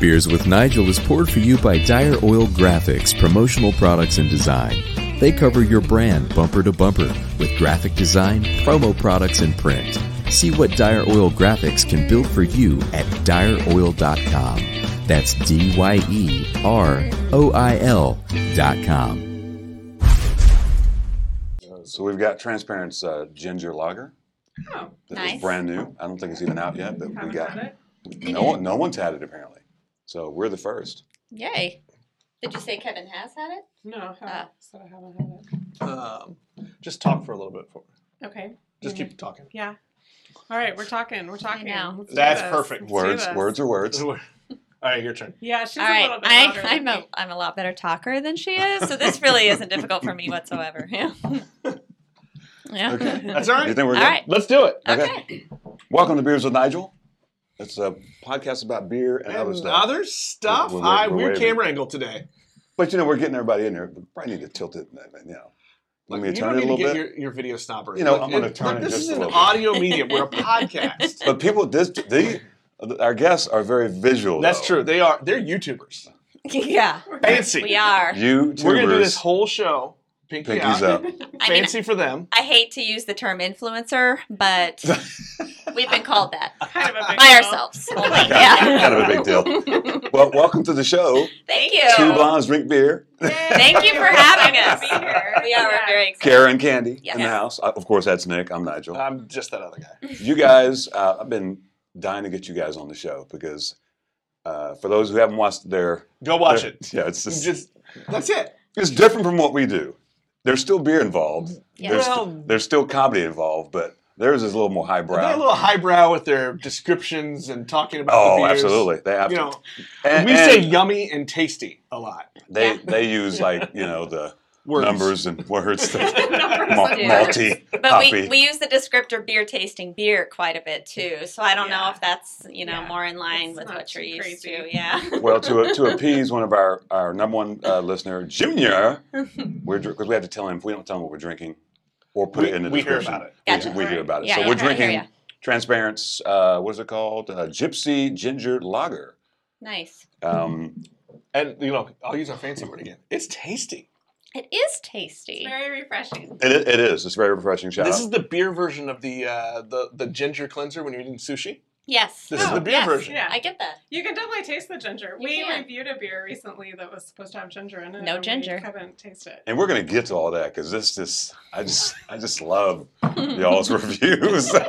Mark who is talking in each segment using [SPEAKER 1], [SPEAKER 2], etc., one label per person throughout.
[SPEAKER 1] Beers with Nigel is poured for you by Dire Oil Graphics, promotional products and design. They cover your brand bumper to bumper with graphic design, promo products, and print. See what Dire Oil Graphics can build for you at direoil.com. That's D Y E R O I L.com.
[SPEAKER 2] So we've got Transparent's uh, ginger lager
[SPEAKER 3] Oh,
[SPEAKER 2] that
[SPEAKER 3] nice.
[SPEAKER 2] is brand new. I don't think it's even out yet, but we
[SPEAKER 3] Haven't
[SPEAKER 2] got
[SPEAKER 3] had it.
[SPEAKER 2] no one. No one's had it apparently. So we're the first.
[SPEAKER 3] Yay. Did you say Kevin has had it?
[SPEAKER 4] No, I haven't.
[SPEAKER 3] Ah.
[SPEAKER 4] Said I haven't had it.
[SPEAKER 5] Um, just talk for a little bit for.
[SPEAKER 4] Okay.
[SPEAKER 5] Just
[SPEAKER 4] Yeah.
[SPEAKER 5] keep talking.
[SPEAKER 4] Yeah. All right, we're talking. We're talking.
[SPEAKER 3] know.
[SPEAKER 4] Let's do
[SPEAKER 5] That's
[SPEAKER 4] this.
[SPEAKER 5] perfect.
[SPEAKER 4] Let's do
[SPEAKER 2] Words,
[SPEAKER 4] this.
[SPEAKER 2] words are words.
[SPEAKER 5] All right, your turn.
[SPEAKER 4] Yeah, she's
[SPEAKER 3] All
[SPEAKER 4] a
[SPEAKER 3] right,
[SPEAKER 4] little bit
[SPEAKER 3] I,
[SPEAKER 4] louder.
[SPEAKER 3] I'm a I'm a lot better talker than she is, so this really isn't difficult for me whatsoever. Yeah. yeah.
[SPEAKER 2] Okay.
[SPEAKER 5] That's all
[SPEAKER 2] You think
[SPEAKER 5] right.
[SPEAKER 2] we're
[SPEAKER 3] All
[SPEAKER 2] good?
[SPEAKER 3] right.
[SPEAKER 5] Let's do it.
[SPEAKER 2] Okay.
[SPEAKER 3] Okay.
[SPEAKER 2] Welcome to Beers with Nigel. It's a podcast about beer and other
[SPEAKER 5] And
[SPEAKER 2] stuff.
[SPEAKER 5] other stuff.
[SPEAKER 2] We're- we're-
[SPEAKER 5] I
[SPEAKER 2] we're
[SPEAKER 5] weird
[SPEAKER 2] waving.
[SPEAKER 5] camera angle today.
[SPEAKER 2] But you know, we're getting everybody in here. We probably need to tilt it. You know, let
[SPEAKER 5] Look,
[SPEAKER 2] me
[SPEAKER 5] you
[SPEAKER 2] turn it
[SPEAKER 5] don't
[SPEAKER 2] a
[SPEAKER 5] need
[SPEAKER 2] little
[SPEAKER 5] to get
[SPEAKER 2] bit.
[SPEAKER 5] Your, your video stopper.
[SPEAKER 2] You know,
[SPEAKER 5] Look,
[SPEAKER 2] I'm gonna
[SPEAKER 5] it-
[SPEAKER 2] turn
[SPEAKER 5] look,
[SPEAKER 2] it
[SPEAKER 5] This
[SPEAKER 2] just
[SPEAKER 5] is
[SPEAKER 2] a
[SPEAKER 5] an
[SPEAKER 2] little bit.
[SPEAKER 5] audio medium. We're a podcast.
[SPEAKER 2] But people, this the our guests are very visual.
[SPEAKER 5] That's
[SPEAKER 2] though.
[SPEAKER 5] true. They are. They're YouTubers.
[SPEAKER 3] Yeah.
[SPEAKER 5] Fancy.
[SPEAKER 3] We are.
[SPEAKER 2] YouTubers,
[SPEAKER 5] We're gonna do this whole show. Pinky
[SPEAKER 2] pinkies up.
[SPEAKER 5] out.
[SPEAKER 3] I mean,
[SPEAKER 5] Fancy for them.
[SPEAKER 3] I hate to use the term influencer, but we've been called that
[SPEAKER 4] kind of a big
[SPEAKER 3] by
[SPEAKER 4] deal.
[SPEAKER 3] ourselves.
[SPEAKER 4] Oh
[SPEAKER 2] Kind of-
[SPEAKER 3] yeah.
[SPEAKER 2] kind of a big deal. Well, welcome to the show.
[SPEAKER 3] Thank you.
[SPEAKER 2] Two blondes drink beer.
[SPEAKER 3] Thank you for having us.
[SPEAKER 4] Be here.
[SPEAKER 3] We are
[SPEAKER 4] Yeah.
[SPEAKER 3] we're very excited.
[SPEAKER 2] Karen Candy in the
[SPEAKER 3] Yes. Uh,
[SPEAKER 2] house. Uh, Of course, that's Nick. I'm Nigel.
[SPEAKER 5] I'm just that other guy.
[SPEAKER 2] you guys, uh, I've been dying to get you guys on the show because uh, for those who haven't watched their,
[SPEAKER 5] Go watch
[SPEAKER 2] their-
[SPEAKER 5] it.
[SPEAKER 2] yeah, it's just,
[SPEAKER 5] Just that's it.
[SPEAKER 2] it's different from what we do. There's still beer involved.
[SPEAKER 3] Yeah.
[SPEAKER 2] There's,
[SPEAKER 5] Well-
[SPEAKER 2] there's still comedy involved, but theirs is a little more
[SPEAKER 5] They're a
[SPEAKER 2] highbrow.
[SPEAKER 5] little highbrow with their descriptions and talking about. the
[SPEAKER 2] Oh,
[SPEAKER 5] beers.
[SPEAKER 2] absolutely. They have
[SPEAKER 5] You
[SPEAKER 2] to-
[SPEAKER 5] know,
[SPEAKER 2] and-
[SPEAKER 5] we say
[SPEAKER 2] and
[SPEAKER 5] yummy and tasty a lot.
[SPEAKER 2] they
[SPEAKER 3] Yeah.
[SPEAKER 2] they use like you know the
[SPEAKER 5] Words.
[SPEAKER 2] numbers and words. That,
[SPEAKER 4] Numbers
[SPEAKER 2] mal-
[SPEAKER 3] and
[SPEAKER 2] malty,
[SPEAKER 3] But we,
[SPEAKER 2] hoppy.
[SPEAKER 3] we use the descriptor beer tasting beer quite a bit too. So I don't know
[SPEAKER 4] Yeah.
[SPEAKER 3] if that's, you know,
[SPEAKER 4] Yeah.
[SPEAKER 3] more in line
[SPEAKER 4] It's
[SPEAKER 3] with
[SPEAKER 4] not
[SPEAKER 3] what you're
[SPEAKER 4] too
[SPEAKER 3] used
[SPEAKER 4] crazy.
[SPEAKER 3] to. Yeah.
[SPEAKER 2] Well, to, to appease one of our, our number one uh, listener, Junior, we're because we have to tell him if we don't tell him what we're drinking or put
[SPEAKER 5] We-
[SPEAKER 2] it in the
[SPEAKER 5] we hear
[SPEAKER 2] description.
[SPEAKER 5] about it.
[SPEAKER 2] we-
[SPEAKER 3] Gotcha.
[SPEAKER 2] We, hear about it.
[SPEAKER 3] Yeah,
[SPEAKER 2] so
[SPEAKER 3] yeah,
[SPEAKER 2] we're
[SPEAKER 3] I hear
[SPEAKER 2] drinking
[SPEAKER 3] ya.
[SPEAKER 2] Transparent's, uh, what is it called? Uh, Gypsy Ginger Lager.
[SPEAKER 3] nice.
[SPEAKER 2] Um,
[SPEAKER 5] And you know, I'll use our fancy word again. It's tasty.
[SPEAKER 3] It is
[SPEAKER 4] It's
[SPEAKER 3] tasty.
[SPEAKER 4] very refreshing.
[SPEAKER 2] it, i- it is. It's very refreshing. Shout
[SPEAKER 5] this
[SPEAKER 2] out.
[SPEAKER 5] is the beer version of the uh, the the ginger cleanser when you're eating sushi.
[SPEAKER 3] Yes.
[SPEAKER 5] This is
[SPEAKER 4] Oh,
[SPEAKER 5] the beer
[SPEAKER 3] yes.
[SPEAKER 5] version.
[SPEAKER 4] Yeah.
[SPEAKER 3] I get that.
[SPEAKER 4] You can definitely taste the ginger.
[SPEAKER 3] You
[SPEAKER 4] we
[SPEAKER 3] can.
[SPEAKER 4] reviewed a beer recently that was supposed to have ginger in it.
[SPEAKER 3] No
[SPEAKER 4] and we
[SPEAKER 3] ginger.
[SPEAKER 4] couldn't taste it.
[SPEAKER 2] and we're gonna get to all that because this just I just I just love y'all's reviews.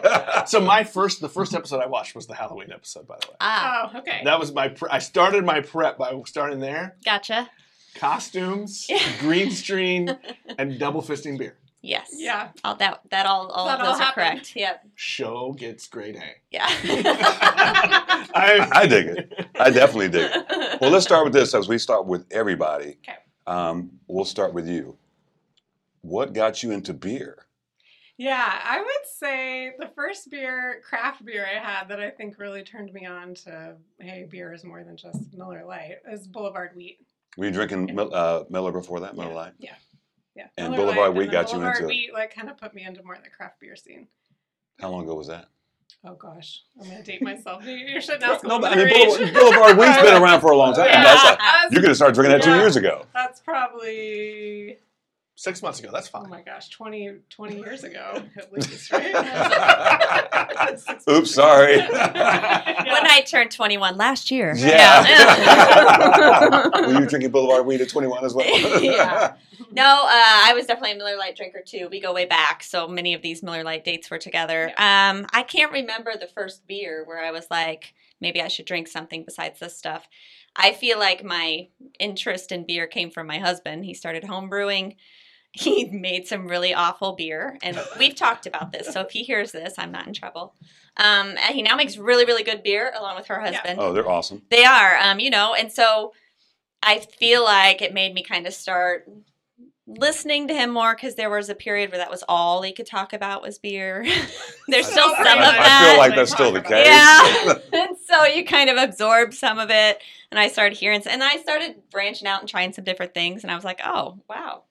[SPEAKER 5] So my first the first episode I watched was the Halloween episode. By the way,
[SPEAKER 3] Ah,
[SPEAKER 4] Oh, okay.
[SPEAKER 5] that was my pre- I started my prep by starting there.
[SPEAKER 3] gotcha.
[SPEAKER 5] Costumes,
[SPEAKER 3] Yeah.
[SPEAKER 5] green screen, and double fisting beer.
[SPEAKER 3] Yes.
[SPEAKER 4] yeah.
[SPEAKER 3] All that that all all
[SPEAKER 4] That all
[SPEAKER 3] of those are
[SPEAKER 4] happened.
[SPEAKER 3] correct. Yep.
[SPEAKER 5] Show gets grade A.
[SPEAKER 3] Yeah.
[SPEAKER 5] I,
[SPEAKER 2] I dig it. I definitely dig it. Well, let's start with this as we start with everybody.
[SPEAKER 4] Okay.
[SPEAKER 2] Um, we'll start with you. What got you into beer?
[SPEAKER 4] Yeah, I would say the first beer, craft beer I had that I think really turned me on to hey, beer is more than just Miller Lite is Boulevard Wheat.
[SPEAKER 2] Were you drinking Mil- uh, Miller before that, Miller Lite?
[SPEAKER 4] Yeah.
[SPEAKER 2] And
[SPEAKER 4] Miller
[SPEAKER 2] Boulevard
[SPEAKER 4] Lite,
[SPEAKER 2] Wheat
[SPEAKER 4] and then
[SPEAKER 2] got you
[SPEAKER 4] Boulevard
[SPEAKER 2] into it.
[SPEAKER 4] Wheat like kind of put me into more of the craft beer scene.
[SPEAKER 2] How long ago was that?
[SPEAKER 4] Oh gosh, I'm gonna date myself. You- You shouldn't ask. No,
[SPEAKER 2] I mean, Boulevard, Boulevard Wheat's been around for a long time.
[SPEAKER 3] Yeah.
[SPEAKER 2] That's like-
[SPEAKER 4] that's,
[SPEAKER 2] you could have started drinking that two
[SPEAKER 4] Yeah.
[SPEAKER 2] years ago.
[SPEAKER 4] that's probably
[SPEAKER 5] six months ago. That's
[SPEAKER 4] oh
[SPEAKER 5] fine.
[SPEAKER 4] my gosh, 20, 20 years ago at least, right?
[SPEAKER 2] Oops, sorry.
[SPEAKER 3] When I turned 21 last year.
[SPEAKER 2] Yeah. Were you drinking Boulevard Wheat at 21 as well?
[SPEAKER 3] Yeah. No, uh, I was definitely a Miller Lite drinker too. We go way back, so many of these Miller Lite dates were together. Um, I can't remember the first beer where I was like, maybe I should drink something besides this stuff. I feel like my interest in beer came from my husband. He started home brewing. He made some really awful beer, and we've talked about this. So if he hears this, I'm not in trouble. Um, and he now makes really, really good beer along with her
[SPEAKER 4] Yeah.
[SPEAKER 3] husband.
[SPEAKER 2] Oh, they're awesome.
[SPEAKER 3] They are, um, you know, and so I feel like it made me kind of start listening to him more because there was a period where that was all he could talk about was beer. There's
[SPEAKER 2] I-
[SPEAKER 3] still
[SPEAKER 4] I-
[SPEAKER 3] some of
[SPEAKER 2] I
[SPEAKER 3] that.
[SPEAKER 2] feel like that's still the case.
[SPEAKER 3] yeah, and so you kind of absorb some of it, and I started hearing, and I started branching out and trying some different things, and I was like, oh wow,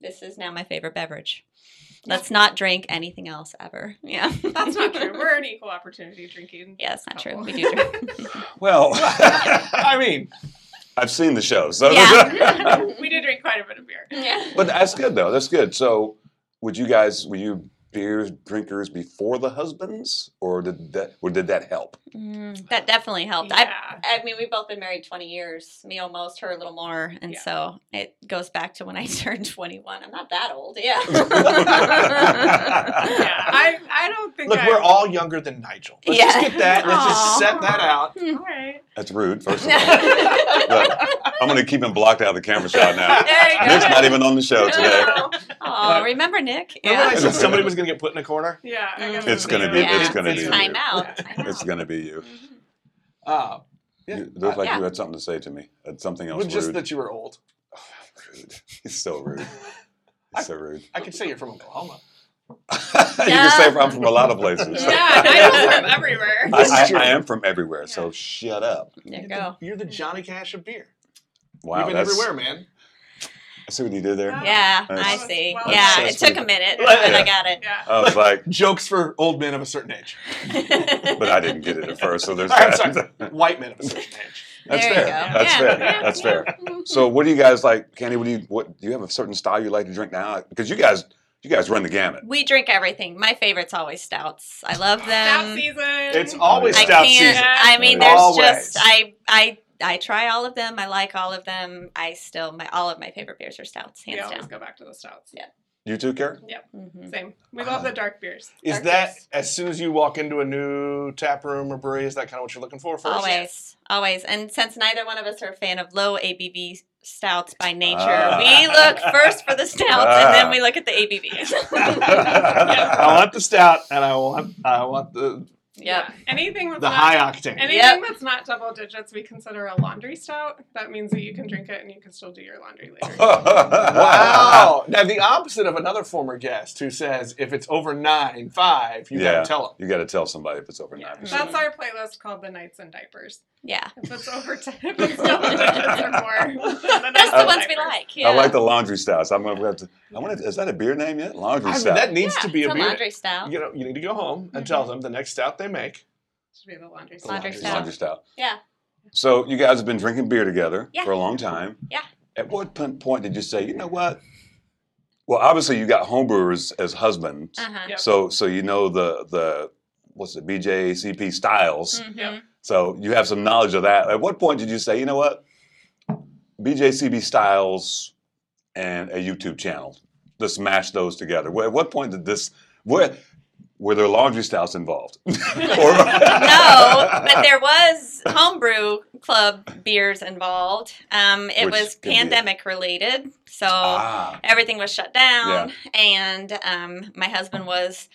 [SPEAKER 3] this is now my favorite beverage. Let's not drink anything else ever. Yeah.
[SPEAKER 4] That's not true. Oh. We're an equal opportunity drinking.
[SPEAKER 3] yeah, it's not true.
[SPEAKER 4] couple.
[SPEAKER 3] We do drink.
[SPEAKER 2] Well,
[SPEAKER 5] I mean,
[SPEAKER 2] I've seen the show, so.
[SPEAKER 3] Yeah.
[SPEAKER 4] we do drink quite a bit of beer.
[SPEAKER 3] yeah.
[SPEAKER 2] but that's good though. That's good. So, would you guys were you beer drinkers before the husbands, or did that or did that help?
[SPEAKER 3] Mm, that definitely helped. I
[SPEAKER 4] Yeah.
[SPEAKER 3] I mean, we've both been married 20 years, me almost, her a little more. And
[SPEAKER 4] Yeah.
[SPEAKER 3] so it goes back to when I turned 21. I'm not that old. Yeah.
[SPEAKER 4] yeah, I, I don't think
[SPEAKER 5] look,
[SPEAKER 4] I,
[SPEAKER 5] we're all younger than Nigel. Let's
[SPEAKER 3] Yeah.
[SPEAKER 5] just get that. Let's
[SPEAKER 3] Aw.
[SPEAKER 5] just set that out.
[SPEAKER 4] All right.
[SPEAKER 2] That's rude. First of all, Look, I'm going to keep him blocked out of the camera shot now.
[SPEAKER 3] there you go.
[SPEAKER 2] Nick's not even on the show today.
[SPEAKER 3] Aw, remember Nick?
[SPEAKER 5] Remember when I
[SPEAKER 3] Yeah.
[SPEAKER 5] said somebody was going to get put in a corner?
[SPEAKER 4] Yeah, I got
[SPEAKER 2] It's
[SPEAKER 4] it.
[SPEAKER 2] gonna be-
[SPEAKER 4] Yeah.
[SPEAKER 2] it's gonna be-
[SPEAKER 3] Time out. Time out. Mhm.
[SPEAKER 2] It's going to be you.
[SPEAKER 5] Uh, yeah.
[SPEAKER 2] You look like
[SPEAKER 3] Yeah.
[SPEAKER 2] you had something to say to me. Had something
[SPEAKER 5] Well,
[SPEAKER 2] else
[SPEAKER 5] just
[SPEAKER 2] rude. Oh,
[SPEAKER 5] that you were old.
[SPEAKER 2] rude. It's so rude. It's so rude.
[SPEAKER 5] I could say you're from Oklahoma.
[SPEAKER 2] you can say I'm from a lot of places.
[SPEAKER 4] Yeah, Nigel's from everywhere.
[SPEAKER 2] I,
[SPEAKER 5] That's
[SPEAKER 2] I,
[SPEAKER 5] true.
[SPEAKER 2] I am from everywhere, so shut up.
[SPEAKER 3] There you
[SPEAKER 5] You're
[SPEAKER 3] go.
[SPEAKER 5] The, you're the Johnny Cash of beer.
[SPEAKER 2] Wow,
[SPEAKER 5] You've been
[SPEAKER 2] that's,
[SPEAKER 5] everywhere, man.
[SPEAKER 2] I see what you did there.
[SPEAKER 4] Yeah.
[SPEAKER 3] Yeah,
[SPEAKER 2] That's-
[SPEAKER 3] I see.
[SPEAKER 4] Well,
[SPEAKER 3] yeah,
[SPEAKER 2] that's
[SPEAKER 3] it
[SPEAKER 2] so
[SPEAKER 3] took a minute,
[SPEAKER 5] Yeah.
[SPEAKER 3] but I
[SPEAKER 2] Yeah.
[SPEAKER 3] got it.
[SPEAKER 4] Yeah.
[SPEAKER 2] I was like,
[SPEAKER 5] Jokes for old men of a certain age.
[SPEAKER 2] but I didn't get it at first, so there's
[SPEAKER 5] I'm
[SPEAKER 2] that.
[SPEAKER 5] sorry, white men of a certain age.
[SPEAKER 2] That's
[SPEAKER 3] There you
[SPEAKER 2] fair.
[SPEAKER 3] go.
[SPEAKER 2] That's
[SPEAKER 3] Yeah.
[SPEAKER 2] fair.
[SPEAKER 3] Yeah.
[SPEAKER 2] That's fair. So, what do you guys like, Candy? What do you what do you have a certain style you like to drink now? Because you guys you guys run the gamut.
[SPEAKER 3] We drink everything. My favorite's always stouts. I love
[SPEAKER 4] Stout
[SPEAKER 3] them.
[SPEAKER 4] season.
[SPEAKER 5] It's always
[SPEAKER 3] I
[SPEAKER 5] stout
[SPEAKER 3] can't.
[SPEAKER 5] season.
[SPEAKER 3] I mean,
[SPEAKER 2] Always.
[SPEAKER 3] there's
[SPEAKER 5] Always.
[SPEAKER 3] just I I I try all of them. I like all of them. I still my all of my favorite beers are stouts,
[SPEAKER 4] We
[SPEAKER 3] hands
[SPEAKER 4] always
[SPEAKER 3] down.
[SPEAKER 4] go back to the stouts.
[SPEAKER 2] You too, Karen?
[SPEAKER 3] Mhm.
[SPEAKER 4] Same. We love the dark beers.
[SPEAKER 5] Is
[SPEAKER 4] Dark
[SPEAKER 5] that
[SPEAKER 4] beers.
[SPEAKER 5] as soon as you walk into a new tap room or brewery? Is that kind of what you're looking for first?
[SPEAKER 3] Always, always. And since neither one of us are a fan of low ABV stouts by nature,
[SPEAKER 2] Ah.
[SPEAKER 3] we look first for the stouts and then we
[SPEAKER 5] Ah.
[SPEAKER 3] look at the ABVs.
[SPEAKER 5] I want the stout, and I want I want the
[SPEAKER 3] yep.
[SPEAKER 4] Anything that's
[SPEAKER 5] the
[SPEAKER 4] not,
[SPEAKER 5] high octane.
[SPEAKER 4] Anything
[SPEAKER 3] Yep.
[SPEAKER 4] that's not double digits, we consider a laundry stout. That means that you can drink it and you can still do your laundry
[SPEAKER 5] Oh,
[SPEAKER 4] later.
[SPEAKER 5] Wow! now the opposite of another former guest who says if it's over nine five, you
[SPEAKER 2] Yeah.
[SPEAKER 5] gotta tell them.
[SPEAKER 2] You got to tell somebody if it's over
[SPEAKER 4] Yeah.
[SPEAKER 2] nine
[SPEAKER 4] That's our playlist called "The Nights and Diapers."
[SPEAKER 3] Yeah.
[SPEAKER 4] If it's over ten, if it's double digits or more, then
[SPEAKER 3] That's
[SPEAKER 4] it's
[SPEAKER 3] the ones we
[SPEAKER 4] diapers.
[SPEAKER 3] like. Yeah.
[SPEAKER 2] I like the laundry styles. I'm gonna have to. I want to. Is that a beer name yet? Laundry
[SPEAKER 5] I mean,
[SPEAKER 2] style.
[SPEAKER 5] that needs
[SPEAKER 3] Yeah,
[SPEAKER 5] to be
[SPEAKER 3] it's
[SPEAKER 5] a
[SPEAKER 3] a
[SPEAKER 5] beer.
[SPEAKER 3] laundry style.
[SPEAKER 5] You know, you need to go home and tell them the next stout they make.
[SPEAKER 4] Should be the laundry
[SPEAKER 5] The
[SPEAKER 4] stout.
[SPEAKER 5] laundry
[SPEAKER 2] It's
[SPEAKER 3] style.
[SPEAKER 2] Laundry style.
[SPEAKER 3] Yeah.
[SPEAKER 2] So you guys have been drinking beer together
[SPEAKER 3] Yeah.
[SPEAKER 2] for a long time.
[SPEAKER 3] Yeah.
[SPEAKER 2] At what pun- point did you say, you know what? Well, obviously you got homebrewers as husbands,
[SPEAKER 3] Uh-huh.
[SPEAKER 4] Yep.
[SPEAKER 2] so so you know the the what's it BJCP styles.
[SPEAKER 3] Mhm.
[SPEAKER 4] Yep.
[SPEAKER 2] So you have some knowledge of that. At what point did you say, you know what? BJCB styles and a YouTube channel. Let's mash those together. Wh- At what point did this? Where were there laundry styles involved? no,
[SPEAKER 3] no, but there was homebrew club beers involved. Um, it
[SPEAKER 2] Which
[SPEAKER 3] was
[SPEAKER 2] could be-
[SPEAKER 3] pandemic related, so
[SPEAKER 2] Ah,
[SPEAKER 3] everything was shut down, and um, my husband was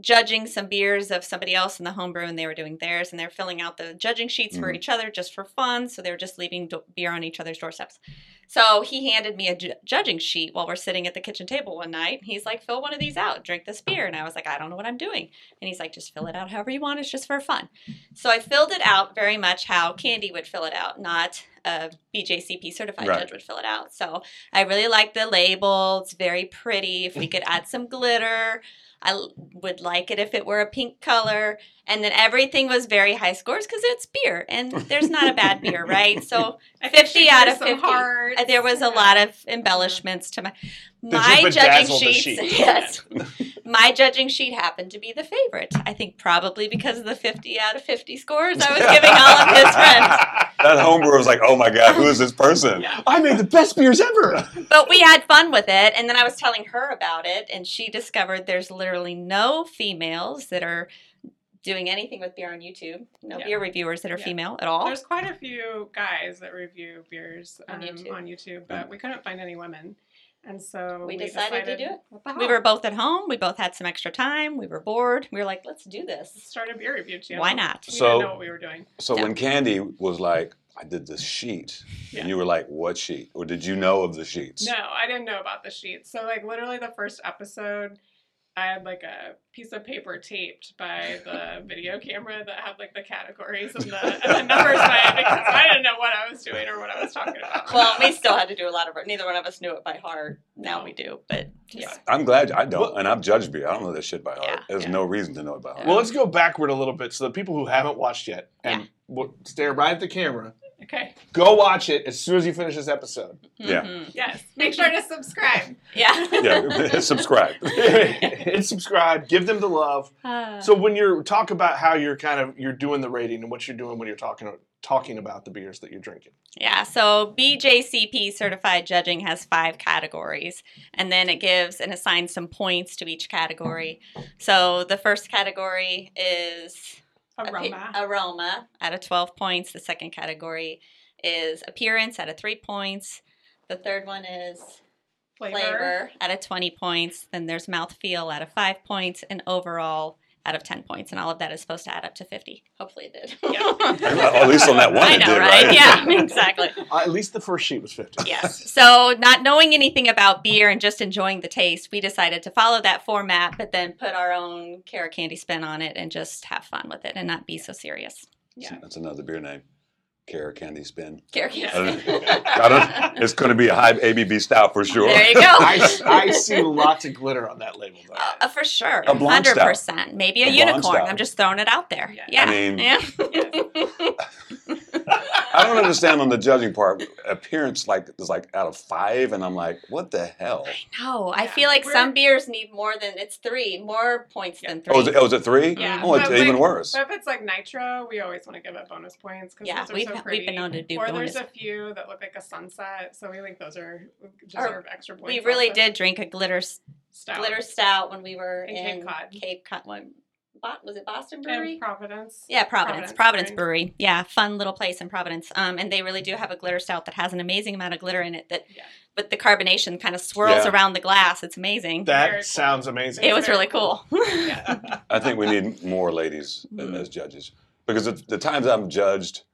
[SPEAKER 3] judging some beers of somebody else in the homebrew, and they were doing theirs, and they're filling out the judging sheets for
[SPEAKER 2] Mhm.
[SPEAKER 3] each other just for fun. So they were just leaving do- beer on each other's doorsteps. So he handed me a ju- judging sheet while we're sitting at the kitchen table one night. He's like, "Fill one of these out, drink this beer," and I was like, "I don't know what I'm doing." And he's like, "Just fill it out however you want. It's just for fun." So I filled it out very much how Candy would fill it out, not a BJCP certified
[SPEAKER 2] Right.
[SPEAKER 3] judge would fill it out. So I really like the label. It's very pretty. If we could add some glitter, I l- would like it if it were a pink color. And then everything was very high scores because it's beer and there's not a bad beer, right? So
[SPEAKER 4] I think
[SPEAKER 3] 50
[SPEAKER 4] she
[SPEAKER 3] out
[SPEAKER 4] drew
[SPEAKER 3] of
[SPEAKER 4] some
[SPEAKER 3] 50.
[SPEAKER 4] hearts.
[SPEAKER 3] uh, there was a
[SPEAKER 4] Yeah.
[SPEAKER 3] lot of embellishments to my my
[SPEAKER 5] you
[SPEAKER 3] judging
[SPEAKER 5] bedazzle the
[SPEAKER 3] sheets.
[SPEAKER 5] sheet?
[SPEAKER 3] Yes, my judging sheet happened to be the favorite. I think probably because of the 50 out of 50 scores I was giving all of his friends.
[SPEAKER 2] that homebrewer was like, oh my god, who is this person?
[SPEAKER 5] I made the best beers ever.
[SPEAKER 3] but we had fun with it and then i was telling her about it and she discovered there's literally no females that are doing anything with beer on youtube no
[SPEAKER 4] Yeah.
[SPEAKER 3] beer reviewers that are
[SPEAKER 4] Yeah.
[SPEAKER 3] female at all
[SPEAKER 4] There's quite a few guys that review beers um,
[SPEAKER 3] On
[SPEAKER 4] on,
[SPEAKER 3] YouTube.
[SPEAKER 4] YouTube. but we couldn't find any women, and so
[SPEAKER 3] We decided to do it.
[SPEAKER 4] What the hell?
[SPEAKER 3] we were both at home we both had some extra time we were bored we were like let's do this
[SPEAKER 4] start a beer review channel.
[SPEAKER 3] why not
[SPEAKER 4] We
[SPEAKER 2] So-
[SPEAKER 4] didn't know what we were doing.
[SPEAKER 2] So
[SPEAKER 3] Yeah.
[SPEAKER 2] when Candy was like, I did this sheet,
[SPEAKER 4] Yeah.
[SPEAKER 2] and you were like, what sheet? Or did you know of the sheets?
[SPEAKER 4] No, I didn't know about the sheets. So like literally the first episode, I had like a piece of paper taped by the video camera that had like the categories and the, and the numbers by it because I didn't know what I was doing or what I was talking about.
[SPEAKER 3] Well, we still had to do a lot of it. Neither one of us knew it by heart. Now we do, but yeah.
[SPEAKER 2] I'm glad I don't, and I've judged beer. I don't know this shit by heart.
[SPEAKER 3] Yeah,
[SPEAKER 2] There's
[SPEAKER 4] yeah.
[SPEAKER 2] no reason to know it by heart.
[SPEAKER 5] Well, let's go backward a little bit so the people who haven't watched yet and w- stare right at the camera.
[SPEAKER 4] Okay.
[SPEAKER 5] Go watch it as soon as you finish this episode.
[SPEAKER 2] Yeah.
[SPEAKER 3] Mhm.
[SPEAKER 4] Yes. Make sure to subscribe.
[SPEAKER 3] Yeah.
[SPEAKER 2] yeah, subscribe.
[SPEAKER 5] Hit subscribe. Give them the love.
[SPEAKER 3] Uh,
[SPEAKER 5] So when you're talk about how you're kind of you're doing the rating and what you're doing when you're talking talking about the beers that you're drinking.
[SPEAKER 3] Yeah, so BJCP certified judging has five categories, and then it gives and assigns some points to each category. So the first category is appe-
[SPEAKER 4] Aroma.
[SPEAKER 3] aroma out of 12 points. The second category is appearance out of three points. The third one is
[SPEAKER 4] Flavor.
[SPEAKER 3] flavor, out of 20 points. Then there's mouthfeel out of five points, and overall out of 10 points. And all of that is supposed to add up to 50. Hopefully it did.
[SPEAKER 2] Well, uh, at least on that one,
[SPEAKER 3] I
[SPEAKER 2] it
[SPEAKER 3] know,
[SPEAKER 2] did,
[SPEAKER 3] right?
[SPEAKER 2] right?
[SPEAKER 3] Yeah, exactly.
[SPEAKER 5] Uh, at least the first sheet was fifty.
[SPEAKER 3] Yes. So, not knowing anything about beer and just enjoying the taste, we decided to follow that format, but then put our own carrot candy spin on it and just have fun with it and not be so serious.
[SPEAKER 4] Yeah.
[SPEAKER 2] That's another beer name. Cara Candy Spin.
[SPEAKER 3] Carrot candy.
[SPEAKER 2] I
[SPEAKER 3] spin.
[SPEAKER 2] don't, I don't, it's going to be a high ABB style for sure.
[SPEAKER 3] There you go.
[SPEAKER 5] I, s- I see lots of glitter on that label. Though.
[SPEAKER 3] Uh, for sure,
[SPEAKER 2] A blonde
[SPEAKER 3] hundred
[SPEAKER 2] stout.
[SPEAKER 3] percent. Maybe a,
[SPEAKER 2] A blonde
[SPEAKER 3] unicorn.
[SPEAKER 2] stout.
[SPEAKER 3] I'm just throwing it out there.
[SPEAKER 4] Yeah.
[SPEAKER 3] Yeah,
[SPEAKER 2] I mean-
[SPEAKER 3] yeah.
[SPEAKER 2] I don't understand on the judging part. Appearance like is like out of five, and I'm like, what the hell?
[SPEAKER 3] No, I
[SPEAKER 4] Yeah.
[SPEAKER 3] feel like
[SPEAKER 4] We're-
[SPEAKER 3] some beers need more than it's three, more points
[SPEAKER 4] Yeah.
[SPEAKER 3] than three.
[SPEAKER 2] Oh, is it, oh, is it three?
[SPEAKER 4] Yeah.
[SPEAKER 2] Oh, it's
[SPEAKER 4] But,
[SPEAKER 2] even
[SPEAKER 4] like,
[SPEAKER 2] worse.
[SPEAKER 4] So if it's like nitro, we always want to give it bonus points because
[SPEAKER 3] yeah,
[SPEAKER 4] those are
[SPEAKER 3] we've
[SPEAKER 4] so pretty.
[SPEAKER 3] we've been known to do
[SPEAKER 4] or
[SPEAKER 3] bonus.
[SPEAKER 4] there's a few that look like a sunset, so we think those are deserve extra points.
[SPEAKER 3] We really
[SPEAKER 4] also.
[SPEAKER 3] did drink a glitter s-
[SPEAKER 4] Stout.
[SPEAKER 3] glitter stout when we were in,
[SPEAKER 4] In Cape Cod.
[SPEAKER 3] Cape Cod one. Bo- was it Boston Brewery?
[SPEAKER 4] and Providence.
[SPEAKER 3] yeah,
[SPEAKER 4] Providence
[SPEAKER 3] Providence. Providence, Brewery. Yeah, fun little place in Providence. Um, and they really do have a glitter stout that has an amazing amount of glitter in it. That,
[SPEAKER 4] Yeah.
[SPEAKER 3] but the carbonation kind of swirls
[SPEAKER 2] Yeah.
[SPEAKER 3] around the glass. It's amazing.
[SPEAKER 5] That
[SPEAKER 4] Very cool.
[SPEAKER 5] sounds amazing.
[SPEAKER 3] it was
[SPEAKER 4] very
[SPEAKER 3] really cool.
[SPEAKER 4] Yeah.
[SPEAKER 2] I think we need more ladies
[SPEAKER 3] Mm.
[SPEAKER 2] as judges because the, the times I'm judged,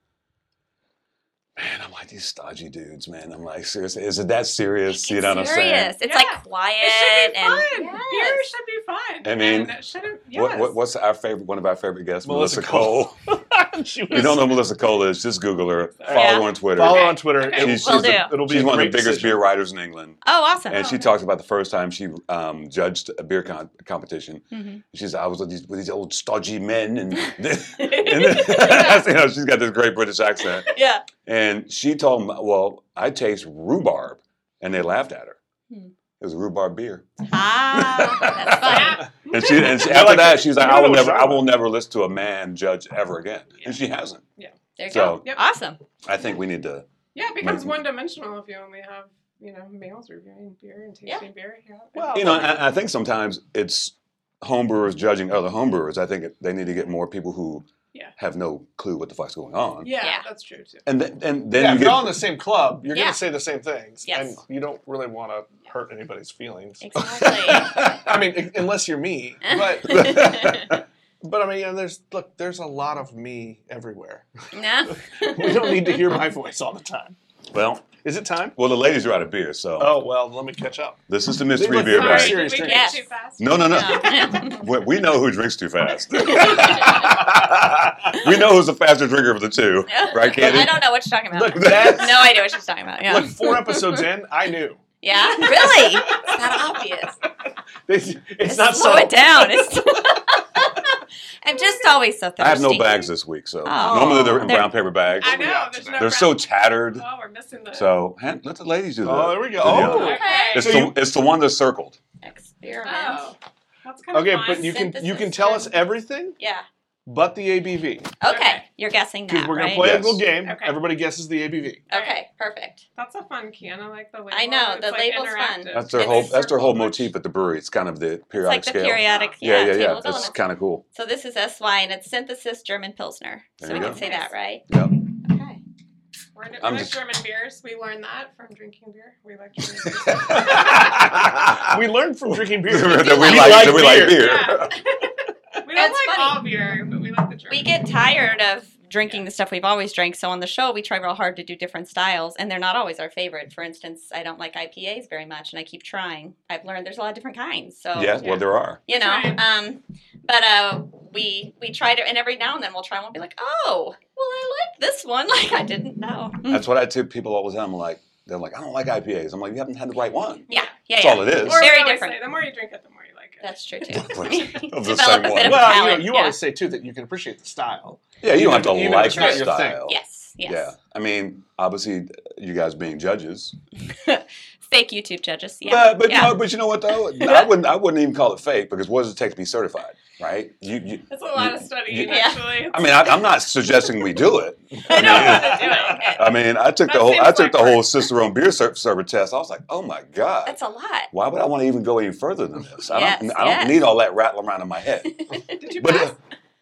[SPEAKER 2] man, I'm like these stodgy dudes, man. I'm like, seriously, is it that serious? you know what I'm saying?
[SPEAKER 3] Serious. It's like
[SPEAKER 4] Yeah.
[SPEAKER 3] quiet
[SPEAKER 4] It should be
[SPEAKER 3] and
[SPEAKER 4] fun. Beer
[SPEAKER 3] Yes.
[SPEAKER 4] should be fun.
[SPEAKER 2] I mean,
[SPEAKER 4] and it shouldn't. Yes.
[SPEAKER 2] What, what, what's our favorite? One of our favorite guests,
[SPEAKER 5] Melissa
[SPEAKER 2] Melissa, Cole.
[SPEAKER 5] She
[SPEAKER 2] If you
[SPEAKER 5] was-
[SPEAKER 2] don't know who Melissa Cole is? Just Google her. Follow
[SPEAKER 3] Yeah.
[SPEAKER 2] her on Twitter.
[SPEAKER 5] Follow
[SPEAKER 4] Okay.
[SPEAKER 5] on Twitter.
[SPEAKER 4] Okay.
[SPEAKER 5] It-
[SPEAKER 2] She's,
[SPEAKER 3] Will
[SPEAKER 2] she's, the,
[SPEAKER 3] do.
[SPEAKER 5] it'll be
[SPEAKER 2] she's
[SPEAKER 5] a
[SPEAKER 2] one of the
[SPEAKER 5] great
[SPEAKER 2] biggest
[SPEAKER 5] decision.
[SPEAKER 2] beer writers in England.
[SPEAKER 3] oh, awesome.
[SPEAKER 2] And she
[SPEAKER 4] nice.
[SPEAKER 2] talked about the first time she um, judged a beer con- competition.
[SPEAKER 3] Mhm.
[SPEAKER 2] She said, I was with these, with these old stodgy men. And, and you know, she's got this great British accent.
[SPEAKER 3] Mm-hmm. Yeah.
[SPEAKER 2] And she told them, Well, I taste rhubarb. And they laughed at her.
[SPEAKER 3] Hmm.
[SPEAKER 2] It was rhubarb beer.
[SPEAKER 3] Ah, that's fun.
[SPEAKER 4] Yeah.
[SPEAKER 2] And, she, and she,
[SPEAKER 5] They're
[SPEAKER 2] after
[SPEAKER 5] like,
[SPEAKER 2] that, she's like,
[SPEAKER 5] "You
[SPEAKER 2] I will
[SPEAKER 5] know what's
[SPEAKER 2] never, I
[SPEAKER 5] wrong."
[SPEAKER 2] will never listen to a man judge ever again.
[SPEAKER 4] Yeah.
[SPEAKER 2] And she hasn't.
[SPEAKER 3] There you
[SPEAKER 2] So-
[SPEAKER 3] go.
[SPEAKER 4] Yep.
[SPEAKER 3] Awesome.
[SPEAKER 2] I think we need to.
[SPEAKER 4] Yeah, it becomes
[SPEAKER 2] Mhm.
[SPEAKER 4] one dimensional if you only have you know males reviewing beer and
[SPEAKER 3] Yeah.
[SPEAKER 4] tasting beer. Yeah.
[SPEAKER 5] Well,
[SPEAKER 2] You know, I, I think sometimes it's homebrewers judging other homebrewers. I think it, they need to get more people who
[SPEAKER 4] Yeah.
[SPEAKER 2] have no clue what the fuck's going on.
[SPEAKER 4] yeah,
[SPEAKER 3] Yeah.
[SPEAKER 4] that's true too.
[SPEAKER 2] And, th- and then
[SPEAKER 5] Yeah,
[SPEAKER 2] you
[SPEAKER 5] if
[SPEAKER 2] get,
[SPEAKER 5] you're all in the same club, you're
[SPEAKER 3] Yeah.
[SPEAKER 5] going to say the same things,
[SPEAKER 3] Yes.
[SPEAKER 5] and you don't really want to hurt anybody's feelings.
[SPEAKER 3] Exactly.
[SPEAKER 5] I mean, i- unless you're me, but but I mean, you know, there's look, there's a lot of me everywhere.
[SPEAKER 3] no.
[SPEAKER 5] We don't need to hear my voice all the time.
[SPEAKER 2] well,
[SPEAKER 5] Is it time?
[SPEAKER 2] well, the ladies are out of beer, so
[SPEAKER 5] Oh well, let me catch up.
[SPEAKER 2] this is the mystery
[SPEAKER 5] look
[SPEAKER 2] beer
[SPEAKER 5] fine.
[SPEAKER 4] Sorry,
[SPEAKER 2] bag.
[SPEAKER 5] Seriously.
[SPEAKER 4] did we get
[SPEAKER 3] Yes.
[SPEAKER 4] too fast?
[SPEAKER 2] No, no, no.
[SPEAKER 3] No.
[SPEAKER 2] we, we know who drinks too fast. we know who's the faster drinker of the two, right, Candy?
[SPEAKER 3] I don't know what you're talking about.
[SPEAKER 5] Look, that's
[SPEAKER 3] no idea what she's talking about. Yeah.
[SPEAKER 5] look. Four episodes in, I knew.
[SPEAKER 3] Yeah. Really? It's not obvious.
[SPEAKER 5] It's, it's
[SPEAKER 3] Just
[SPEAKER 5] not
[SPEAKER 3] slow
[SPEAKER 5] so.
[SPEAKER 3] it down. It's I'm just always so thirsty.
[SPEAKER 2] I have no bags this week, so
[SPEAKER 3] Oh.
[SPEAKER 2] normally they're in
[SPEAKER 3] They're-
[SPEAKER 2] brown paper bags.
[SPEAKER 4] I
[SPEAKER 5] we
[SPEAKER 4] know.
[SPEAKER 5] got
[SPEAKER 4] There's no
[SPEAKER 5] today?
[SPEAKER 2] They're so tattered.
[SPEAKER 4] Oh, we're missing the.
[SPEAKER 2] So hand- let the ladies do that.
[SPEAKER 5] Oh, there we go.
[SPEAKER 2] Oh.
[SPEAKER 5] Oh.
[SPEAKER 4] Okay.
[SPEAKER 2] It's,
[SPEAKER 5] So you-
[SPEAKER 2] the, it's the one that's circled.
[SPEAKER 3] Experiment.
[SPEAKER 4] oh, that's kind
[SPEAKER 5] Okay,
[SPEAKER 4] of fun.
[SPEAKER 5] but you can you
[SPEAKER 3] Synthesis.
[SPEAKER 5] can tell us everything
[SPEAKER 3] Yeah.
[SPEAKER 5] but the ABV
[SPEAKER 3] Okay.
[SPEAKER 4] Okay.
[SPEAKER 3] You're guessing
[SPEAKER 5] because
[SPEAKER 3] that,
[SPEAKER 5] we're
[SPEAKER 3] right?
[SPEAKER 5] gonna play
[SPEAKER 2] Yes.
[SPEAKER 5] a little game.
[SPEAKER 4] Okay.
[SPEAKER 5] Everybody guesses the ABV.
[SPEAKER 3] Okay. Perfect.
[SPEAKER 4] That's a fun can. I like the label.
[SPEAKER 3] I know,
[SPEAKER 4] It's,
[SPEAKER 3] the
[SPEAKER 4] like,
[SPEAKER 3] label's fun.
[SPEAKER 4] interactive.
[SPEAKER 2] That's their
[SPEAKER 3] It's
[SPEAKER 2] whole.
[SPEAKER 3] a
[SPEAKER 2] That's their whole
[SPEAKER 4] circle.
[SPEAKER 2] motif at the brewery. It's kind of the
[SPEAKER 3] It's
[SPEAKER 2] periodic
[SPEAKER 3] like the
[SPEAKER 2] scale.
[SPEAKER 3] periodic.
[SPEAKER 2] yeah, yeah,
[SPEAKER 3] table
[SPEAKER 2] yeah.
[SPEAKER 3] of
[SPEAKER 2] It's
[SPEAKER 3] elements.
[SPEAKER 2] kind of cool.
[SPEAKER 3] So this is SY and it's synthesis German Pilsner. So
[SPEAKER 2] There
[SPEAKER 3] we
[SPEAKER 2] you
[SPEAKER 3] can
[SPEAKER 2] go.
[SPEAKER 3] say that, right?
[SPEAKER 2] Yeah.
[SPEAKER 3] Okay.
[SPEAKER 4] We're, we
[SPEAKER 2] I'm
[SPEAKER 4] like
[SPEAKER 2] just-
[SPEAKER 4] German beers. We learned that from drinking beer. We like German beers.
[SPEAKER 5] We learned from drinking beer
[SPEAKER 2] that we
[SPEAKER 5] Ah. We
[SPEAKER 2] like,
[SPEAKER 5] like
[SPEAKER 2] that we like beer.
[SPEAKER 5] beer.
[SPEAKER 4] Yeah. we don't
[SPEAKER 3] That's
[SPEAKER 4] like
[SPEAKER 3] funny.
[SPEAKER 4] all beer, but we like the German.
[SPEAKER 3] We get tired of drinking the stuff we've always drank. So on the show, we try real hard to do different styles, and they're not always our favorite. For instance, I don't like IPAs very much, and I keep trying. I've learned there's a lot of different kinds. So
[SPEAKER 2] yeah, well, there are.
[SPEAKER 3] you know
[SPEAKER 4] Right.
[SPEAKER 3] um but uh we we try to and every now and then we'll try and we'll be like oh well i like this one like i didn't know Mm.
[SPEAKER 2] That's what I tell people all the time. Like they're like, I don't like IPAs. I'm like, you haven't had the right one.
[SPEAKER 3] yeah yeah,
[SPEAKER 2] That's
[SPEAKER 3] yeah.
[SPEAKER 2] all it is.
[SPEAKER 4] Or we
[SPEAKER 3] Very
[SPEAKER 4] always
[SPEAKER 3] different.
[SPEAKER 4] Say, the more you drink it, the more you like it.
[SPEAKER 3] that's true too
[SPEAKER 2] Of the
[SPEAKER 3] Develop
[SPEAKER 2] same
[SPEAKER 3] a
[SPEAKER 2] one.
[SPEAKER 3] bit of
[SPEAKER 5] well,
[SPEAKER 3] palate,
[SPEAKER 5] you, you
[SPEAKER 3] yeah.
[SPEAKER 5] always say too that you can appreciate the style.
[SPEAKER 2] Yeah, you don't have
[SPEAKER 5] Even-
[SPEAKER 2] to
[SPEAKER 5] even
[SPEAKER 2] like
[SPEAKER 5] if it's not
[SPEAKER 2] the
[SPEAKER 5] your thing.
[SPEAKER 2] style.
[SPEAKER 3] yes yes
[SPEAKER 2] Yeah. I mean, obviously, you guys being judges.
[SPEAKER 3] fake youtube judges yeah
[SPEAKER 2] But but,
[SPEAKER 3] yeah.
[SPEAKER 2] no, but you know what though? I wouldn't I wouldn't even call it fake because what does it take to be certified, right? You, you
[SPEAKER 4] It's a lot of
[SPEAKER 2] You-
[SPEAKER 4] studying,
[SPEAKER 3] you- Yeah.
[SPEAKER 4] actually.
[SPEAKER 2] I mean, I, I'm not suggesting we do it.
[SPEAKER 4] I
[SPEAKER 2] mean,
[SPEAKER 4] don't want to do it.
[SPEAKER 2] I mean, I took the
[SPEAKER 4] That
[SPEAKER 2] whole I
[SPEAKER 4] seems
[SPEAKER 2] took the
[SPEAKER 4] like-
[SPEAKER 2] whole Cicerone beer ser- server test. I was like, oh my god,
[SPEAKER 3] that's a lot
[SPEAKER 2] why would I want to even go any further than this? I don't
[SPEAKER 3] Yes,
[SPEAKER 2] I don't
[SPEAKER 3] yes.
[SPEAKER 2] need all that rattling around in my head.
[SPEAKER 4] Did you
[SPEAKER 2] But
[SPEAKER 4] pass?
[SPEAKER 2] uh,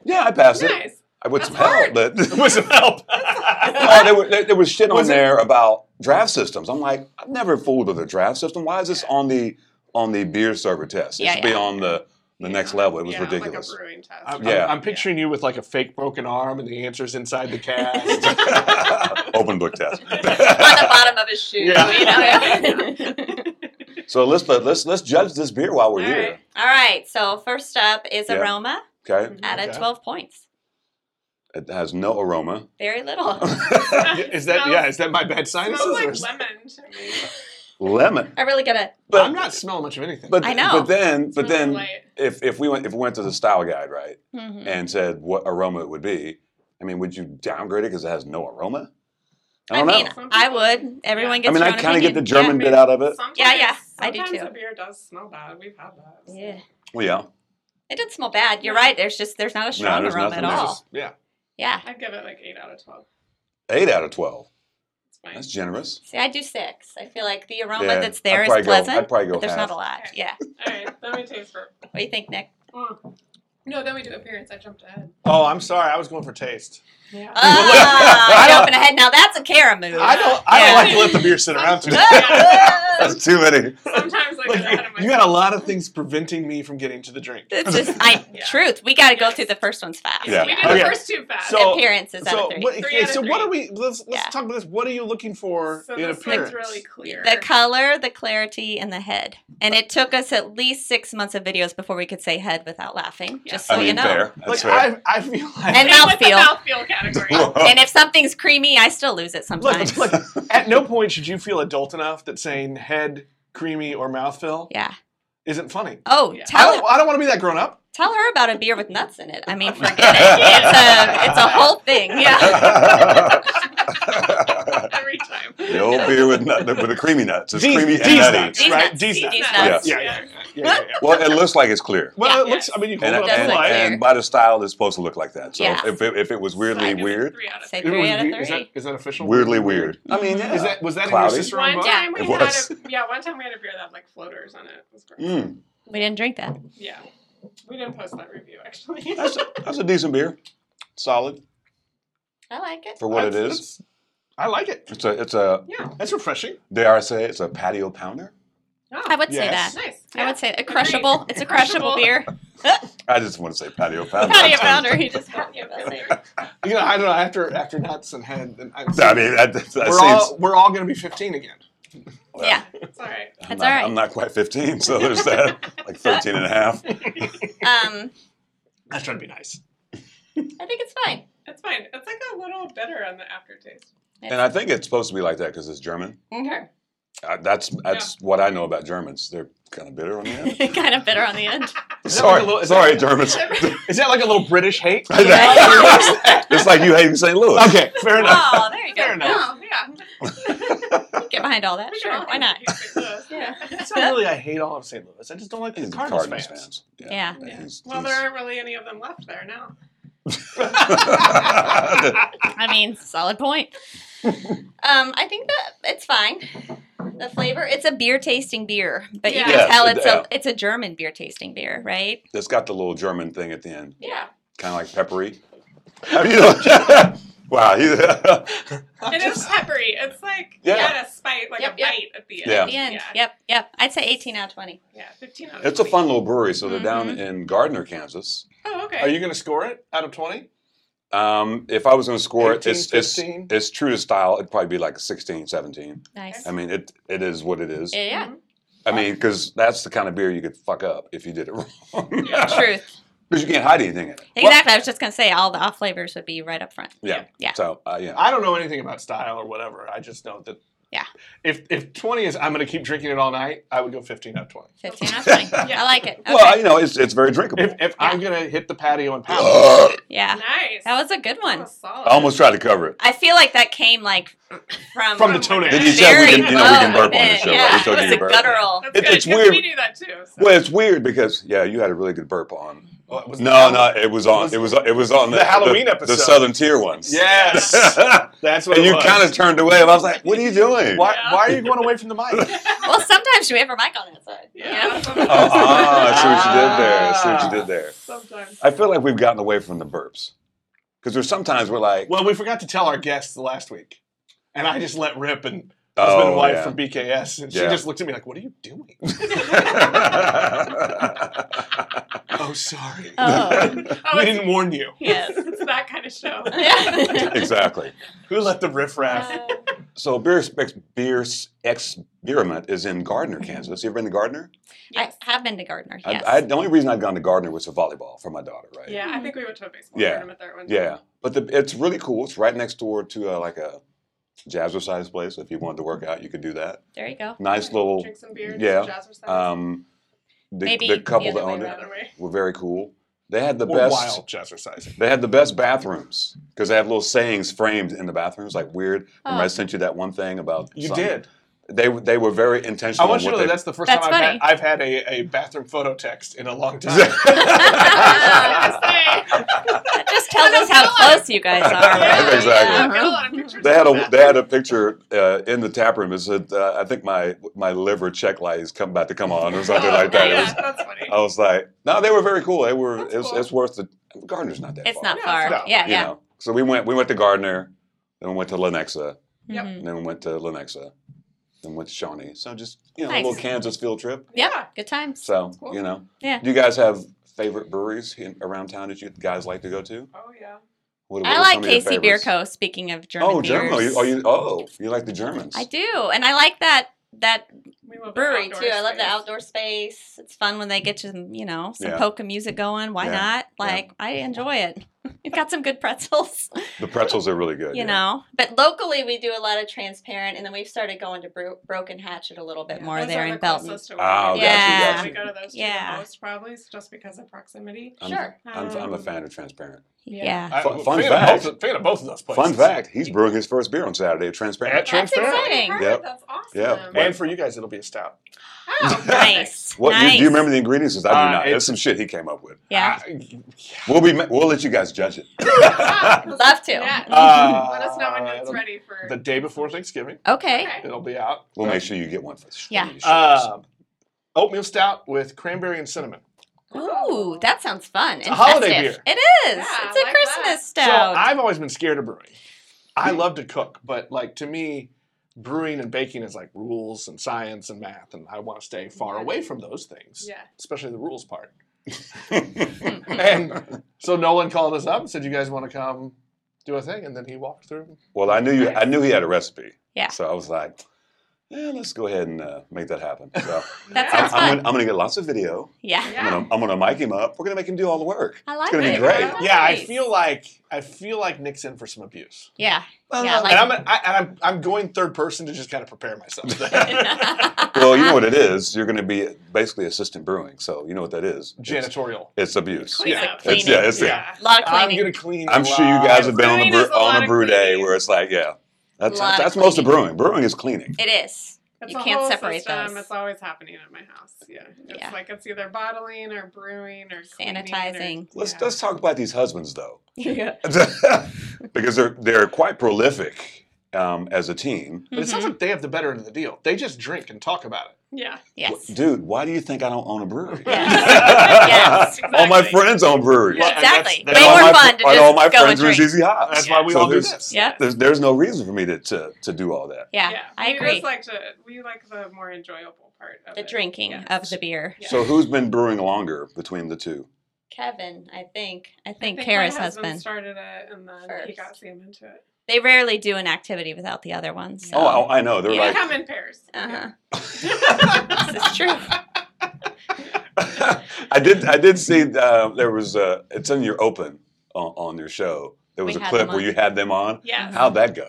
[SPEAKER 2] yeah, I passed it.
[SPEAKER 4] nice.
[SPEAKER 2] I- With some
[SPEAKER 4] That's
[SPEAKER 2] help,
[SPEAKER 4] hard.
[SPEAKER 2] but with some help. Well, Oh, there, were- there- there was shit on
[SPEAKER 5] Was it-
[SPEAKER 2] there about draft systems. I'm like, I've never fooled with a draft system. Why is this on the on the beer server test? It
[SPEAKER 3] Yeah,
[SPEAKER 2] should be
[SPEAKER 3] yeah.
[SPEAKER 2] on the the next
[SPEAKER 4] Yeah.
[SPEAKER 2] level. It was
[SPEAKER 4] Yeah,
[SPEAKER 2] ridiculous.
[SPEAKER 4] Like a brewing test.
[SPEAKER 5] I'm,
[SPEAKER 2] Yeah.
[SPEAKER 5] I'm, I'm picturing you with like a fake broken arm, and the answer's inside the cast.
[SPEAKER 2] Open book test.
[SPEAKER 3] on the bottom of his shoe
[SPEAKER 5] Yeah.
[SPEAKER 3] you know?
[SPEAKER 2] so let's let, let's let's judge this beer while we're
[SPEAKER 4] All
[SPEAKER 2] here.
[SPEAKER 4] right.
[SPEAKER 3] all right so first up is
[SPEAKER 2] Yeah.
[SPEAKER 3] aroma
[SPEAKER 2] Okay,
[SPEAKER 3] out of
[SPEAKER 5] Okay.
[SPEAKER 3] 12 points
[SPEAKER 2] it has no aroma.
[SPEAKER 3] very little
[SPEAKER 5] is that yeah? Is that my bad sinuses?
[SPEAKER 4] smells
[SPEAKER 5] or
[SPEAKER 4] like
[SPEAKER 5] is-
[SPEAKER 4] lemon to me.
[SPEAKER 2] Lemon,
[SPEAKER 3] i really gotta
[SPEAKER 2] but
[SPEAKER 5] I'm not smelling much of anything.
[SPEAKER 2] But
[SPEAKER 3] I know.
[SPEAKER 2] But then, but
[SPEAKER 4] Smells
[SPEAKER 2] then,
[SPEAKER 4] light.
[SPEAKER 2] if if we went if we went to the style guide right
[SPEAKER 3] Mhm.
[SPEAKER 2] and said what aroma it would be, I mean, would you downgrade it because it has no aroma? I
[SPEAKER 3] I,
[SPEAKER 2] don't
[SPEAKER 3] mean
[SPEAKER 2] know.
[SPEAKER 4] Some
[SPEAKER 3] i
[SPEAKER 4] people-
[SPEAKER 3] would everyone
[SPEAKER 2] I
[SPEAKER 3] gets
[SPEAKER 2] mean,
[SPEAKER 3] their
[SPEAKER 2] I
[SPEAKER 3] own
[SPEAKER 2] kind of get
[SPEAKER 3] opinion.
[SPEAKER 2] the
[SPEAKER 3] Yeah.
[SPEAKER 2] German bit out of it.
[SPEAKER 4] Sometimes,
[SPEAKER 3] Yeah, yeah, I do
[SPEAKER 4] sometimes
[SPEAKER 3] too.
[SPEAKER 4] a beer does smell bad. We've had that. so.
[SPEAKER 3] Yeah.
[SPEAKER 2] Well, yeah,
[SPEAKER 3] It didn't smell bad. You're right. There's just there's not a strong
[SPEAKER 2] there's
[SPEAKER 3] aroma
[SPEAKER 2] nothing.
[SPEAKER 3] at
[SPEAKER 2] There's
[SPEAKER 3] all.
[SPEAKER 2] just-
[SPEAKER 5] yeah,
[SPEAKER 3] yeah.
[SPEAKER 4] I'd give it like eight out of twelve.
[SPEAKER 2] eight out of twelve.
[SPEAKER 4] It's fine.
[SPEAKER 2] That's generous.
[SPEAKER 3] See, I do six. I feel like the aroma
[SPEAKER 2] Yeah,
[SPEAKER 3] that's there
[SPEAKER 2] I'd
[SPEAKER 3] is
[SPEAKER 2] probably go-
[SPEAKER 3] pleasant.
[SPEAKER 2] I'd probably go
[SPEAKER 3] but there's
[SPEAKER 2] half.
[SPEAKER 3] not a lot. Yeah. What
[SPEAKER 4] All right, then we taste for.
[SPEAKER 3] do you think, Nick?
[SPEAKER 4] Mm. No, then we do appearance. I jumped ahead.
[SPEAKER 5] Oh, I'm sorry. I was going for taste.
[SPEAKER 4] Yeah.
[SPEAKER 3] Ah, jumping ahead. Now that's a Kara move.
[SPEAKER 5] I don't. I
[SPEAKER 3] Yeah.
[SPEAKER 5] don't like to let the beer sit around too. much.
[SPEAKER 3] Ah!
[SPEAKER 2] That's too many.
[SPEAKER 4] Sometimes I get ahead of
[SPEAKER 5] Like,
[SPEAKER 4] myself.
[SPEAKER 5] you had a lot of things preventing me from getting to the drink.
[SPEAKER 3] It's just I
[SPEAKER 4] Yeah.
[SPEAKER 3] truth. We got to go through the first ones fast.
[SPEAKER 2] Yeah.
[SPEAKER 4] We did the
[SPEAKER 5] Okay.
[SPEAKER 4] first two fast.
[SPEAKER 5] So-
[SPEAKER 3] Appearances out
[SPEAKER 5] So,
[SPEAKER 3] of three.
[SPEAKER 5] what,
[SPEAKER 4] Three
[SPEAKER 5] okay,
[SPEAKER 4] out of
[SPEAKER 5] so what
[SPEAKER 4] three.
[SPEAKER 5] are we? Let's, let's
[SPEAKER 3] Yeah.
[SPEAKER 5] talk about this. What are you looking for
[SPEAKER 4] so
[SPEAKER 5] in
[SPEAKER 4] this
[SPEAKER 5] appearance?
[SPEAKER 4] looks really clear.
[SPEAKER 3] the color, the clarity, and the head. And it took us at least six months of videos before we could say head without laughing,
[SPEAKER 4] Yeah.
[SPEAKER 3] just so
[SPEAKER 2] I mean,
[SPEAKER 3] you know.
[SPEAKER 2] fair.
[SPEAKER 5] like
[SPEAKER 2] That's fair.
[SPEAKER 5] I, I feel like
[SPEAKER 3] And
[SPEAKER 4] Same with the
[SPEAKER 3] mouthfeel.
[SPEAKER 4] mouthfeel category.
[SPEAKER 3] And if something's creamy, I still lose it sometimes.
[SPEAKER 5] Oh. look, look, at no point should you feel adult enough that saying head creamy or mouthful
[SPEAKER 3] Yeah.
[SPEAKER 5] isn't funny.
[SPEAKER 3] Oh,
[SPEAKER 4] Yeah.
[SPEAKER 5] I
[SPEAKER 3] tell
[SPEAKER 5] don't, I don't want to be that grown up.
[SPEAKER 3] Tell her about a beer with nuts in it. I mean, forget it. It's a, it's a whole thing. Yeah.
[SPEAKER 4] Every time.
[SPEAKER 2] the old beer with nut, with the creamy nuts. It's
[SPEAKER 5] D's-
[SPEAKER 2] creamy and
[SPEAKER 5] D's
[SPEAKER 2] nutty.
[SPEAKER 5] nuts. right?
[SPEAKER 3] D's
[SPEAKER 5] D's
[SPEAKER 3] nuts.
[SPEAKER 4] nuts.
[SPEAKER 5] Yeah, yeah, yeah. yeah, yeah, yeah.
[SPEAKER 2] Well, it looks like it's clear.
[SPEAKER 5] Well, it
[SPEAKER 4] Yeah.
[SPEAKER 5] looks. I mean, you hold
[SPEAKER 2] And,
[SPEAKER 5] it
[SPEAKER 3] does
[SPEAKER 5] up
[SPEAKER 2] and,
[SPEAKER 5] to
[SPEAKER 3] look
[SPEAKER 5] light.
[SPEAKER 3] clear.
[SPEAKER 2] and by the style, it's supposed to look like that. So
[SPEAKER 3] Yeah.
[SPEAKER 2] if, it, if it was weirdly
[SPEAKER 4] I give it
[SPEAKER 2] weird,
[SPEAKER 4] Three out of
[SPEAKER 3] Say
[SPEAKER 4] three.
[SPEAKER 5] It was
[SPEAKER 3] three out of
[SPEAKER 5] weird- Is that,
[SPEAKER 3] three.
[SPEAKER 5] is that official?
[SPEAKER 2] weirdly weird. Mm. I mean, yeah.
[SPEAKER 5] Is that was that
[SPEAKER 2] Cloudy.
[SPEAKER 5] in your Cicerone
[SPEAKER 4] One
[SPEAKER 5] book?
[SPEAKER 4] time we
[SPEAKER 2] It
[SPEAKER 4] had
[SPEAKER 2] was.
[SPEAKER 4] a, yeah, one time we had a beer that had like floaters on it. It was gross.
[SPEAKER 2] Mm,
[SPEAKER 3] We didn't drink that.
[SPEAKER 4] Yeah. We didn't post that review actually.
[SPEAKER 2] that's, a, that's a decent beer. Solid
[SPEAKER 3] I like it.
[SPEAKER 2] for what it
[SPEAKER 5] That's-
[SPEAKER 2] is.
[SPEAKER 5] that's- I like it.
[SPEAKER 2] It's a it's a
[SPEAKER 4] yeah.
[SPEAKER 5] That's refreshing.
[SPEAKER 2] dare I say it's a patio pounder.
[SPEAKER 4] Oh,
[SPEAKER 3] I would say
[SPEAKER 5] Yes.
[SPEAKER 3] that.
[SPEAKER 4] nice.
[SPEAKER 3] I would say a crushable. It's a crushable beer.
[SPEAKER 2] I just want to say patio pounder.
[SPEAKER 3] Patty a
[SPEAKER 2] I'm sorry.
[SPEAKER 3] pounder. He just had you about it.
[SPEAKER 5] You know, I don't know. After after nuts and head, and I,
[SPEAKER 2] I mean, that, that
[SPEAKER 5] we're
[SPEAKER 2] seems.
[SPEAKER 5] all we're all going to be 15 again.
[SPEAKER 2] well,
[SPEAKER 3] Yeah.
[SPEAKER 4] It's all right.
[SPEAKER 2] I'm
[SPEAKER 3] That's
[SPEAKER 2] not,
[SPEAKER 3] all right.
[SPEAKER 2] I'm not quite 15, so there's that. Like 13 and a half.
[SPEAKER 3] Um,
[SPEAKER 5] I trying to be nice.
[SPEAKER 3] I think it's fine.
[SPEAKER 4] It's fine. It's like a little bitter on the aftertaste.
[SPEAKER 2] And I think it's supposed to be like that because it's German.
[SPEAKER 3] Okay.
[SPEAKER 2] Uh, that's that's what I know about Germans. They're kind of bitter on the end.
[SPEAKER 3] kind of bitter on the end.
[SPEAKER 5] Is that like
[SPEAKER 2] sorry,
[SPEAKER 5] a little- is
[SPEAKER 2] sorry,
[SPEAKER 5] that-
[SPEAKER 2] Germans.
[SPEAKER 5] Is that like a little British hate?
[SPEAKER 2] it's like you hating St. Louis.
[SPEAKER 5] okay, fair enough.
[SPEAKER 3] Oh, there you
[SPEAKER 5] Fair
[SPEAKER 3] go.
[SPEAKER 5] enough.
[SPEAKER 4] Oh yeah.
[SPEAKER 3] Get behind all that.
[SPEAKER 4] We can
[SPEAKER 3] Sure.
[SPEAKER 4] all
[SPEAKER 3] Why not?
[SPEAKER 4] hate those.
[SPEAKER 3] Yeah.
[SPEAKER 5] It's not really I hate all of St. Louis. I just don't like the
[SPEAKER 2] He's a
[SPEAKER 5] Cardinals, fans.
[SPEAKER 3] Yeah.
[SPEAKER 4] Yeah.
[SPEAKER 2] he's-
[SPEAKER 4] Well, there
[SPEAKER 2] he's-
[SPEAKER 4] aren't really any of them left there now.
[SPEAKER 3] I mean, solid point. Um, I think that it's fine. The flavor, it's a beer tasting beer, but you
[SPEAKER 4] Yeah.
[SPEAKER 3] can
[SPEAKER 2] Yes,
[SPEAKER 3] tell
[SPEAKER 2] it-
[SPEAKER 3] it's
[SPEAKER 2] yeah.
[SPEAKER 3] a it's a German beer tasting beer, right?
[SPEAKER 2] it's got the little German thing at the end,
[SPEAKER 4] Yeah.
[SPEAKER 2] kind of like peppery. I mean, you know- wow. he-
[SPEAKER 4] It is peppery. It's like
[SPEAKER 2] Yeah.
[SPEAKER 4] you got a spite, like
[SPEAKER 3] Yep,
[SPEAKER 4] a
[SPEAKER 3] yep.
[SPEAKER 4] bite at the end.
[SPEAKER 2] Yeah. At
[SPEAKER 3] The end.
[SPEAKER 4] Yeah.
[SPEAKER 3] Yep, yep. I'd say 18 out of 20.
[SPEAKER 4] Yeah, 15 out of
[SPEAKER 2] it's a
[SPEAKER 4] 20.
[SPEAKER 3] Mm-hmm.
[SPEAKER 2] fun little brewery. So they're down in Gardner, Kansas.
[SPEAKER 4] Oh, okay.
[SPEAKER 5] Are you going to score it out of 20?
[SPEAKER 2] Um, if I was going to score it,
[SPEAKER 5] 18,
[SPEAKER 2] it's, it's,
[SPEAKER 5] 15?
[SPEAKER 2] it's true to style. It'd probably be like 16, 17.
[SPEAKER 3] Nice.
[SPEAKER 2] I mean, it it is what it is.
[SPEAKER 3] yeah.
[SPEAKER 2] I mean, because that's the kind of beer you could fuck up if you did it wrong.
[SPEAKER 3] Truth.
[SPEAKER 2] Because you can't hide anything in it.
[SPEAKER 3] Exactly. I was just gonna say all the off flavors would be right up front.
[SPEAKER 2] Yeah.
[SPEAKER 3] Yeah.
[SPEAKER 2] So, uh, yeah.
[SPEAKER 5] I don't know anything about style or whatever. I just know that.
[SPEAKER 3] Yeah.
[SPEAKER 5] If if twenty is, I'm going to keep drinking it all night. I would go fifteen out of twenty.
[SPEAKER 3] Fifteen off twenty.
[SPEAKER 4] Yeah.
[SPEAKER 3] I like it. Okay.
[SPEAKER 2] Well, you know, it's it's very drinkable.
[SPEAKER 5] If, if I'm going to hit the patio and pound,
[SPEAKER 2] Ugh.
[SPEAKER 3] yeah.
[SPEAKER 4] Nice.
[SPEAKER 3] That was a good
[SPEAKER 4] That
[SPEAKER 3] one.
[SPEAKER 4] was solid.
[SPEAKER 2] I almost tried to cover it.
[SPEAKER 3] I feel like that came like from
[SPEAKER 5] From the
[SPEAKER 4] Oh
[SPEAKER 5] toenail.
[SPEAKER 2] Did you say we
[SPEAKER 3] very
[SPEAKER 2] can, you know, we can
[SPEAKER 3] low
[SPEAKER 2] burp on the
[SPEAKER 3] bit.
[SPEAKER 2] show?
[SPEAKER 3] Yeah,
[SPEAKER 2] We told
[SPEAKER 3] it
[SPEAKER 2] you
[SPEAKER 3] was
[SPEAKER 2] to
[SPEAKER 3] a
[SPEAKER 2] burp.
[SPEAKER 3] guttural.
[SPEAKER 4] That's
[SPEAKER 2] It-
[SPEAKER 4] good,
[SPEAKER 2] it's
[SPEAKER 4] 'cause
[SPEAKER 2] weird.
[SPEAKER 4] We do that too. so.
[SPEAKER 2] Well, it's weird because yeah, you had a really good burp on.
[SPEAKER 5] Well, it was
[SPEAKER 2] No,
[SPEAKER 5] the-
[SPEAKER 2] no, it was on. It was it was on
[SPEAKER 5] The
[SPEAKER 2] the,
[SPEAKER 5] Halloween
[SPEAKER 2] the,
[SPEAKER 5] episode.
[SPEAKER 2] the Southern Tier ones.
[SPEAKER 5] Yes, that's what.
[SPEAKER 2] and
[SPEAKER 5] it
[SPEAKER 2] you
[SPEAKER 5] was.
[SPEAKER 2] kind of turned away, and I was like, "What are you doing?"
[SPEAKER 5] Why,
[SPEAKER 4] Yeah.
[SPEAKER 5] why are you going away from the mic?
[SPEAKER 3] Well, sometimes we have our mic on that side.
[SPEAKER 4] yeah.
[SPEAKER 3] Yeah.
[SPEAKER 4] sometimes-
[SPEAKER 2] Oh, ah, I see what you did there. I Ah, see what you did there.
[SPEAKER 4] Sometimes.
[SPEAKER 2] I feel like we've gotten away from the burps because there's sometimes we're like,
[SPEAKER 5] well, we forgot to tell our guests last week, and I just let rip and husband
[SPEAKER 2] "Oh,
[SPEAKER 5] and wife
[SPEAKER 2] yeah.
[SPEAKER 5] from BKS, and she
[SPEAKER 2] Yeah.
[SPEAKER 5] just looked at me like, "What are you doing?" oh, sorry,
[SPEAKER 3] Oh.
[SPEAKER 4] Oh,
[SPEAKER 5] we
[SPEAKER 4] it's,
[SPEAKER 5] didn't warn you.
[SPEAKER 3] Yes.
[SPEAKER 4] it's that kind of show.
[SPEAKER 3] Yeah.
[SPEAKER 2] exactly.
[SPEAKER 5] Who let the riffraff?
[SPEAKER 3] Uh,
[SPEAKER 2] So beer ex- beer s- experiment is in Gardner, Kansas. You ever been to Gardner?
[SPEAKER 4] Yes.
[SPEAKER 3] I have been to Gardner.
[SPEAKER 2] I-
[SPEAKER 3] Yes.
[SPEAKER 2] I, the only reason I'd gone to Gardner was for volleyball for my daughter, right?
[SPEAKER 4] yeah, I think we went to a baseball
[SPEAKER 2] Yeah.
[SPEAKER 4] tournament there one time.
[SPEAKER 2] Yeah, but the, it's really cool. It's right next door to uh, like a jazzercise place. If you wanted to work out, you could do that.
[SPEAKER 3] there you go.
[SPEAKER 2] Nice little.
[SPEAKER 4] Drink some beer.
[SPEAKER 2] yeah,
[SPEAKER 4] Yeah.
[SPEAKER 2] Um, the,
[SPEAKER 3] Maybe
[SPEAKER 2] the couple
[SPEAKER 3] the
[SPEAKER 2] that
[SPEAKER 3] other
[SPEAKER 2] owned
[SPEAKER 3] way
[SPEAKER 2] it
[SPEAKER 4] Another way.
[SPEAKER 2] were very cool. They had the
[SPEAKER 5] or
[SPEAKER 2] best.
[SPEAKER 5] wild jazzercising.
[SPEAKER 2] They had the best bathrooms because they have little sayings framed in the bathrooms, like weird. Remember,
[SPEAKER 3] Oh.
[SPEAKER 2] I sent you that one thing about
[SPEAKER 5] You
[SPEAKER 2] something?
[SPEAKER 5] did.
[SPEAKER 2] They they were very
[SPEAKER 5] I
[SPEAKER 2] intentional.
[SPEAKER 5] want
[SPEAKER 2] in
[SPEAKER 5] you to
[SPEAKER 2] what
[SPEAKER 5] know that's the first
[SPEAKER 3] That's
[SPEAKER 5] time I've had,
[SPEAKER 3] funny.
[SPEAKER 5] I've had a, a bathroom photo text in a long
[SPEAKER 2] they-
[SPEAKER 5] time.
[SPEAKER 3] That just tells us how close you guys are.
[SPEAKER 2] Yeah, exactly.
[SPEAKER 4] I got a lot of pictures
[SPEAKER 2] They had
[SPEAKER 4] of
[SPEAKER 2] a
[SPEAKER 4] that.
[SPEAKER 2] they had a picture uh, in the tap room. It said, uh, "I think my my liver check light is come about to come on" or something like that. It
[SPEAKER 4] Oh, Yeah,
[SPEAKER 2] was-
[SPEAKER 4] that's funny.
[SPEAKER 2] I was like, "No, they were very cool. They were.
[SPEAKER 4] That's
[SPEAKER 2] It's
[SPEAKER 4] cool.
[SPEAKER 2] it's worth the Gardner's not that.
[SPEAKER 3] It's
[SPEAKER 2] far,
[SPEAKER 3] not
[SPEAKER 4] Yeah,
[SPEAKER 3] far.
[SPEAKER 5] no,
[SPEAKER 3] yeah,
[SPEAKER 2] you
[SPEAKER 3] yeah.
[SPEAKER 2] know. So we went we went to Gardner, then we went to Lenexa,
[SPEAKER 4] Yep.
[SPEAKER 3] Mhm.
[SPEAKER 2] and then we went to Lenexa, then went to Shawnee. So just you know
[SPEAKER 3] Nice.
[SPEAKER 2] a little Kansas field trip.
[SPEAKER 4] Yeah.
[SPEAKER 3] Good times.
[SPEAKER 2] So
[SPEAKER 4] Cool.
[SPEAKER 2] you know,
[SPEAKER 3] Yeah.
[SPEAKER 2] Do you guys have favorite breweries in, around town that you guys like to go to?
[SPEAKER 4] Oh yeah.
[SPEAKER 2] What, what
[SPEAKER 3] I
[SPEAKER 2] are
[SPEAKER 3] like
[SPEAKER 2] some of your
[SPEAKER 3] Casey Beer
[SPEAKER 2] favorites?
[SPEAKER 3] Co. Speaking of German
[SPEAKER 2] Oh,
[SPEAKER 3] beers,
[SPEAKER 2] German. Oh, you, oh, you, oh, you like the Germans.
[SPEAKER 3] I do, and I like that that
[SPEAKER 4] We love the
[SPEAKER 3] brewery too.
[SPEAKER 4] outdoor
[SPEAKER 3] I love the
[SPEAKER 4] space.
[SPEAKER 3] outdoor space. It's fun when they get to you know some
[SPEAKER 2] Yeah.
[SPEAKER 3] polka music going. Why
[SPEAKER 2] Yeah.
[SPEAKER 3] not? Like I enjoy it. You've got some good pretzels,
[SPEAKER 2] The pretzels are really good.
[SPEAKER 3] you
[SPEAKER 2] yeah.
[SPEAKER 3] know. But locally, we do a lot of transparent, and then we've started going to Bro- Broken Hatchet a little bit more
[SPEAKER 4] Those
[SPEAKER 3] there
[SPEAKER 4] are
[SPEAKER 3] in
[SPEAKER 4] the
[SPEAKER 3] Belton.
[SPEAKER 4] closest to
[SPEAKER 2] Oh,
[SPEAKER 4] where we
[SPEAKER 3] gotcha,
[SPEAKER 4] live.
[SPEAKER 3] gotcha.
[SPEAKER 4] We go to those two
[SPEAKER 3] Yeah.
[SPEAKER 4] the most probably, just because of proximity.
[SPEAKER 2] I'm,
[SPEAKER 3] Sure.
[SPEAKER 2] I'm, I'm a
[SPEAKER 4] Um,
[SPEAKER 2] fan of transparent.
[SPEAKER 3] Yeah.
[SPEAKER 5] I-
[SPEAKER 2] Fun- fun
[SPEAKER 5] fan Of
[SPEAKER 2] fact.
[SPEAKER 5] both, fan of both of those places.
[SPEAKER 2] Fun fact: He's brewing his first beer on Saturday at Transparent.
[SPEAKER 5] At Tran-
[SPEAKER 3] that's
[SPEAKER 5] Transparent.
[SPEAKER 4] I've
[SPEAKER 3] exciting.
[SPEAKER 4] heard
[SPEAKER 2] Yep.
[SPEAKER 4] That's awesome.
[SPEAKER 2] Yeah.
[SPEAKER 5] And for you guys, it'll be a stout.
[SPEAKER 4] Oh,
[SPEAKER 3] Nice.
[SPEAKER 2] what you-
[SPEAKER 3] nice.
[SPEAKER 2] do you remember the ingredients? 'Cause I do
[SPEAKER 5] Uh,
[SPEAKER 2] not.
[SPEAKER 5] it's-
[SPEAKER 2] That's some shit he came up with.
[SPEAKER 3] Yeah,
[SPEAKER 5] Ah,
[SPEAKER 2] We'll be. ma- We'll let you guys judge it.
[SPEAKER 4] Ah, let's-
[SPEAKER 3] love to.
[SPEAKER 4] yeah.
[SPEAKER 5] Uh,
[SPEAKER 4] Let us know when it's
[SPEAKER 5] it'll-
[SPEAKER 4] ready for.
[SPEAKER 5] The day before Thanksgiving,
[SPEAKER 3] Okay.
[SPEAKER 4] okay.
[SPEAKER 5] it'll be out.
[SPEAKER 2] We'll make sure you get one for the
[SPEAKER 3] Yeah.
[SPEAKER 5] Um, oatmeal stout with cranberry and cinnamon.
[SPEAKER 3] Ooh, that sounds fun.
[SPEAKER 5] It's a
[SPEAKER 3] and
[SPEAKER 5] holiday
[SPEAKER 3] festive. It
[SPEAKER 4] Yeah,
[SPEAKER 3] is. it's
[SPEAKER 4] I
[SPEAKER 3] a
[SPEAKER 4] like
[SPEAKER 3] Christmas
[SPEAKER 5] So
[SPEAKER 3] stout.
[SPEAKER 5] I've always been scared of brewing. I
[SPEAKER 3] Mm.
[SPEAKER 5] love to cook, but like to me, brewing and baking is like rules and science and math, and I want to stay far away from those things,
[SPEAKER 4] Yeah.
[SPEAKER 5] especially the rules part. Uh,
[SPEAKER 3] Hmm.
[SPEAKER 2] Sure.
[SPEAKER 5] And so Nolan called us up and said, "You guys want to come do a thing?" And then he walked through.
[SPEAKER 2] well, I knew you. I knew he had a recipe.
[SPEAKER 3] Yeah.
[SPEAKER 2] So I was like, yeah, let's go ahead and uh, make that happen. So
[SPEAKER 3] That
[SPEAKER 2] I'm, I'm,
[SPEAKER 3] sounds fun.
[SPEAKER 2] gonna, I'm gonna get lots of video.
[SPEAKER 3] yeah.
[SPEAKER 4] Yeah.
[SPEAKER 2] I'm gonna, I'm gonna mic him up. We're gonna make him do all the work.
[SPEAKER 3] I like
[SPEAKER 2] gonna be
[SPEAKER 3] it.
[SPEAKER 2] great.
[SPEAKER 3] Nice.
[SPEAKER 5] Yeah, I feel like I feel like Nick's in for some abuse.
[SPEAKER 3] Yeah.
[SPEAKER 2] Uh,
[SPEAKER 3] like-
[SPEAKER 5] and I'm, I, and I'm I'm going third person to just kind of prepare myself.
[SPEAKER 3] Uh-huh.
[SPEAKER 2] well, you know what it is. You're gonna be basically assistant brewing. So you know what that is. It's,
[SPEAKER 5] Janitorial.
[SPEAKER 2] it's abuse.
[SPEAKER 4] Clean
[SPEAKER 3] It's a
[SPEAKER 4] up.
[SPEAKER 3] clean-
[SPEAKER 2] It's yeah. It's yeah.
[SPEAKER 5] Yeah.
[SPEAKER 3] a lot of
[SPEAKER 5] I'm
[SPEAKER 3] cleaning.
[SPEAKER 5] gonna clean. a
[SPEAKER 2] I'm sure you
[SPEAKER 5] lot.
[SPEAKER 2] guys have been on a
[SPEAKER 4] Brewing
[SPEAKER 2] brew,
[SPEAKER 4] is a lot
[SPEAKER 2] on a
[SPEAKER 4] of
[SPEAKER 2] brew day
[SPEAKER 4] cleaning.
[SPEAKER 2] where it's like, yeah, that's
[SPEAKER 3] Lot of
[SPEAKER 2] that's most of
[SPEAKER 3] cleaning.
[SPEAKER 2] brewing. Brewing is cleaning.
[SPEAKER 3] It is.
[SPEAKER 4] It's
[SPEAKER 3] You
[SPEAKER 4] a
[SPEAKER 3] can't
[SPEAKER 4] whole
[SPEAKER 3] separate
[SPEAKER 4] system.
[SPEAKER 3] those.
[SPEAKER 4] It's always happening at my house. Yeah. It's
[SPEAKER 3] Yeah.
[SPEAKER 4] like it's either bottling or brewing or cleaning
[SPEAKER 3] Sanitizing.
[SPEAKER 4] Or,
[SPEAKER 2] Let's
[SPEAKER 4] yeah.
[SPEAKER 2] let's talk about these husbands though,
[SPEAKER 3] Yeah.
[SPEAKER 2] because they're they're quite prolific um, as a team.
[SPEAKER 5] But it
[SPEAKER 3] Mm-hmm.
[SPEAKER 5] sounds like they have the better end of the deal. They just drink and talk about it.
[SPEAKER 4] Yeah.
[SPEAKER 3] yes.
[SPEAKER 2] Dude, why do you think I don't own a brewery?
[SPEAKER 3] Yes,
[SPEAKER 2] All my
[SPEAKER 4] exactly.
[SPEAKER 2] friends own breweries.
[SPEAKER 5] Well, and that's-
[SPEAKER 3] exactly.
[SPEAKER 5] that's
[SPEAKER 2] And
[SPEAKER 5] Way
[SPEAKER 2] all
[SPEAKER 5] more
[SPEAKER 2] my,
[SPEAKER 3] fun to
[SPEAKER 2] and all
[SPEAKER 3] just
[SPEAKER 2] my
[SPEAKER 3] go
[SPEAKER 2] friends
[SPEAKER 3] and
[SPEAKER 2] are
[SPEAKER 3] drink.
[SPEAKER 2] easy hops.
[SPEAKER 5] That's why we
[SPEAKER 2] So
[SPEAKER 5] all do
[SPEAKER 2] there's-
[SPEAKER 5] this.
[SPEAKER 3] Yeah.
[SPEAKER 2] There's, there's no reason for me to, to, to do all that.
[SPEAKER 3] Yeah. I
[SPEAKER 4] we
[SPEAKER 3] agree.
[SPEAKER 4] Just like to, we like the more enjoyable part of
[SPEAKER 3] the
[SPEAKER 4] it.
[SPEAKER 3] drinking
[SPEAKER 4] Yeah.
[SPEAKER 3] of the beer.
[SPEAKER 4] Yeah.
[SPEAKER 2] So who's been brewing longer between the two?
[SPEAKER 3] Kevin, I think. I think,
[SPEAKER 4] my
[SPEAKER 3] Kara's
[SPEAKER 4] husband,
[SPEAKER 3] husband.
[SPEAKER 4] started it, and then he
[SPEAKER 3] first.
[SPEAKER 4] got Sam into it.
[SPEAKER 3] They rarely do an activity without the other one. So.
[SPEAKER 2] Oh, I, I know. They're
[SPEAKER 4] They
[SPEAKER 3] Yeah.
[SPEAKER 4] come in pairs.
[SPEAKER 3] Uh-huh.
[SPEAKER 4] Yeah.
[SPEAKER 3] this is true.
[SPEAKER 2] like, I did. I did see uh, there was. Uh, it's in your open on, on your show. There was
[SPEAKER 3] We
[SPEAKER 2] a
[SPEAKER 3] had
[SPEAKER 2] clip
[SPEAKER 3] them
[SPEAKER 2] where
[SPEAKER 3] on. Mm-hmm.
[SPEAKER 2] you had them on.
[SPEAKER 4] yes,
[SPEAKER 2] How'd that go?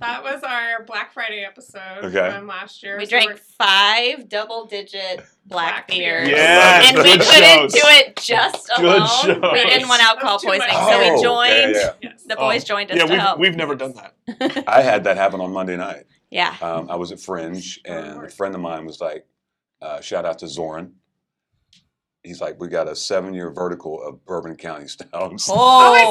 [SPEAKER 4] that was our Black Friday episode
[SPEAKER 2] Okay.
[SPEAKER 4] from last year.
[SPEAKER 3] We
[SPEAKER 4] So
[SPEAKER 3] drank
[SPEAKER 4] we're-
[SPEAKER 3] five double digit black
[SPEAKER 4] Black beers.
[SPEAKER 3] beers.
[SPEAKER 5] Yes,
[SPEAKER 3] And we
[SPEAKER 5] good
[SPEAKER 3] couldn't
[SPEAKER 5] shows.
[SPEAKER 3] do it just
[SPEAKER 5] Good
[SPEAKER 3] alone. We
[SPEAKER 5] shows.
[SPEAKER 3] didn't want alcohol
[SPEAKER 4] That's too much.
[SPEAKER 3] poisoning, so we
[SPEAKER 2] Oh, yeah,
[SPEAKER 3] joined.
[SPEAKER 2] yeah.
[SPEAKER 4] Yes.
[SPEAKER 3] The
[SPEAKER 5] Oh.
[SPEAKER 3] boys joined us
[SPEAKER 5] yeah,
[SPEAKER 3] to
[SPEAKER 5] we've,
[SPEAKER 3] help.
[SPEAKER 5] we've never done that.
[SPEAKER 2] I had that happen on Monday night.
[SPEAKER 3] yeah.
[SPEAKER 2] Um, I was at Fringe,
[SPEAKER 4] Oh,
[SPEAKER 2] and a
[SPEAKER 4] Lord.
[SPEAKER 2] friend of mine was like, uh, "Shout out to Zoran." He's like, "We got a seven-year vertical of Bourbon County Stouts."
[SPEAKER 3] Oh,
[SPEAKER 4] I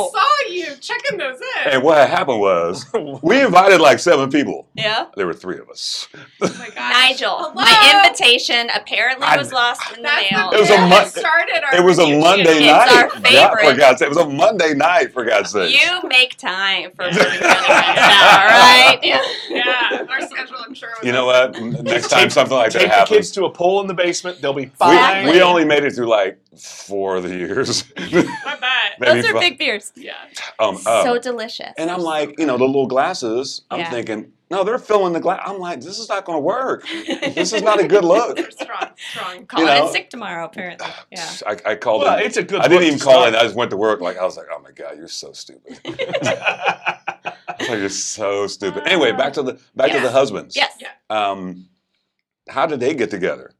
[SPEAKER 4] saw you checking those in.
[SPEAKER 2] And what had happened was, we invited like seven people.
[SPEAKER 3] yeah.
[SPEAKER 2] There were three of us.
[SPEAKER 4] oh my gosh.
[SPEAKER 3] Nigel,
[SPEAKER 4] Hello.
[SPEAKER 3] my invitation apparently
[SPEAKER 2] I-
[SPEAKER 3] was lost in the
[SPEAKER 4] That's
[SPEAKER 3] mail.
[SPEAKER 4] the
[SPEAKER 2] It was a
[SPEAKER 4] bit
[SPEAKER 2] Mon-
[SPEAKER 4] that started our
[SPEAKER 2] It was a
[SPEAKER 4] reunion.
[SPEAKER 2] Monday
[SPEAKER 3] It's
[SPEAKER 2] night.
[SPEAKER 3] our
[SPEAKER 2] Yeah, for
[SPEAKER 3] favorite.
[SPEAKER 2] God's sake, it was a Monday night. For God's sake.
[SPEAKER 3] You make time for Bourbon County all right? Yeah.
[SPEAKER 4] Yeah, our schedule, I'm sure. Was
[SPEAKER 2] You know what? N- Next time
[SPEAKER 5] Take-
[SPEAKER 2] something like
[SPEAKER 5] Take
[SPEAKER 2] that
[SPEAKER 5] the kids
[SPEAKER 2] happens,
[SPEAKER 5] to a pool in the basement. They'll be
[SPEAKER 2] we,
[SPEAKER 5] fine.
[SPEAKER 3] Exactly.
[SPEAKER 2] we only made it through like four of the years.
[SPEAKER 4] I bet.
[SPEAKER 3] Those
[SPEAKER 2] Maybe
[SPEAKER 3] are
[SPEAKER 2] five.
[SPEAKER 3] big beers.
[SPEAKER 4] Yeah.
[SPEAKER 2] Um, um,
[SPEAKER 3] so delicious.
[SPEAKER 2] And I'm like, you know, the little glasses. I'm
[SPEAKER 3] Yeah.
[SPEAKER 2] thinking, no, they're filling the glass. I'm like, this is not going to work. This is not a good look.
[SPEAKER 4] They're strong, strong.
[SPEAKER 3] calling
[SPEAKER 2] know-
[SPEAKER 3] it sick tomorrow, apparently. Yeah.
[SPEAKER 2] I, I called
[SPEAKER 5] Well,
[SPEAKER 2] in.
[SPEAKER 5] it's a good.
[SPEAKER 2] I didn't even call in.
[SPEAKER 5] it.
[SPEAKER 2] I just went to work. Like I was like, oh my god, you're so stupid. I was like, you're so stupid.
[SPEAKER 3] Ah.
[SPEAKER 2] Anyway, back to the back to
[SPEAKER 4] Yeah.
[SPEAKER 2] the husbands.
[SPEAKER 3] Yes.
[SPEAKER 4] Yeah.
[SPEAKER 2] Um, how did they get together?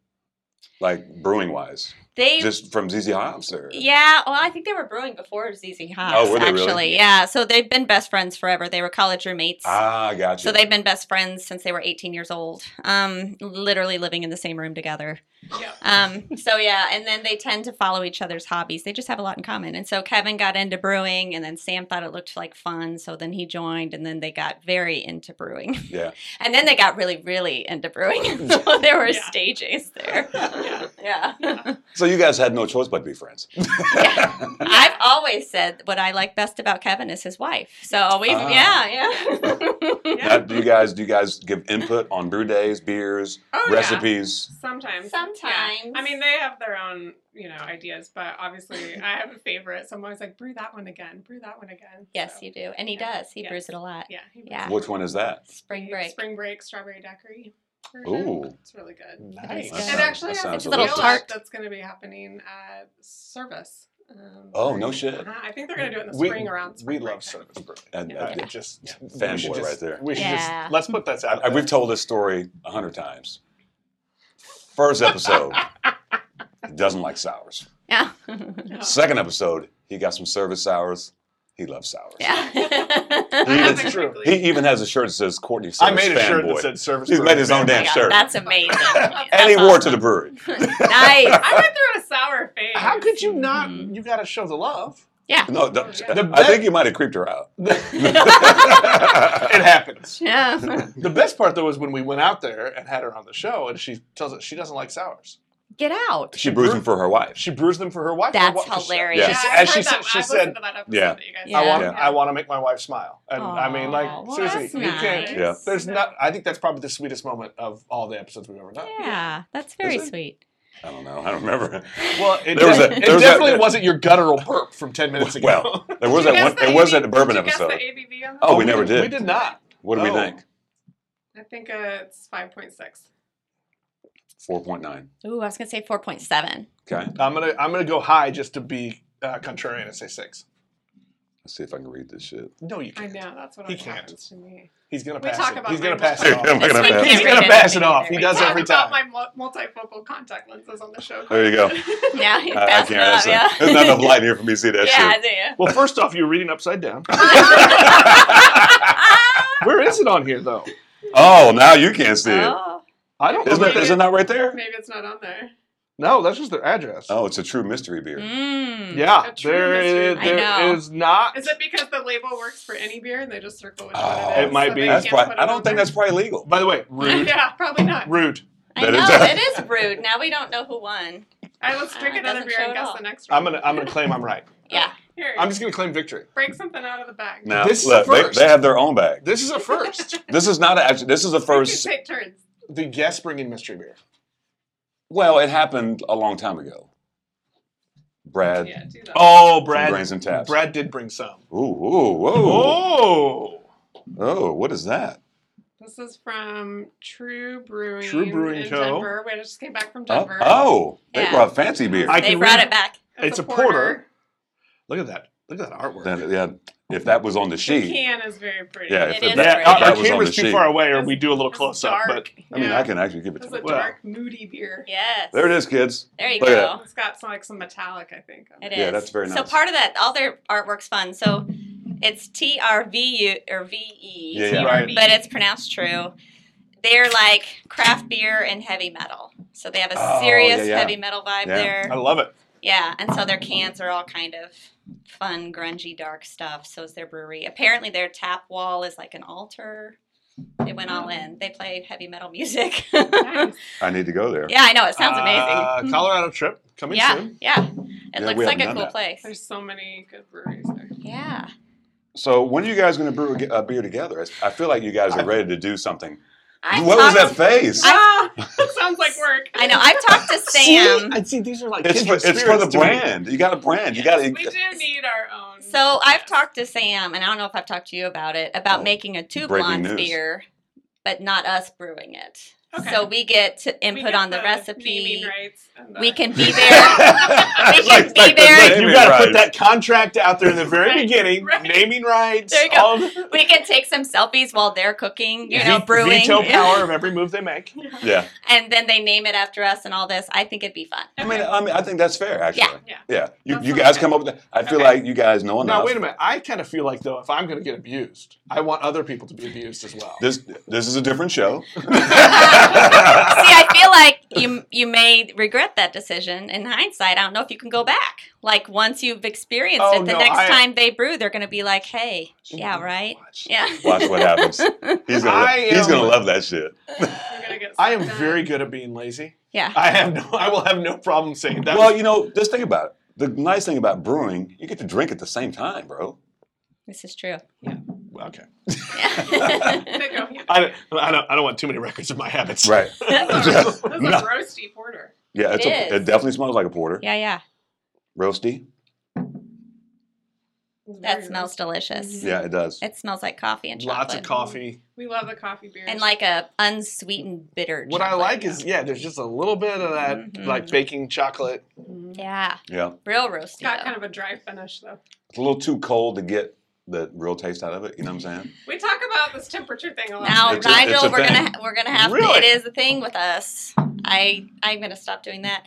[SPEAKER 2] Like brewing wise,
[SPEAKER 3] They
[SPEAKER 2] just from ZZ Hops or
[SPEAKER 3] Yeah, well, I think they were brewing before ZZ Hops.
[SPEAKER 2] Oh, were they really?
[SPEAKER 3] actually, yeah. So they've been best friends forever. They were college roommates.
[SPEAKER 2] ah, gotcha.
[SPEAKER 3] So they've been best friends since they were 18 years old. Um, literally living in the same room together.
[SPEAKER 4] Yep.
[SPEAKER 3] Um, so yeah, and then they tend to follow each other's hobbies. They just have a lot in common. And so Kevin got into brewing, and then Sam thought it looked like fun, so then he joined, and then they got very into brewing.
[SPEAKER 2] yeah.
[SPEAKER 3] And then they got really, really into brewing. so there were
[SPEAKER 4] Yeah.
[SPEAKER 3] stages there.
[SPEAKER 4] Yeah.
[SPEAKER 3] Yeah.
[SPEAKER 2] So you guys had no choice but to be friends.
[SPEAKER 3] I've always said what I like best about Kevin is his wife. So we've,
[SPEAKER 2] Ah.
[SPEAKER 3] yeah, yeah.
[SPEAKER 4] Yeah.
[SPEAKER 2] Now, do you guys do you guys give input on brew days, beers,
[SPEAKER 4] Oh, yeah.
[SPEAKER 2] recipes?
[SPEAKER 4] Sometimes.
[SPEAKER 3] Sometimes.
[SPEAKER 4] Yeah. I mean, they have their own, you know, ideas, but obviously I have a favorite. So I'm always like, brew that one again, brew that one again.
[SPEAKER 3] yes,
[SPEAKER 4] So,
[SPEAKER 3] you do. And he
[SPEAKER 4] Yeah.
[SPEAKER 3] does. He
[SPEAKER 4] Yes.
[SPEAKER 3] brews it a lot.
[SPEAKER 4] yeah. he
[SPEAKER 3] Yeah.
[SPEAKER 4] brews
[SPEAKER 2] Which one is that?
[SPEAKER 3] Spring
[SPEAKER 4] the
[SPEAKER 3] break.
[SPEAKER 4] Spring break, strawberry daiquiri. version.
[SPEAKER 2] Ooh.
[SPEAKER 4] It's really good.
[SPEAKER 5] nice.
[SPEAKER 3] That
[SPEAKER 4] And
[SPEAKER 2] sounds-
[SPEAKER 4] actually,
[SPEAKER 2] that
[SPEAKER 4] I
[SPEAKER 2] sounds
[SPEAKER 4] think
[SPEAKER 3] Little
[SPEAKER 4] it's a tart
[SPEAKER 3] tart.
[SPEAKER 4] that's going to be happening at service. Um,
[SPEAKER 2] Oh, no shit.
[SPEAKER 4] uh-huh, I think they're going to do it in the
[SPEAKER 5] We-
[SPEAKER 4] spring around
[SPEAKER 5] We
[SPEAKER 4] spring
[SPEAKER 5] love
[SPEAKER 4] break.
[SPEAKER 5] service brewing.
[SPEAKER 2] And-
[SPEAKER 4] Yeah.
[SPEAKER 2] uh,
[SPEAKER 5] I just
[SPEAKER 2] Fanboy
[SPEAKER 5] we should just-
[SPEAKER 2] right there.
[SPEAKER 5] We should
[SPEAKER 3] Yeah.
[SPEAKER 5] just let's put that out.
[SPEAKER 2] I- we've told this story a hundred times. First episode, he doesn't like sours.
[SPEAKER 3] Yeah.
[SPEAKER 2] Second episode, he got some service sours. He loves sours.
[SPEAKER 3] yeah.
[SPEAKER 4] I have
[SPEAKER 5] That's
[SPEAKER 4] my
[SPEAKER 5] true.
[SPEAKER 4] quickly.
[SPEAKER 2] He even has a shirt that says Courtney
[SPEAKER 5] I
[SPEAKER 2] Service
[SPEAKER 5] made a shirt
[SPEAKER 2] fanboy.
[SPEAKER 5] that said service.
[SPEAKER 2] He's
[SPEAKER 5] brewing
[SPEAKER 2] made his own
[SPEAKER 5] fanboy.
[SPEAKER 4] Oh
[SPEAKER 2] damn
[SPEAKER 3] Yeah,
[SPEAKER 2] shirt.
[SPEAKER 3] That's amazing.
[SPEAKER 2] and he
[SPEAKER 3] That's
[SPEAKER 2] wore it to the
[SPEAKER 3] awesome.
[SPEAKER 2] brewery.
[SPEAKER 3] nice.
[SPEAKER 4] I went through a sour phase.
[SPEAKER 5] How could you not?
[SPEAKER 2] Mm-hmm.
[SPEAKER 3] Mhm.
[SPEAKER 5] You got to show the love.
[SPEAKER 3] Yeah.
[SPEAKER 2] No, the-
[SPEAKER 4] Yeah.
[SPEAKER 5] The
[SPEAKER 2] I
[SPEAKER 5] best-
[SPEAKER 2] think you might have creeped her out.
[SPEAKER 5] it happens.
[SPEAKER 3] Yeah.
[SPEAKER 5] The best part though is when we went out there and had her on the show, and she tells us she doesn't like sours.
[SPEAKER 3] Get out.
[SPEAKER 2] she brews them for her wife.
[SPEAKER 5] She brews them for her wife.
[SPEAKER 3] That's
[SPEAKER 5] Her wife-
[SPEAKER 3] hilarious.
[SPEAKER 5] She,
[SPEAKER 4] Yeah,
[SPEAKER 5] she,
[SPEAKER 4] I've
[SPEAKER 5] as she
[SPEAKER 4] heard
[SPEAKER 5] said,
[SPEAKER 4] that.
[SPEAKER 5] she
[SPEAKER 4] I've
[SPEAKER 5] said,
[SPEAKER 4] listened to that episode
[SPEAKER 2] Yeah.
[SPEAKER 4] that you guys
[SPEAKER 3] Yeah.
[SPEAKER 5] I want,
[SPEAKER 2] Yeah.
[SPEAKER 5] I want to make my wife smile. And I mean, like,
[SPEAKER 3] Aw, well, that's
[SPEAKER 5] seriously, you
[SPEAKER 3] nice.
[SPEAKER 5] can't.
[SPEAKER 2] Yeah.
[SPEAKER 5] There's not. I think that's probably the sweetest moment of all the episodes we've ever done.
[SPEAKER 3] Yeah, that's very
[SPEAKER 2] Is it?
[SPEAKER 3] sweet.
[SPEAKER 2] I don't know. I don't remember.
[SPEAKER 5] Well, it,
[SPEAKER 2] There was
[SPEAKER 5] de-
[SPEAKER 2] a-
[SPEAKER 5] it
[SPEAKER 2] there was a-
[SPEAKER 5] definitely wasn't your guttural burp from ten minutes ago.
[SPEAKER 2] Well, there was
[SPEAKER 4] Did you
[SPEAKER 2] that one.
[SPEAKER 4] guess
[SPEAKER 2] There was
[SPEAKER 4] ABV
[SPEAKER 2] that bourbon
[SPEAKER 4] Did you guess
[SPEAKER 2] episode.
[SPEAKER 4] the ABV on that?
[SPEAKER 2] Oh, we never
[SPEAKER 5] We
[SPEAKER 2] did.
[SPEAKER 5] did not.
[SPEAKER 2] What do we
[SPEAKER 5] Oh.
[SPEAKER 2] think?
[SPEAKER 4] I think uh, it's 5.6.
[SPEAKER 2] Four point nine.
[SPEAKER 3] Ooh, I was gonna say four point seven.
[SPEAKER 2] Okay.
[SPEAKER 5] I'm gonna I'm gonna go high just to be uh, contrarian and say six.
[SPEAKER 2] Let's see if I can read this shit.
[SPEAKER 5] No, you
[SPEAKER 4] I
[SPEAKER 5] can't.
[SPEAKER 4] know that's what
[SPEAKER 5] He
[SPEAKER 4] always
[SPEAKER 5] can't.
[SPEAKER 4] happens to me.
[SPEAKER 5] He's gonna
[SPEAKER 4] We
[SPEAKER 5] pass
[SPEAKER 4] talk
[SPEAKER 5] it.
[SPEAKER 4] about
[SPEAKER 5] He's
[SPEAKER 4] my
[SPEAKER 5] gonna pass it
[SPEAKER 2] Am
[SPEAKER 5] off.
[SPEAKER 2] I gonna
[SPEAKER 3] This
[SPEAKER 2] pass
[SPEAKER 3] one
[SPEAKER 2] it?
[SPEAKER 5] He's
[SPEAKER 3] can't
[SPEAKER 5] gonna
[SPEAKER 3] read
[SPEAKER 5] pass
[SPEAKER 3] anything
[SPEAKER 5] it off.
[SPEAKER 3] either.
[SPEAKER 5] He
[SPEAKER 4] We
[SPEAKER 5] does
[SPEAKER 4] talk
[SPEAKER 5] every
[SPEAKER 4] about my
[SPEAKER 5] time.
[SPEAKER 4] mul- multifocal contact lenses on the show.
[SPEAKER 2] There you go.
[SPEAKER 3] Yeah, you
[SPEAKER 2] I, I
[SPEAKER 3] passed
[SPEAKER 2] can't.
[SPEAKER 3] it up,
[SPEAKER 2] That's
[SPEAKER 3] yeah.
[SPEAKER 2] a, there's not enough light here for me to see that
[SPEAKER 3] yeah,
[SPEAKER 2] shit.
[SPEAKER 5] Well, first off, you're reading upside down.
[SPEAKER 3] I
[SPEAKER 5] Where is it on here though?
[SPEAKER 2] Oh, now you can't
[SPEAKER 3] do.
[SPEAKER 2] see it.
[SPEAKER 3] oh, Mm-hmm.
[SPEAKER 5] I don't.
[SPEAKER 2] Isn't
[SPEAKER 5] know.
[SPEAKER 2] it, isn't that right there?
[SPEAKER 4] Maybe it's not on there.
[SPEAKER 5] No, that's just their address.
[SPEAKER 2] Oh, it's a true mystery beer.
[SPEAKER 3] mm.
[SPEAKER 5] Yeah,
[SPEAKER 4] A true
[SPEAKER 5] there,
[SPEAKER 4] mystery.
[SPEAKER 5] is,
[SPEAKER 3] I know.
[SPEAKER 5] there is not.
[SPEAKER 4] Is it because the label works for any beer and they just circle which
[SPEAKER 2] Oh,
[SPEAKER 4] one it is?
[SPEAKER 5] It might
[SPEAKER 4] so
[SPEAKER 5] be.
[SPEAKER 4] they
[SPEAKER 2] That's
[SPEAKER 4] can't
[SPEAKER 2] probably,
[SPEAKER 4] put it
[SPEAKER 2] I don't
[SPEAKER 4] on
[SPEAKER 2] think
[SPEAKER 4] there?
[SPEAKER 2] that's probably legal.
[SPEAKER 5] By the way, rude.
[SPEAKER 4] yeah, probably not.
[SPEAKER 5] Rude.
[SPEAKER 3] I
[SPEAKER 2] That
[SPEAKER 3] know
[SPEAKER 2] is-
[SPEAKER 3] it is rude. Now we don't know who won.
[SPEAKER 4] I let's drink
[SPEAKER 3] Uh, it
[SPEAKER 4] another
[SPEAKER 3] doesn't
[SPEAKER 4] beer
[SPEAKER 3] show
[SPEAKER 4] and
[SPEAKER 3] at
[SPEAKER 4] guess
[SPEAKER 3] all.
[SPEAKER 4] the next one.
[SPEAKER 5] I'm gonna I'm gonna claim I'm right.
[SPEAKER 3] Yeah,
[SPEAKER 4] Here,
[SPEAKER 5] I'm just gonna claim victory.
[SPEAKER 4] break something out of the bag.
[SPEAKER 2] Now,
[SPEAKER 5] This is
[SPEAKER 2] look, they,
[SPEAKER 5] first.
[SPEAKER 2] they have their own bag.
[SPEAKER 5] This is a first.
[SPEAKER 2] This is not a, actually, this is the
[SPEAKER 4] We should
[SPEAKER 2] first.
[SPEAKER 4] take turns.
[SPEAKER 5] the guests bringing mystery beer.
[SPEAKER 2] Well, it happened a long time ago. Brad.
[SPEAKER 4] Yeah, do that.
[SPEAKER 5] Oh,
[SPEAKER 2] Brad,
[SPEAKER 5] Brad.
[SPEAKER 2] grains and taps.
[SPEAKER 5] Brad did bring some.
[SPEAKER 2] Ooh, ooh, whoa.
[SPEAKER 5] Oh.
[SPEAKER 2] Oh, what is that?
[SPEAKER 4] This is from True Brewing.
[SPEAKER 5] True Brewing
[SPEAKER 4] in
[SPEAKER 5] Co.
[SPEAKER 4] Denver. Wait, I just came back from
[SPEAKER 2] Oh,
[SPEAKER 4] Denver.
[SPEAKER 2] oh, they
[SPEAKER 3] Yeah.
[SPEAKER 2] brought fancy beer.
[SPEAKER 5] I
[SPEAKER 3] they
[SPEAKER 5] can
[SPEAKER 3] brought
[SPEAKER 5] read-
[SPEAKER 3] it back.
[SPEAKER 5] It's a porter. Look at that. Look at that artwork.
[SPEAKER 2] Then, yeah, if that was on the
[SPEAKER 4] The
[SPEAKER 2] sheet,
[SPEAKER 4] can is very pretty.
[SPEAKER 2] yeah,
[SPEAKER 3] It
[SPEAKER 2] if,
[SPEAKER 3] is
[SPEAKER 2] if
[SPEAKER 5] Yeah,
[SPEAKER 2] that,
[SPEAKER 3] pretty.
[SPEAKER 2] if
[SPEAKER 5] uh, our,
[SPEAKER 2] that
[SPEAKER 5] our
[SPEAKER 2] was on
[SPEAKER 5] camera's
[SPEAKER 2] the
[SPEAKER 5] too
[SPEAKER 2] sheet,
[SPEAKER 5] far away, or
[SPEAKER 4] It's-
[SPEAKER 5] we do a little
[SPEAKER 4] It's
[SPEAKER 5] close up. But
[SPEAKER 4] dark.
[SPEAKER 2] I mean,
[SPEAKER 4] Yeah.
[SPEAKER 2] I can actually give it
[SPEAKER 4] This
[SPEAKER 2] to
[SPEAKER 4] is a
[SPEAKER 2] you.
[SPEAKER 5] Well.
[SPEAKER 4] dark, moody beer.
[SPEAKER 3] Yes.
[SPEAKER 2] There it is, kids.
[SPEAKER 3] There you
[SPEAKER 2] Look at
[SPEAKER 3] go.
[SPEAKER 4] It's got some like some metallic, I think. on
[SPEAKER 3] It
[SPEAKER 4] it.
[SPEAKER 3] is.
[SPEAKER 2] Yeah, that's very
[SPEAKER 3] So
[SPEAKER 2] nice.
[SPEAKER 3] part of that, all their artwork's fun. So it's T R V U or V E,
[SPEAKER 2] Yeah, yeah.
[SPEAKER 5] Right.
[SPEAKER 3] but it's pronounced true. They're like craft beer and heavy metal. So they have a
[SPEAKER 2] Oh,
[SPEAKER 3] serious
[SPEAKER 2] yeah, yeah.
[SPEAKER 3] heavy metal vibe
[SPEAKER 2] Yeah.
[SPEAKER 5] I
[SPEAKER 3] there.
[SPEAKER 5] love it.
[SPEAKER 3] Yeah, and so their cans are all kind of fun, grungy, dark stuff. So is their brewery. Apparently, their tap wall is like an altar. They went all in. They play heavy metal music. yeah,
[SPEAKER 4] Nice.
[SPEAKER 2] I need to go there.
[SPEAKER 3] I know. It sounds amazing.
[SPEAKER 5] Uh, Colorado trip coming
[SPEAKER 3] Yeah,
[SPEAKER 5] soon.
[SPEAKER 3] yeah.
[SPEAKER 2] Yeah,
[SPEAKER 3] It
[SPEAKER 2] we
[SPEAKER 3] looks
[SPEAKER 2] haven't
[SPEAKER 3] like a
[SPEAKER 2] done
[SPEAKER 3] cool
[SPEAKER 2] that.
[SPEAKER 3] place.
[SPEAKER 4] There's so many good breweries there.
[SPEAKER 3] Yeah.
[SPEAKER 2] So when are you guys going to brew a, ge- a beer together? I, I feel like you guys are ready to do something.
[SPEAKER 3] I
[SPEAKER 2] what was that
[SPEAKER 3] talked-
[SPEAKER 2] face?
[SPEAKER 4] Ah, that sounds like work.
[SPEAKER 3] I know. I've talked to Sam.
[SPEAKER 5] see these are like
[SPEAKER 2] It's for, it's for the brand. You got a brand. You e got
[SPEAKER 4] We do
[SPEAKER 2] to
[SPEAKER 4] need our own.
[SPEAKER 3] So I've
[SPEAKER 4] Yes.
[SPEAKER 3] talked to Sam, and I don't know if I've talked to you about it, about
[SPEAKER 2] Oh,
[SPEAKER 3] making a two
[SPEAKER 2] breaking
[SPEAKER 3] blondes
[SPEAKER 2] news.
[SPEAKER 3] beer, but not us brewing it.
[SPEAKER 4] Okay.
[SPEAKER 3] So we get to
[SPEAKER 4] We
[SPEAKER 3] input
[SPEAKER 4] get
[SPEAKER 3] on the,
[SPEAKER 4] naming
[SPEAKER 3] recipe.
[SPEAKER 4] rights and the-
[SPEAKER 3] We can be there. We can be there.
[SPEAKER 5] You got to put that contract out there in the very
[SPEAKER 4] Right,
[SPEAKER 5] beginning.
[SPEAKER 4] right.
[SPEAKER 5] Naming rights.
[SPEAKER 3] There you go.
[SPEAKER 5] all of-
[SPEAKER 3] we can take some selfies while they're cooking, you know,
[SPEAKER 5] ve-
[SPEAKER 3] brewing.
[SPEAKER 5] Veto power of every move they make.
[SPEAKER 2] Yeah.
[SPEAKER 3] And then they name it after us and all this. I think it'd be fun.
[SPEAKER 2] I mean, uh, I mean, I think that's fair, actually.
[SPEAKER 4] Yeah.
[SPEAKER 2] Yeah. You,
[SPEAKER 4] That
[SPEAKER 2] you
[SPEAKER 4] sounds
[SPEAKER 2] guys
[SPEAKER 4] good.
[SPEAKER 2] come up with that. I feel
[SPEAKER 4] Okay.
[SPEAKER 2] like you guys know enough.
[SPEAKER 5] Now wait a minute. I kind of feel like though, if I'm going to get abused, I want other people to be abused as well.
[SPEAKER 2] This this is a different show.
[SPEAKER 3] See, I feel like you you may regret that decision in hindsight. I don't know if you can go back. Like once you've experienced
[SPEAKER 5] Oh,
[SPEAKER 3] it, the
[SPEAKER 5] no,
[SPEAKER 3] next
[SPEAKER 5] I- Mm-hmm.
[SPEAKER 3] time they brew, they're going to be like, "Hey, yeah, right,
[SPEAKER 5] Watch.
[SPEAKER 3] yeah."
[SPEAKER 2] Watch what happens. He's gonna
[SPEAKER 5] I
[SPEAKER 2] he's
[SPEAKER 5] am-
[SPEAKER 2] gonna love that shit.
[SPEAKER 4] We're gonna get uh,
[SPEAKER 5] I am
[SPEAKER 4] stuff done.
[SPEAKER 5] very good at being lazy.
[SPEAKER 3] Yeah.
[SPEAKER 5] I have no. I will have no problem saying that.
[SPEAKER 2] well, you know, just think about it. The nice thing about brewing, you get to drink at the same time, bro.
[SPEAKER 3] This is true.
[SPEAKER 5] okay.
[SPEAKER 4] There you go. Yeah.
[SPEAKER 5] I don't, I don't. I don't want too many records of my habits.
[SPEAKER 2] Right.
[SPEAKER 4] This is
[SPEAKER 2] yeah,
[SPEAKER 4] a- this is
[SPEAKER 2] No.
[SPEAKER 4] a roasty porter.
[SPEAKER 2] it's
[SPEAKER 3] It
[SPEAKER 2] a,
[SPEAKER 3] is.
[SPEAKER 2] it definitely smells like a porter.
[SPEAKER 3] yeah, yeah.
[SPEAKER 2] Roasty.
[SPEAKER 4] It's
[SPEAKER 3] That
[SPEAKER 4] very Mm-hmm.
[SPEAKER 3] smells
[SPEAKER 4] roasty.
[SPEAKER 3] delicious.
[SPEAKER 2] Yeah, it does.
[SPEAKER 3] It smells like coffee and chocolate.
[SPEAKER 5] Lots of coffee.
[SPEAKER 4] We love the coffee beers.
[SPEAKER 3] And like a unsweetened bitter.
[SPEAKER 5] What I
[SPEAKER 3] chocolate.
[SPEAKER 5] like is yeah, there's just a little bit of that
[SPEAKER 3] Mhm.
[SPEAKER 5] like baking chocolate.
[SPEAKER 4] Mhm.
[SPEAKER 3] Yeah,
[SPEAKER 2] Yeah.
[SPEAKER 3] real
[SPEAKER 4] It's
[SPEAKER 3] roasty.
[SPEAKER 4] got
[SPEAKER 3] Though.
[SPEAKER 4] kind of a dry finish though.
[SPEAKER 2] It's a little too cold to get the real taste out of it. You know what I'm saying?
[SPEAKER 4] We talk about this temperature thing a lot.
[SPEAKER 3] now,
[SPEAKER 2] It's a-
[SPEAKER 3] Nigel,
[SPEAKER 2] it's a
[SPEAKER 3] we're
[SPEAKER 2] thing.
[SPEAKER 3] gonna we're gonna have
[SPEAKER 5] Really?
[SPEAKER 3] to, it is a thing with us. I I'm gonna stop doing that.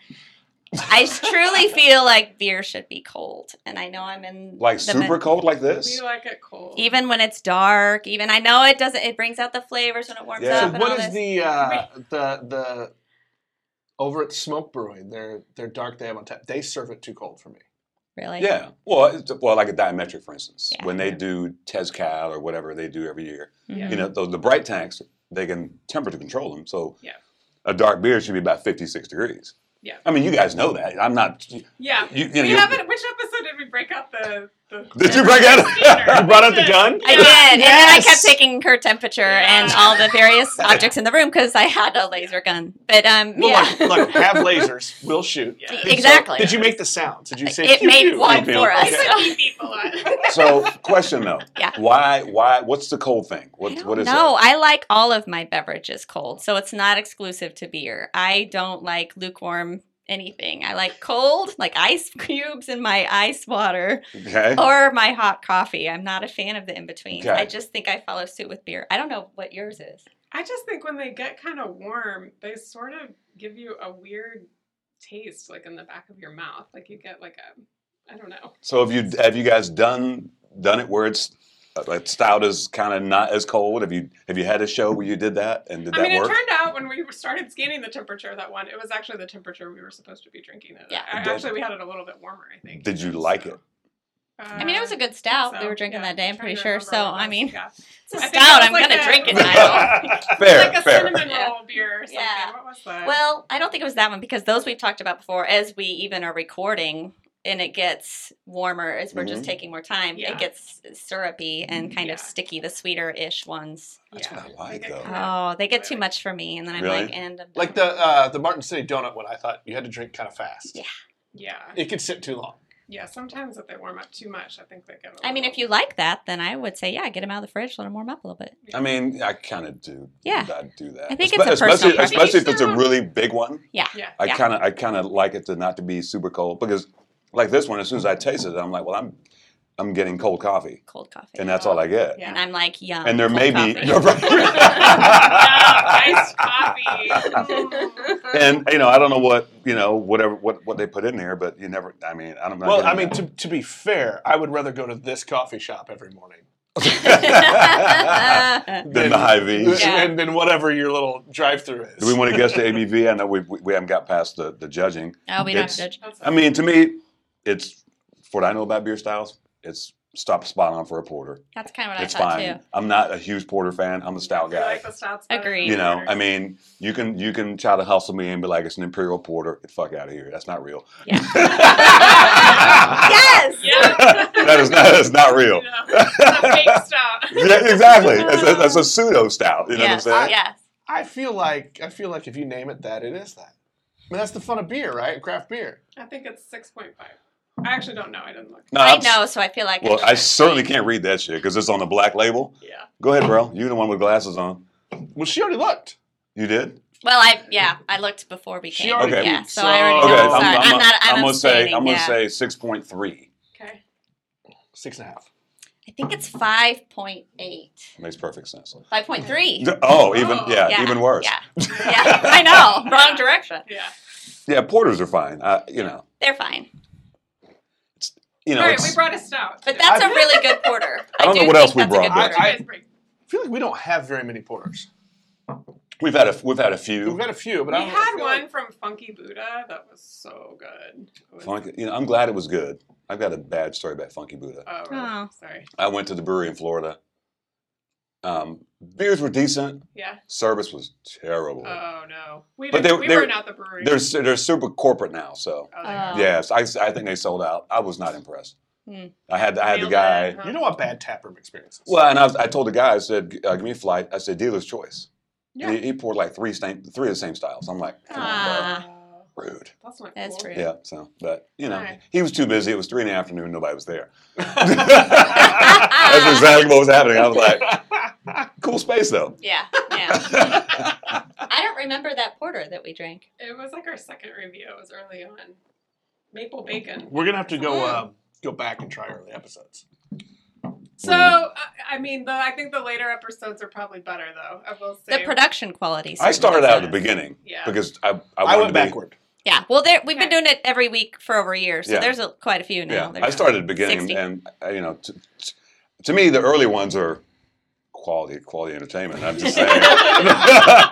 [SPEAKER 3] I truly feel like beer should be cold, and I know I'm in
[SPEAKER 2] Like
[SPEAKER 3] the
[SPEAKER 2] super
[SPEAKER 3] min-
[SPEAKER 2] cold like
[SPEAKER 4] we
[SPEAKER 2] this?
[SPEAKER 4] like it cold.
[SPEAKER 3] even when it's dark. Even I know it doesn't. It brings out the flavors when it warms
[SPEAKER 2] Yeah.
[SPEAKER 3] up.
[SPEAKER 5] So
[SPEAKER 3] and all
[SPEAKER 5] what is
[SPEAKER 3] this.
[SPEAKER 5] the uh, the the over at Smoke Brewing? Their their dark they have on tap. They serve it too cold for me.
[SPEAKER 3] really?
[SPEAKER 2] Yeah. Well, it's, well, like a diametric, for instance,
[SPEAKER 3] Yeah.
[SPEAKER 2] when they do Tezcal or whatever they do every year,
[SPEAKER 3] Mhm.
[SPEAKER 2] you know, those, the bright tanks, they can temperature control them. So
[SPEAKER 4] Yeah.
[SPEAKER 2] a dark beer should be about 56 degrees.
[SPEAKER 4] Yeah.
[SPEAKER 2] I mean, you guys know that. I'm not. You,
[SPEAKER 4] Yeah.
[SPEAKER 2] you know,
[SPEAKER 4] We
[SPEAKER 2] you-
[SPEAKER 4] haven't. Which episode did we break out the? the
[SPEAKER 2] Did you break out-
[SPEAKER 4] Steiner?
[SPEAKER 5] You brought out the gun?
[SPEAKER 3] I did, and then I
[SPEAKER 5] Yes!
[SPEAKER 3] kept taking her temperature and
[SPEAKER 4] Yeah.
[SPEAKER 3] all the various objects in the room because I had a laser gun. But um,
[SPEAKER 5] Well,
[SPEAKER 3] yeah,
[SPEAKER 5] like, look, have lasers. We'll shoot.
[SPEAKER 4] Yeah.
[SPEAKER 5] So,
[SPEAKER 3] Exactly.
[SPEAKER 5] did you make the sound? Did you say
[SPEAKER 3] It
[SPEAKER 5] pew,
[SPEAKER 3] made
[SPEAKER 5] pew?
[SPEAKER 3] one
[SPEAKER 5] Pew, pew.
[SPEAKER 3] for us.
[SPEAKER 5] Okay.
[SPEAKER 4] It's a beep beep a lot.
[SPEAKER 2] so, question though.
[SPEAKER 3] Yeah.
[SPEAKER 2] Why? Why? What's the cold thing?
[SPEAKER 3] I
[SPEAKER 2] What?
[SPEAKER 3] don't
[SPEAKER 2] What is
[SPEAKER 3] know.
[SPEAKER 2] it?
[SPEAKER 3] I like all of my beverages cold, so it's not exclusive to beer. I don't like lukewarm anything. I like cold, like ice cubes in my ice water
[SPEAKER 2] Okay.
[SPEAKER 3] or my hot coffee. I'm not a fan of the in between.
[SPEAKER 2] Okay.
[SPEAKER 3] I just think I follow suit with beer. I don't know what yours is.
[SPEAKER 4] I just think when they get kind of warm, they sort of give you a weird taste, like in the back of your mouth. Like you get like a, I don't know.
[SPEAKER 2] So, have you have you guys done done it where it's uh, like stout is kind of not as cold? Have you have you had a show where you did that and did
[SPEAKER 4] I
[SPEAKER 2] that
[SPEAKER 4] mean, it
[SPEAKER 2] work?
[SPEAKER 4] turned out when we started scanning the temperature of that one, it was actually the temperature we were supposed to be drinking it. at.
[SPEAKER 3] Yeah.
[SPEAKER 4] I-
[SPEAKER 2] Did-
[SPEAKER 4] actually, we had it a little bit warmer, I think. uh,
[SPEAKER 2] Did you like it?
[SPEAKER 3] I mean, it was a good stout we were drinking that day. I'm pretty sure. So I mean, it's a
[SPEAKER 4] I think
[SPEAKER 3] stout.
[SPEAKER 4] it was
[SPEAKER 3] I'm
[SPEAKER 4] like
[SPEAKER 3] gonna
[SPEAKER 4] a-
[SPEAKER 3] drink it. Nigel.
[SPEAKER 2] fair,
[SPEAKER 4] like a
[SPEAKER 2] fair.
[SPEAKER 4] cinnamon
[SPEAKER 3] Yeah.
[SPEAKER 4] roll beer or something.
[SPEAKER 3] Yeah.
[SPEAKER 4] What was that?
[SPEAKER 3] Well, I don't think it was that one because those we've talked about before. As we even are recording and it gets warmer, as we're just
[SPEAKER 2] Mhm.
[SPEAKER 3] taking more time,
[SPEAKER 4] Yeah. Mm,
[SPEAKER 3] it gets syrupy and kind of
[SPEAKER 4] Yeah.
[SPEAKER 3] sticky. The sweeter-ish ones.
[SPEAKER 2] That's
[SPEAKER 4] Yeah.
[SPEAKER 2] what I like,
[SPEAKER 4] Like a
[SPEAKER 2] though.
[SPEAKER 4] kind of-
[SPEAKER 3] Oh, they get too
[SPEAKER 4] Really?
[SPEAKER 3] much for me, and then I'm
[SPEAKER 2] Really?
[SPEAKER 3] like, and I'm
[SPEAKER 5] Like the uh, the Martin City Donut one, I thought you had to drink kind of fast.
[SPEAKER 3] Yeah.
[SPEAKER 4] Yeah.
[SPEAKER 5] It could sit too long.
[SPEAKER 4] Yeah. Sometimes if they warm up too much, I think they get. a
[SPEAKER 3] I mean,
[SPEAKER 4] little-
[SPEAKER 3] if you like that, then I would say, yeah, get them out of the fridge, let them warm up a little bit.
[SPEAKER 2] I mean, I kind of do.
[SPEAKER 3] Yeah.
[SPEAKER 2] I do that.
[SPEAKER 3] I think it's a
[SPEAKER 2] especially,
[SPEAKER 3] personal preference.
[SPEAKER 2] especially if it's a really big one.
[SPEAKER 3] Yeah.
[SPEAKER 4] Yeah.
[SPEAKER 2] I
[SPEAKER 3] Yeah.
[SPEAKER 2] kind of I kind of like it to not to be super cold because like this one, as soon as I taste it, I'm like, well, I'm I'm getting cold coffee,
[SPEAKER 3] Cold coffee.
[SPEAKER 2] and that's all I get.
[SPEAKER 4] Yeah.
[SPEAKER 3] And I'm like, yum.
[SPEAKER 2] And there
[SPEAKER 3] cold
[SPEAKER 2] may be
[SPEAKER 3] coffee.
[SPEAKER 2] you're
[SPEAKER 4] Yeah,
[SPEAKER 2] right.
[SPEAKER 4] iced coffee. Mm.
[SPEAKER 2] and you know, I don't know what you know, whatever what what they put in here, but you never. I mean, I don't know.
[SPEAKER 5] Well, I mean, to, to be fair, I would rather go to this coffee shop every morning
[SPEAKER 2] than the high V's.
[SPEAKER 3] Yeah.
[SPEAKER 5] uh, and then whatever your little drive-through is.
[SPEAKER 2] Do we want to guess the ABV? I know we, we, we haven't got past the, the judging.
[SPEAKER 3] oh, we don't have
[SPEAKER 2] It's-
[SPEAKER 3] to judge.
[SPEAKER 4] That's
[SPEAKER 2] I mean, to me, it's for what I know about beer styles. It's stop spot on for a porter.
[SPEAKER 3] That's kind of what
[SPEAKER 2] it's
[SPEAKER 3] I thought
[SPEAKER 2] fine.
[SPEAKER 3] too.
[SPEAKER 2] I'm not a huge porter fan. I'm a stout
[SPEAKER 4] I feel
[SPEAKER 2] guy.
[SPEAKER 4] like the stouts better
[SPEAKER 3] Agreed.
[SPEAKER 4] than
[SPEAKER 2] You know,
[SPEAKER 4] porters.
[SPEAKER 2] I mean, you can you can try to hustle me and be like it's an imperial porter. Get the fuck out of here. That's not real.
[SPEAKER 3] Yeah.
[SPEAKER 2] that
[SPEAKER 3] yes.
[SPEAKER 4] Yeah.
[SPEAKER 2] is not that's not real.
[SPEAKER 4] No, it's a fake stout.
[SPEAKER 2] Yeah, exactly. That's a, that's a pseudo stout. You know
[SPEAKER 3] yes.
[SPEAKER 2] what I'm saying?
[SPEAKER 3] Yes.
[SPEAKER 5] I feel like I feel like if you name it that, it is that. I mean, that's the fun of beer, right? Craft beer.
[SPEAKER 4] I think it's 6.5. I actually don't know. I didn't look.
[SPEAKER 2] No,
[SPEAKER 3] I
[SPEAKER 2] I'm s-
[SPEAKER 3] know, so I feel like.
[SPEAKER 2] Well, I certainly can't read that shit because it's on the black label.
[SPEAKER 4] Yeah.
[SPEAKER 2] Go ahead, bro. You the one with glasses on.
[SPEAKER 5] Well, she already looked.
[SPEAKER 2] You did?
[SPEAKER 3] Well, I yeah, I looked before we
[SPEAKER 5] She
[SPEAKER 3] came.
[SPEAKER 5] already
[SPEAKER 3] yeah,
[SPEAKER 5] did,
[SPEAKER 3] so, I already
[SPEAKER 5] so-
[SPEAKER 2] Okay,
[SPEAKER 3] know.
[SPEAKER 5] Oh,
[SPEAKER 2] I'm,
[SPEAKER 3] Sorry, I'm,
[SPEAKER 2] I'm, I'm,
[SPEAKER 3] not. I'm,
[SPEAKER 2] I'm gonna say I'm
[SPEAKER 3] abstaining,
[SPEAKER 2] gonna
[SPEAKER 3] yeah.
[SPEAKER 2] say six point three.
[SPEAKER 4] Okay.
[SPEAKER 5] Six and a half.
[SPEAKER 3] I think it's five point eight.
[SPEAKER 2] Makes perfect sense.
[SPEAKER 3] Five point three.
[SPEAKER 2] Oh, even yeah,
[SPEAKER 3] E Yeah,
[SPEAKER 2] even worse.
[SPEAKER 3] Yeah. Yeah. I know. Wrong direction.
[SPEAKER 4] Yeah.
[SPEAKER 2] Yeah, porters are fine. I, you know,
[SPEAKER 3] They're fine.
[SPEAKER 2] you know.
[SPEAKER 4] All right,
[SPEAKER 2] it's-
[SPEAKER 4] we brought a stout.
[SPEAKER 3] But that's
[SPEAKER 5] I-
[SPEAKER 3] a really good porter.
[SPEAKER 2] I don't know
[SPEAKER 3] do
[SPEAKER 2] what
[SPEAKER 3] think
[SPEAKER 2] else we
[SPEAKER 3] that's a good
[SPEAKER 2] brought,
[SPEAKER 4] What'd you
[SPEAKER 5] I-
[SPEAKER 4] guys bring?
[SPEAKER 5] I feel like we don't have very many porters.
[SPEAKER 2] we've had a we've had a
[SPEAKER 5] We've
[SPEAKER 2] few.
[SPEAKER 5] got a few, but
[SPEAKER 4] We
[SPEAKER 5] I don't know, I
[SPEAKER 4] had
[SPEAKER 5] feel
[SPEAKER 4] one
[SPEAKER 5] like-
[SPEAKER 4] from Funky Buddha that was so good. It was-
[SPEAKER 2] Funky, you know, I'm glad it was good. I've got a bad story about Funky Buddha.
[SPEAKER 4] Oh, really?
[SPEAKER 3] Oh.
[SPEAKER 4] sorry.
[SPEAKER 2] I went to the brewery in Florida. Um, beers were decent.
[SPEAKER 4] Yeah.
[SPEAKER 2] Service was terrible.
[SPEAKER 4] Oh no. We
[SPEAKER 2] But they-
[SPEAKER 4] didn't, we
[SPEAKER 2] they-
[SPEAKER 4] weren't at the brewery.
[SPEAKER 2] they're su- they're super corporate now. So
[SPEAKER 4] Oh, they
[SPEAKER 3] Uh,
[SPEAKER 4] are.
[SPEAKER 2] yes, I, I think they sold out. I was not impressed.
[SPEAKER 3] Hmm.
[SPEAKER 2] I had I had the
[SPEAKER 4] Nailed
[SPEAKER 2] guy.
[SPEAKER 4] it, huh?
[SPEAKER 5] You know what bad taproom experience is.
[SPEAKER 2] Well, and I, was, I told the guy, I said, uh, "Give me a flight." I said, "Dealer's choice."
[SPEAKER 4] Yeah.
[SPEAKER 2] And he, he poured like three same, three of the same styles. I'm like, come on,
[SPEAKER 4] Oh,
[SPEAKER 2] bro. rude.
[SPEAKER 4] that's not
[SPEAKER 3] That's
[SPEAKER 4] cool.
[SPEAKER 3] rude.
[SPEAKER 2] Yeah. So, but you know,
[SPEAKER 4] Alright.
[SPEAKER 2] he was too busy. It was three in the afternoon. Nobody was there. That's exactly what was happening. I was like, cool space though.
[SPEAKER 3] Yeah. Yeah. I don't remember that porter that we drank.
[SPEAKER 4] It was like our second review. It was early on. Maple bacon.
[SPEAKER 5] We're gonna have to go
[SPEAKER 3] Mm-hmm.
[SPEAKER 5] uh, go back and try early episodes.
[SPEAKER 4] So I, I mean, the, I think the later episodes are probably better though. I will say.
[SPEAKER 3] The production quality.
[SPEAKER 2] I started out at
[SPEAKER 4] sense.
[SPEAKER 2] the beginning
[SPEAKER 4] Yeah.
[SPEAKER 2] because I I,
[SPEAKER 5] I,
[SPEAKER 2] wanted to
[SPEAKER 5] went
[SPEAKER 2] be-
[SPEAKER 5] backward.
[SPEAKER 3] Yeah. Well, there we've been
[SPEAKER 4] Okay.
[SPEAKER 3] doing it every week for over a year, so
[SPEAKER 2] Yeah.
[SPEAKER 3] there's a, quite a few now.
[SPEAKER 2] Yeah,
[SPEAKER 3] There's
[SPEAKER 2] I started at the beginning,
[SPEAKER 3] 60.
[SPEAKER 2] and uh, you know, t- t- to me, the early ones are quality quality entertainment. I'm just saying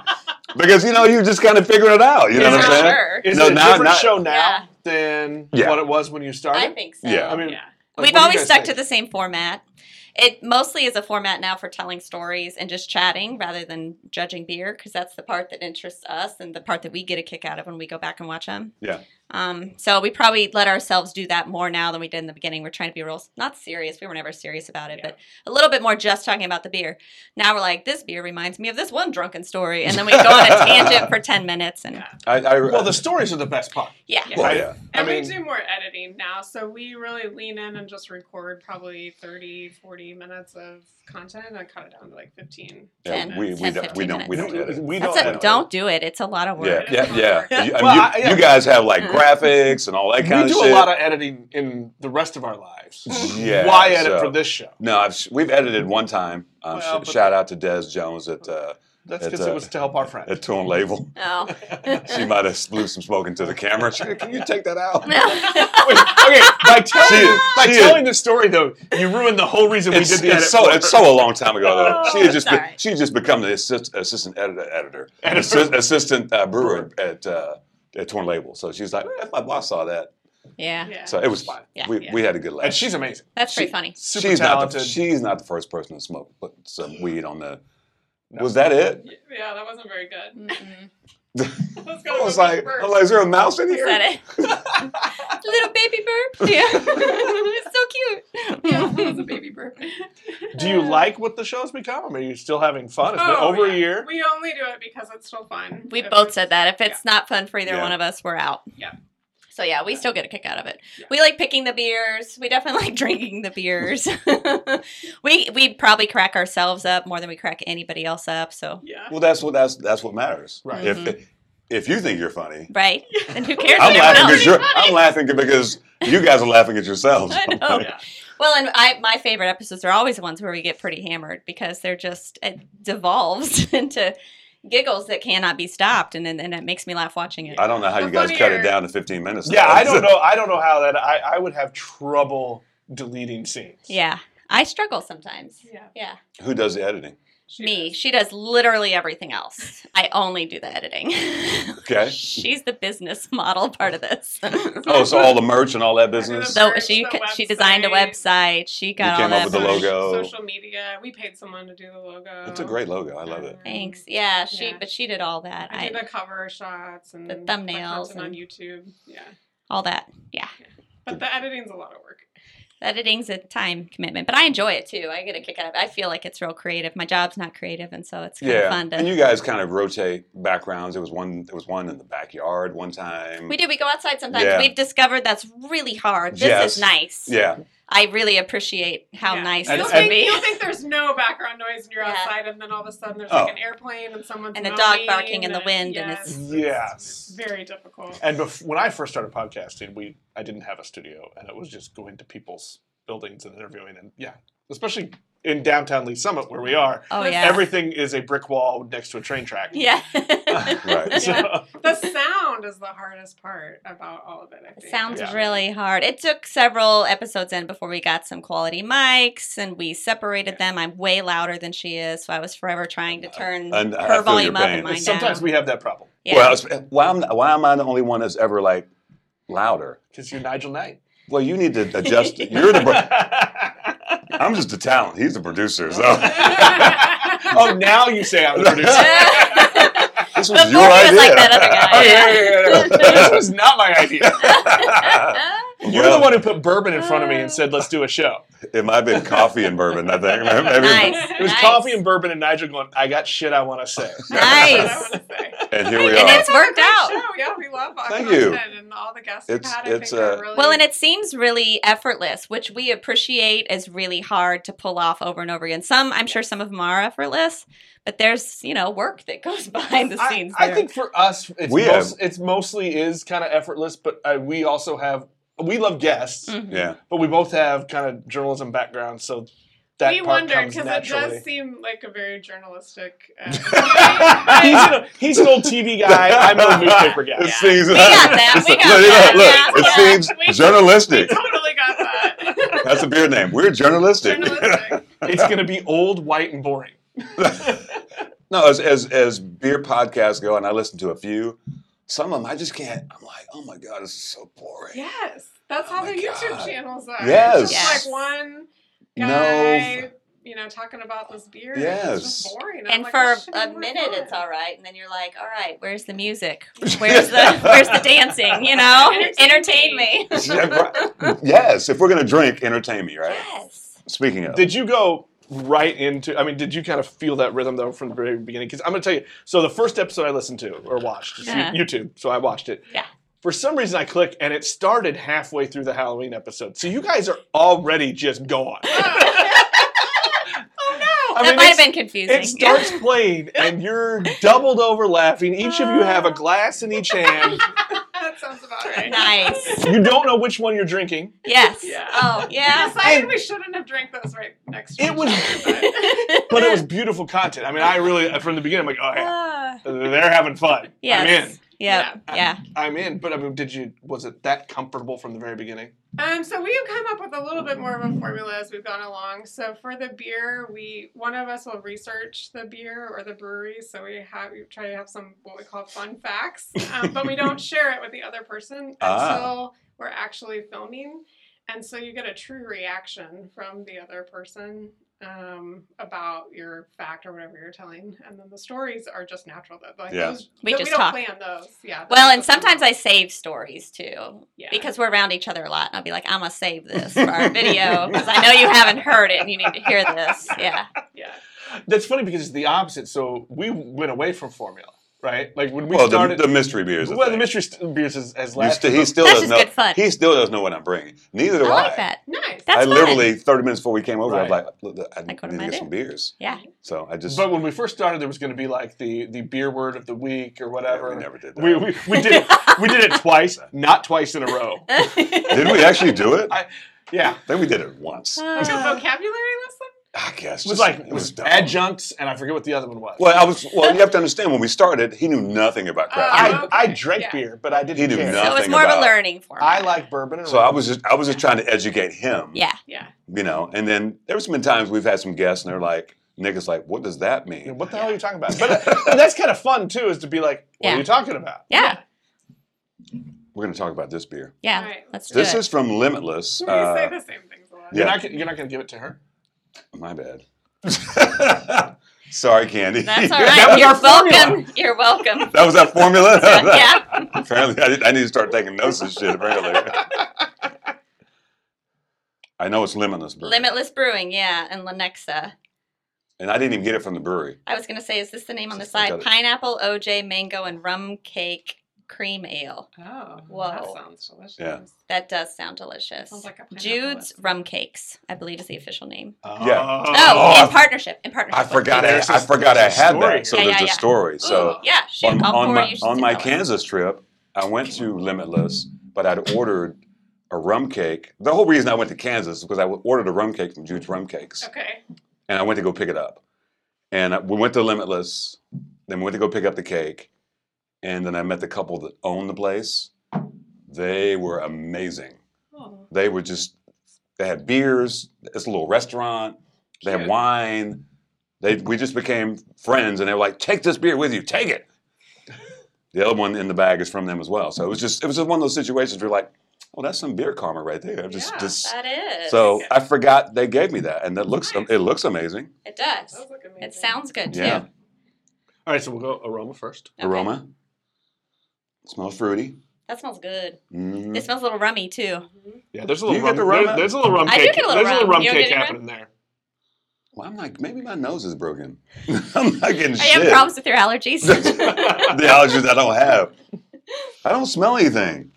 [SPEAKER 2] because you know you just kind of figuring it out. You know what
[SPEAKER 5] Yeah,
[SPEAKER 2] I'm
[SPEAKER 5] for
[SPEAKER 2] saying?
[SPEAKER 3] sure.
[SPEAKER 5] Is
[SPEAKER 2] No,
[SPEAKER 5] it a
[SPEAKER 2] now-
[SPEAKER 5] different
[SPEAKER 2] now-
[SPEAKER 5] show now
[SPEAKER 3] Yeah.
[SPEAKER 5] than
[SPEAKER 2] Yeah.
[SPEAKER 5] what it was when you started?
[SPEAKER 3] I think so.
[SPEAKER 2] Yeah.
[SPEAKER 5] I mean,
[SPEAKER 4] yeah.
[SPEAKER 3] We've
[SPEAKER 5] like, what do you
[SPEAKER 3] always
[SPEAKER 5] guys
[SPEAKER 3] stuck
[SPEAKER 5] think?
[SPEAKER 3] to the same format. It mostly is a format now for telling stories and just chatting rather than judging beer because that's the part that interests us and the part that we get a kick out of when we go back and watch them.
[SPEAKER 2] Yeah.
[SPEAKER 3] Um, so we probably let ourselves do that more now than we did in the beginning. We're trying to be real, not serious. We were never serious about it,
[SPEAKER 4] Yeah.
[SPEAKER 3] but a little bit more just talking about the beer. Now we're like, this beer reminds me of this one drunken story, and then we go on a tangent for ten minutes, and
[SPEAKER 4] Yeah.
[SPEAKER 2] I, I,
[SPEAKER 5] Well, the stories are the best part.
[SPEAKER 3] yeah,
[SPEAKER 4] Yeah.
[SPEAKER 2] well, yeah.
[SPEAKER 5] I
[SPEAKER 4] And
[SPEAKER 5] mean-
[SPEAKER 4] we do more editing now, so we really lean in and just record probably 30, 40 minutes of content and cut it down to like 15.
[SPEAKER 2] Yeah,
[SPEAKER 3] Ten-
[SPEAKER 2] we, we,
[SPEAKER 3] ten,
[SPEAKER 2] don't, we
[SPEAKER 3] fifteen
[SPEAKER 2] don't we don't
[SPEAKER 5] minutes.
[SPEAKER 2] edit.
[SPEAKER 5] We
[SPEAKER 3] that's
[SPEAKER 5] don't
[SPEAKER 3] a,
[SPEAKER 5] know.
[SPEAKER 3] don't do it. It's a lot of
[SPEAKER 2] Yeah,
[SPEAKER 3] work.
[SPEAKER 2] yeah, yeah.
[SPEAKER 4] Yeah.
[SPEAKER 2] You, I mean,
[SPEAKER 5] Well,
[SPEAKER 2] you,
[SPEAKER 5] I- yeah.
[SPEAKER 2] you guys have like graphics and all that
[SPEAKER 5] We
[SPEAKER 2] kind of
[SPEAKER 5] do
[SPEAKER 2] shit. Mm-hmm.
[SPEAKER 5] a lot of editing in the rest of our lives.
[SPEAKER 2] Yeah,
[SPEAKER 5] Why edit
[SPEAKER 2] so-
[SPEAKER 5] for this show?
[SPEAKER 2] No, I've, sh- we've edited one time. Um, sh-
[SPEAKER 5] Well, but-
[SPEAKER 2] shout out to Des Jones at uh,
[SPEAKER 5] That's
[SPEAKER 2] It's
[SPEAKER 5] because
[SPEAKER 2] a-
[SPEAKER 5] it was to help our friend.
[SPEAKER 2] at Tone Label.
[SPEAKER 3] Oh.
[SPEAKER 2] She might have blew some smoke into the camera. She, Can you take that out?
[SPEAKER 3] Oh.
[SPEAKER 5] Wait, okay, by telling
[SPEAKER 2] She-
[SPEAKER 5] by
[SPEAKER 2] she-
[SPEAKER 5] telling the story though, you ruined the whole reason
[SPEAKER 2] It's,
[SPEAKER 5] we did
[SPEAKER 2] it's
[SPEAKER 5] the edit.
[SPEAKER 2] so
[SPEAKER 5] for
[SPEAKER 2] it's
[SPEAKER 5] her.
[SPEAKER 2] so a long time ago though. She had just
[SPEAKER 3] Sorry.
[SPEAKER 2] been, she had just become the assist, assistant editor editor,
[SPEAKER 5] Editor.
[SPEAKER 2] Assi- assistant uh, brewer at uh, at Torn Label. So she's like, if my boss saw that,
[SPEAKER 3] yeah.
[SPEAKER 4] Yeah.
[SPEAKER 2] so it was fine.
[SPEAKER 3] Yeah.
[SPEAKER 2] we, we had a good laugh.
[SPEAKER 5] and she's amazing.
[SPEAKER 3] That's pretty
[SPEAKER 2] She-
[SPEAKER 3] funny.
[SPEAKER 5] Super
[SPEAKER 2] she's
[SPEAKER 5] talented.
[SPEAKER 2] Not the, she's not the first person to smoke but some weed on the.
[SPEAKER 5] No.
[SPEAKER 2] Was that it?
[SPEAKER 4] yeah, that wasn't very good.
[SPEAKER 3] Mm-mm.
[SPEAKER 4] Let's
[SPEAKER 2] I was
[SPEAKER 4] go with
[SPEAKER 2] like,
[SPEAKER 4] the
[SPEAKER 2] I'm like, is there a mouse in
[SPEAKER 3] Is
[SPEAKER 2] here?
[SPEAKER 3] that it? Little baby burp. Yeah. it's so
[SPEAKER 4] first. Yeah, that
[SPEAKER 3] cute.
[SPEAKER 4] was a baby burp.
[SPEAKER 5] Do you like what the show's become? Are you still having fun? It's been
[SPEAKER 4] Uh, Oh,
[SPEAKER 5] over
[SPEAKER 4] yeah.
[SPEAKER 5] a year.
[SPEAKER 4] We only do it because it's still fun.
[SPEAKER 3] We
[SPEAKER 4] If
[SPEAKER 3] both
[SPEAKER 4] it's-
[SPEAKER 3] said that. If it's not fun for either
[SPEAKER 2] Yeah.
[SPEAKER 3] one of us, we're out. So yeah, we still get a kick out of it.
[SPEAKER 5] Yeah.
[SPEAKER 3] We like picking the beers. We definitely like drinking the beers. we we probably crack ourselves up more than we crack anybody else up. So
[SPEAKER 4] Yeah.
[SPEAKER 2] Well, that's what that's that's what matters.
[SPEAKER 5] Right.
[SPEAKER 3] Mm-hmm.
[SPEAKER 2] If if you think you're funny,
[SPEAKER 3] right, and who cares?
[SPEAKER 2] I'm
[SPEAKER 3] what
[SPEAKER 2] laughing
[SPEAKER 3] everyone else?
[SPEAKER 2] because you're, I'm laughing because you guys are laughing at yourselves.
[SPEAKER 3] I know.
[SPEAKER 2] Like,
[SPEAKER 5] Yeah.
[SPEAKER 3] Well, and I my favorite episodes are always the ones where we get pretty hammered because they're just it devolves into giggles that cannot be stopped, and then and it makes me laugh watching it.
[SPEAKER 2] I don't know how
[SPEAKER 4] The
[SPEAKER 2] you guys cut it
[SPEAKER 4] funnier-
[SPEAKER 2] down to 15 minutes.
[SPEAKER 5] Yeah,
[SPEAKER 2] though.
[SPEAKER 5] I don't know. I don't know how that. I, I would have trouble deleting scenes.
[SPEAKER 3] yeah, I struggle sometimes.
[SPEAKER 4] Yeah.
[SPEAKER 3] Yeah,
[SPEAKER 2] Who does the editing?
[SPEAKER 4] she
[SPEAKER 3] me.
[SPEAKER 4] does.
[SPEAKER 3] She does literally everything else. I only do the editing.
[SPEAKER 2] Okay.
[SPEAKER 3] She's the business model part of this.
[SPEAKER 2] Oh, so all the merch and all that business.
[SPEAKER 3] so
[SPEAKER 4] Merch,
[SPEAKER 3] she
[SPEAKER 4] the
[SPEAKER 3] she designed a website. She got
[SPEAKER 2] You
[SPEAKER 3] all
[SPEAKER 2] came up
[SPEAKER 3] that.
[SPEAKER 2] with the
[SPEAKER 3] merch.
[SPEAKER 2] logo.
[SPEAKER 4] Social media. We paid someone to do the logo.
[SPEAKER 2] It's a great logo. I love it.
[SPEAKER 3] Thanks. Yeah, she
[SPEAKER 4] Yeah.
[SPEAKER 3] but she did all that.
[SPEAKER 4] I did
[SPEAKER 3] I,
[SPEAKER 4] the cover shots and
[SPEAKER 3] The
[SPEAKER 4] my
[SPEAKER 3] thumbnails
[SPEAKER 4] content on
[SPEAKER 3] and-
[SPEAKER 4] YouTube. Yeah.
[SPEAKER 3] all that. Yeah.
[SPEAKER 4] But the editing's a lot of work.
[SPEAKER 3] editing's a time commitment, but I enjoy it too. I get a kick out of it. I feel like it's real creative. My job's not creative, and so it's kind of
[SPEAKER 2] Yeah,
[SPEAKER 3] fun to.
[SPEAKER 2] and you guys kind of rotate backgrounds. There was one. There was one in the backyard one time.
[SPEAKER 3] we do. We go outside sometimes.
[SPEAKER 2] Yeah.
[SPEAKER 3] We've discovered that's really hard. This
[SPEAKER 2] Yes.
[SPEAKER 3] is nice.
[SPEAKER 2] Yeah,
[SPEAKER 3] I really appreciate how
[SPEAKER 4] Yeah.
[SPEAKER 3] nice
[SPEAKER 5] And-
[SPEAKER 4] You'll
[SPEAKER 3] this
[SPEAKER 4] think,
[SPEAKER 3] would be.
[SPEAKER 4] you'll think there's no background noise and you're
[SPEAKER 3] Yeah.
[SPEAKER 4] outside, and then all of a sudden there's
[SPEAKER 2] Oh.
[SPEAKER 4] like an airplane and someone's
[SPEAKER 3] And a dog
[SPEAKER 4] moaning
[SPEAKER 3] barking in the wind and
[SPEAKER 4] yes,
[SPEAKER 3] it's-
[SPEAKER 5] Yes.
[SPEAKER 4] very difficult.
[SPEAKER 5] And bef- when I first started podcasting, we I didn't have a studio, and it was just going to people's buildings and interviewing, and yeah, especially in downtown Lee Summit where we are,
[SPEAKER 3] Oh
[SPEAKER 4] Listen,
[SPEAKER 3] yeah.
[SPEAKER 5] everything is a brick wall next to a train track.
[SPEAKER 3] yeah.
[SPEAKER 2] Right.
[SPEAKER 5] So,
[SPEAKER 4] the sound is the hardest part about all of it. I
[SPEAKER 3] It
[SPEAKER 4] think.
[SPEAKER 3] sounds
[SPEAKER 5] Yeah.
[SPEAKER 3] really hard. It took several episodes in before we got some quality mics and we separated them. I'm way louder than she is, so I was forever trying to turn
[SPEAKER 2] Uh, And I
[SPEAKER 3] her
[SPEAKER 2] feel your
[SPEAKER 3] volume up
[SPEAKER 2] pain.
[SPEAKER 3] and mine
[SPEAKER 5] sometimes
[SPEAKER 3] down.
[SPEAKER 5] we have that problem
[SPEAKER 3] yeah.
[SPEAKER 2] Well, it's- why am why am I the only one that's ever like louder?
[SPEAKER 5] because you're Nigel Knight.
[SPEAKER 2] Well, you need to adjust. You're the. pro- I'm just the talent. He's the producer. So
[SPEAKER 5] oh, now you say I'm the producer.
[SPEAKER 2] this was
[SPEAKER 3] Before
[SPEAKER 2] your
[SPEAKER 3] he was
[SPEAKER 2] idea.
[SPEAKER 3] like that other guy.
[SPEAKER 5] Oh, yeah, yeah, yeah, yeah. this was not my idea. You're the
[SPEAKER 2] Well,
[SPEAKER 5] one who put bourbon in front of me and said, "Let's do a show."
[SPEAKER 2] It might have been coffee and bourbon. I think. Maybe.
[SPEAKER 3] nice.
[SPEAKER 5] It was
[SPEAKER 3] nice.
[SPEAKER 5] coffee and bourbon, and Nigel going, "I got shit I want to say."
[SPEAKER 4] That's what
[SPEAKER 3] Nice.
[SPEAKER 4] I wanna say.
[SPEAKER 2] And here we
[SPEAKER 3] And
[SPEAKER 2] are.
[SPEAKER 3] it's worked
[SPEAKER 4] Great
[SPEAKER 3] out.
[SPEAKER 4] Show. Yeah, we love our
[SPEAKER 2] Thank you.
[SPEAKER 4] content and all the guests
[SPEAKER 2] It's-
[SPEAKER 4] we've had.
[SPEAKER 2] it's,
[SPEAKER 4] I think are
[SPEAKER 2] uh,
[SPEAKER 4] really
[SPEAKER 3] Well, and it seems really effortless, which we appreciate is really hard to pull off over and over again. Some, I'm sure some of them are effortless, but there's, you know, work that goes behind the
[SPEAKER 5] I,
[SPEAKER 3] scenes.
[SPEAKER 5] I
[SPEAKER 3] there.
[SPEAKER 5] think for us, it's,
[SPEAKER 2] We have-
[SPEAKER 5] most, it's mostly is kind of effortless, but uh, we also have we love guests,
[SPEAKER 3] Mhm.
[SPEAKER 2] Yeah.
[SPEAKER 5] but we both have kind of journalism backgrounds, so that
[SPEAKER 4] we
[SPEAKER 5] part
[SPEAKER 4] wondered
[SPEAKER 5] comes
[SPEAKER 4] because it
[SPEAKER 5] naturally.
[SPEAKER 4] does seem like a very journalistic. Uh,
[SPEAKER 5] he's, an, he's an old TV guy. I'm an old newspaper guy.
[SPEAKER 2] It seems.
[SPEAKER 3] We got that. We got that.
[SPEAKER 2] Look, look,
[SPEAKER 3] Yeah.
[SPEAKER 2] it seems
[SPEAKER 4] We-
[SPEAKER 2] journalistic.
[SPEAKER 4] totally got that.
[SPEAKER 2] That's a beer name. We're journalistic.
[SPEAKER 4] journalistic.
[SPEAKER 5] It's going to be old, white, and boring.
[SPEAKER 2] no, as, as as beer podcasts go, and I listen to a few. Some of them I just can't. I'm like, oh my god, this is so boring.
[SPEAKER 4] Yes, that's
[SPEAKER 2] Oh
[SPEAKER 4] how
[SPEAKER 2] my
[SPEAKER 4] the YouTube
[SPEAKER 2] God.
[SPEAKER 4] channels are.
[SPEAKER 2] Yes.
[SPEAKER 4] It's just
[SPEAKER 3] Yes.
[SPEAKER 4] like one
[SPEAKER 2] No.
[SPEAKER 4] guy, you know, talking about this beer. and It's
[SPEAKER 2] Yes.
[SPEAKER 4] just boring. I'm
[SPEAKER 3] And
[SPEAKER 4] like, "Oh,
[SPEAKER 3] for
[SPEAKER 4] this should be
[SPEAKER 3] a
[SPEAKER 4] more
[SPEAKER 3] minute,
[SPEAKER 4] fun.
[SPEAKER 3] it's all right, and then you're like, "All right, where's the music? Where's the where's the dancing? You know,
[SPEAKER 4] Entertain
[SPEAKER 3] entertain me."
[SPEAKER 2] yes, if we're gonna drink, entertain me, right?
[SPEAKER 3] Yes.
[SPEAKER 2] Speaking of,
[SPEAKER 5] Did you go right into? I mean, did you kind of feel that rhythm though from the very beginning? Because I'm going to tell you. So the first episode I listened to or watched, it's
[SPEAKER 3] Yeah.
[SPEAKER 5] you- YouTube. So I watched it.
[SPEAKER 3] Yeah.
[SPEAKER 5] For some reason, I click and it started halfway through the Halloween episode. So you guys are already just gone.
[SPEAKER 4] Oh,
[SPEAKER 3] that
[SPEAKER 5] I mean,
[SPEAKER 3] might have
[SPEAKER 5] it's-
[SPEAKER 3] been confusing.
[SPEAKER 5] It starts playing, and you're doubled over laughing. Each of you
[SPEAKER 3] Uh.
[SPEAKER 5] have a glass in each hand.
[SPEAKER 4] no. that sounds about right.
[SPEAKER 3] nice.
[SPEAKER 5] You don't know which one you're drinking.
[SPEAKER 3] Yes.
[SPEAKER 4] Yeah.
[SPEAKER 3] Oh,
[SPEAKER 4] I
[SPEAKER 3] yeah.
[SPEAKER 4] decided we shouldn't have drank those right next to
[SPEAKER 5] It
[SPEAKER 4] each
[SPEAKER 5] was-
[SPEAKER 4] other, but-
[SPEAKER 5] But it was beautiful content. I mean, I really, from the beginning, I'm like, oh
[SPEAKER 3] Ah.
[SPEAKER 5] yeah, they're having fun.
[SPEAKER 3] Yes.
[SPEAKER 5] I'm in.
[SPEAKER 3] Yep. Yeah. Yeah.
[SPEAKER 5] I'm in. But I mean, did you? Was it that comfortable from the very beginning?
[SPEAKER 4] Um, so we've come up with a little bit more of a formula as we've gone along. So for the beer, we one of us will research the beer or the brewery. So we have we try to have some what we call fun facts, um, but we don't share it with the other person
[SPEAKER 2] Ah.
[SPEAKER 4] until we're actually filming. And so you get a true reaction from the other person um, about your fact or whatever you're telling. And then the stories are just natural. That like
[SPEAKER 2] Yeah.
[SPEAKER 4] those,
[SPEAKER 3] We
[SPEAKER 4] that we
[SPEAKER 3] just
[SPEAKER 4] don't
[SPEAKER 3] talk.
[SPEAKER 4] plan those. Yeah.
[SPEAKER 3] Well,
[SPEAKER 4] those
[SPEAKER 3] and
[SPEAKER 4] just come
[SPEAKER 3] sometimes
[SPEAKER 4] out.
[SPEAKER 3] I save stories too
[SPEAKER 4] Yeah.
[SPEAKER 3] because we're around each other a lot. And I'll be like, I'm going to save this for our video because I know you haven't heard it and you need to hear this. Yeah.
[SPEAKER 4] yeah.
[SPEAKER 5] That's funny because it's the opposite. So we went away from formula. right? Like when we
[SPEAKER 2] Well, the,
[SPEAKER 5] started.
[SPEAKER 2] the mystery beers.
[SPEAKER 5] well, the mystery st- beers has, has
[SPEAKER 2] You
[SPEAKER 5] lasted.
[SPEAKER 2] st- he still
[SPEAKER 3] That's
[SPEAKER 2] doesn't
[SPEAKER 3] just
[SPEAKER 2] know.
[SPEAKER 3] good fun.
[SPEAKER 2] He still doesn't know what I'm bringing. Neither do
[SPEAKER 3] I
[SPEAKER 2] I.
[SPEAKER 3] like that.
[SPEAKER 4] Nice.
[SPEAKER 3] That's
[SPEAKER 2] I
[SPEAKER 3] fun.
[SPEAKER 2] literally 30 minutes before we came over, I was
[SPEAKER 5] Right.
[SPEAKER 2] like, "Look, I need
[SPEAKER 3] what
[SPEAKER 2] to
[SPEAKER 3] am I
[SPEAKER 2] get some
[SPEAKER 3] doing?
[SPEAKER 2] beers.
[SPEAKER 3] Yeah.
[SPEAKER 2] So I just.
[SPEAKER 5] but when we first started, there was going to be like the the beer word of the week or
[SPEAKER 2] Yeah, we
[SPEAKER 5] whatever.
[SPEAKER 2] never did that.
[SPEAKER 5] we, we, we did it. We did it twice, not twice in a row.
[SPEAKER 2] did we actually do it? I
[SPEAKER 5] I- Yeah,
[SPEAKER 2] think we did it once. Ah,
[SPEAKER 4] Like a
[SPEAKER 3] Ah.
[SPEAKER 4] vocabulary lesson?
[SPEAKER 2] I guess.
[SPEAKER 5] it
[SPEAKER 2] just-
[SPEAKER 5] was like it was
[SPEAKER 2] dumb.
[SPEAKER 5] adjuncts, and I forget what the other one was.
[SPEAKER 2] Well, I was. Well, you have to understand when we started, he knew nothing about craft
[SPEAKER 4] Uh,
[SPEAKER 5] I,
[SPEAKER 2] beer.
[SPEAKER 4] okay,
[SPEAKER 5] I drank
[SPEAKER 4] yeah.
[SPEAKER 5] beer, but I didn't
[SPEAKER 2] He knew
[SPEAKER 5] care.
[SPEAKER 3] so it was
[SPEAKER 2] nothing
[SPEAKER 3] more of a
[SPEAKER 2] about-
[SPEAKER 3] learning format.
[SPEAKER 5] I like bourbon and
[SPEAKER 2] so I
[SPEAKER 5] rum.
[SPEAKER 2] was just. I was just trying to educate him.
[SPEAKER 3] Yeah.
[SPEAKER 4] Yeah.
[SPEAKER 2] You know, and then there's been times we've had some guests, and they're like, "Nick is like, what does that
[SPEAKER 5] You know,
[SPEAKER 2] mean?"
[SPEAKER 5] what the hell are you talking about? But, uh, but that's kind of fun too, is to be like, what
[SPEAKER 3] Yeah.
[SPEAKER 5] are you talking about?
[SPEAKER 3] Yeah.
[SPEAKER 2] We're going to talk about this beer.
[SPEAKER 3] Yeah.
[SPEAKER 4] All right.
[SPEAKER 3] Let's do
[SPEAKER 2] This
[SPEAKER 3] it.
[SPEAKER 2] is from Limitless.
[SPEAKER 4] We
[SPEAKER 2] uh,
[SPEAKER 4] say the same things a lot.
[SPEAKER 5] You're
[SPEAKER 2] Yeah.
[SPEAKER 5] not gonna- you're not going to give it to her.
[SPEAKER 2] uh, My bad. Sorry, Candy.
[SPEAKER 3] That's all
[SPEAKER 5] That
[SPEAKER 3] right.
[SPEAKER 5] was
[SPEAKER 3] You're
[SPEAKER 5] our formula.
[SPEAKER 3] welcome. You're welcome.
[SPEAKER 2] That was that formula.
[SPEAKER 3] yeah.
[SPEAKER 2] Apparently, I, did, I need to start taking notes and shit. Apparently. I know it's limitless brew,
[SPEAKER 3] Limitless Brewing. Yeah. And Lenexa.
[SPEAKER 2] and I didn't even get it from the brewery.
[SPEAKER 3] I was going to say, is this the name on the
[SPEAKER 2] Just look at
[SPEAKER 3] side?
[SPEAKER 2] it.
[SPEAKER 3] Pineapple, OJ, mango, and rum cake cream ale.
[SPEAKER 4] Oh. That
[SPEAKER 3] Whoa.
[SPEAKER 4] sounds delicious.
[SPEAKER 2] Yeah.
[SPEAKER 3] That does sound delicious.
[SPEAKER 4] Sounds like a pineapple
[SPEAKER 3] Jude's
[SPEAKER 4] lesson.
[SPEAKER 3] Rum Cakes, I believe, is the official name.
[SPEAKER 2] Yeah.
[SPEAKER 3] Oh,
[SPEAKER 2] Oh,
[SPEAKER 3] in
[SPEAKER 2] I've-
[SPEAKER 3] partnership. In partnership.
[SPEAKER 2] I forgot. I,
[SPEAKER 5] there's
[SPEAKER 2] I
[SPEAKER 5] a-
[SPEAKER 2] forgot I
[SPEAKER 5] there's a
[SPEAKER 2] had
[SPEAKER 5] story
[SPEAKER 2] that. So
[SPEAKER 3] here. Yeah,
[SPEAKER 2] there's
[SPEAKER 3] yeah,
[SPEAKER 2] a
[SPEAKER 3] yeah.
[SPEAKER 2] story. So
[SPEAKER 4] Ooh.
[SPEAKER 3] Yeah, shoot.
[SPEAKER 2] on,
[SPEAKER 3] all
[SPEAKER 2] on
[SPEAKER 3] four
[SPEAKER 2] my
[SPEAKER 3] you should
[SPEAKER 2] on
[SPEAKER 3] do
[SPEAKER 2] my
[SPEAKER 3] that one.
[SPEAKER 2] Kansas trip, I went to Limitless, but I'd ordered a rum cake. The whole reason I went to Kansas is because I ordered a rum cake from Jude's Rum Cakes.
[SPEAKER 4] Okay.
[SPEAKER 2] and I went to go pick it up. And I- we went to Limitless, then we went to go pick up the cake, and then I met the couple that owned the place. They were amazing.
[SPEAKER 4] Oh.
[SPEAKER 2] They were just they had beers. It's a little restaurant. They had
[SPEAKER 4] Cute.
[SPEAKER 2] wine. They we just became friends, and they were like, "Take this beer with you. Take it." The other one in the bag is from them as well. So it was just it was just one of those situations where you're like, "Oh, that's some beer karma right there." Just
[SPEAKER 4] Yeah,
[SPEAKER 2] just
[SPEAKER 3] That is.
[SPEAKER 2] so I forgot they gave me that, and that looks
[SPEAKER 4] Nice.
[SPEAKER 2] it looks amazing.
[SPEAKER 3] it does.
[SPEAKER 4] Those look amazing.
[SPEAKER 3] It sounds good too.
[SPEAKER 2] Yeah.
[SPEAKER 5] All right, so we'll go aroma first.
[SPEAKER 3] Okay.
[SPEAKER 2] aroma. Smells fruity.
[SPEAKER 3] That smells good.
[SPEAKER 2] Mm.
[SPEAKER 3] It smells a little rummy too.
[SPEAKER 4] Mhm.
[SPEAKER 5] Yeah, there's a
[SPEAKER 2] Do
[SPEAKER 5] little
[SPEAKER 2] you get
[SPEAKER 5] rum.
[SPEAKER 2] the rum
[SPEAKER 5] there-
[SPEAKER 2] out?
[SPEAKER 5] there's a little rum
[SPEAKER 3] I do
[SPEAKER 5] cake.
[SPEAKER 3] get a little
[SPEAKER 5] there's a little
[SPEAKER 3] rum.
[SPEAKER 5] rum
[SPEAKER 3] You don't
[SPEAKER 5] cake
[SPEAKER 3] get any
[SPEAKER 5] happening there.
[SPEAKER 2] Well, I'm like, maybe my nose is broken. I'm not getting
[SPEAKER 3] I have
[SPEAKER 2] shit.
[SPEAKER 3] problems with your allergies.
[SPEAKER 2] the allergies I don't have. I don't smell anything.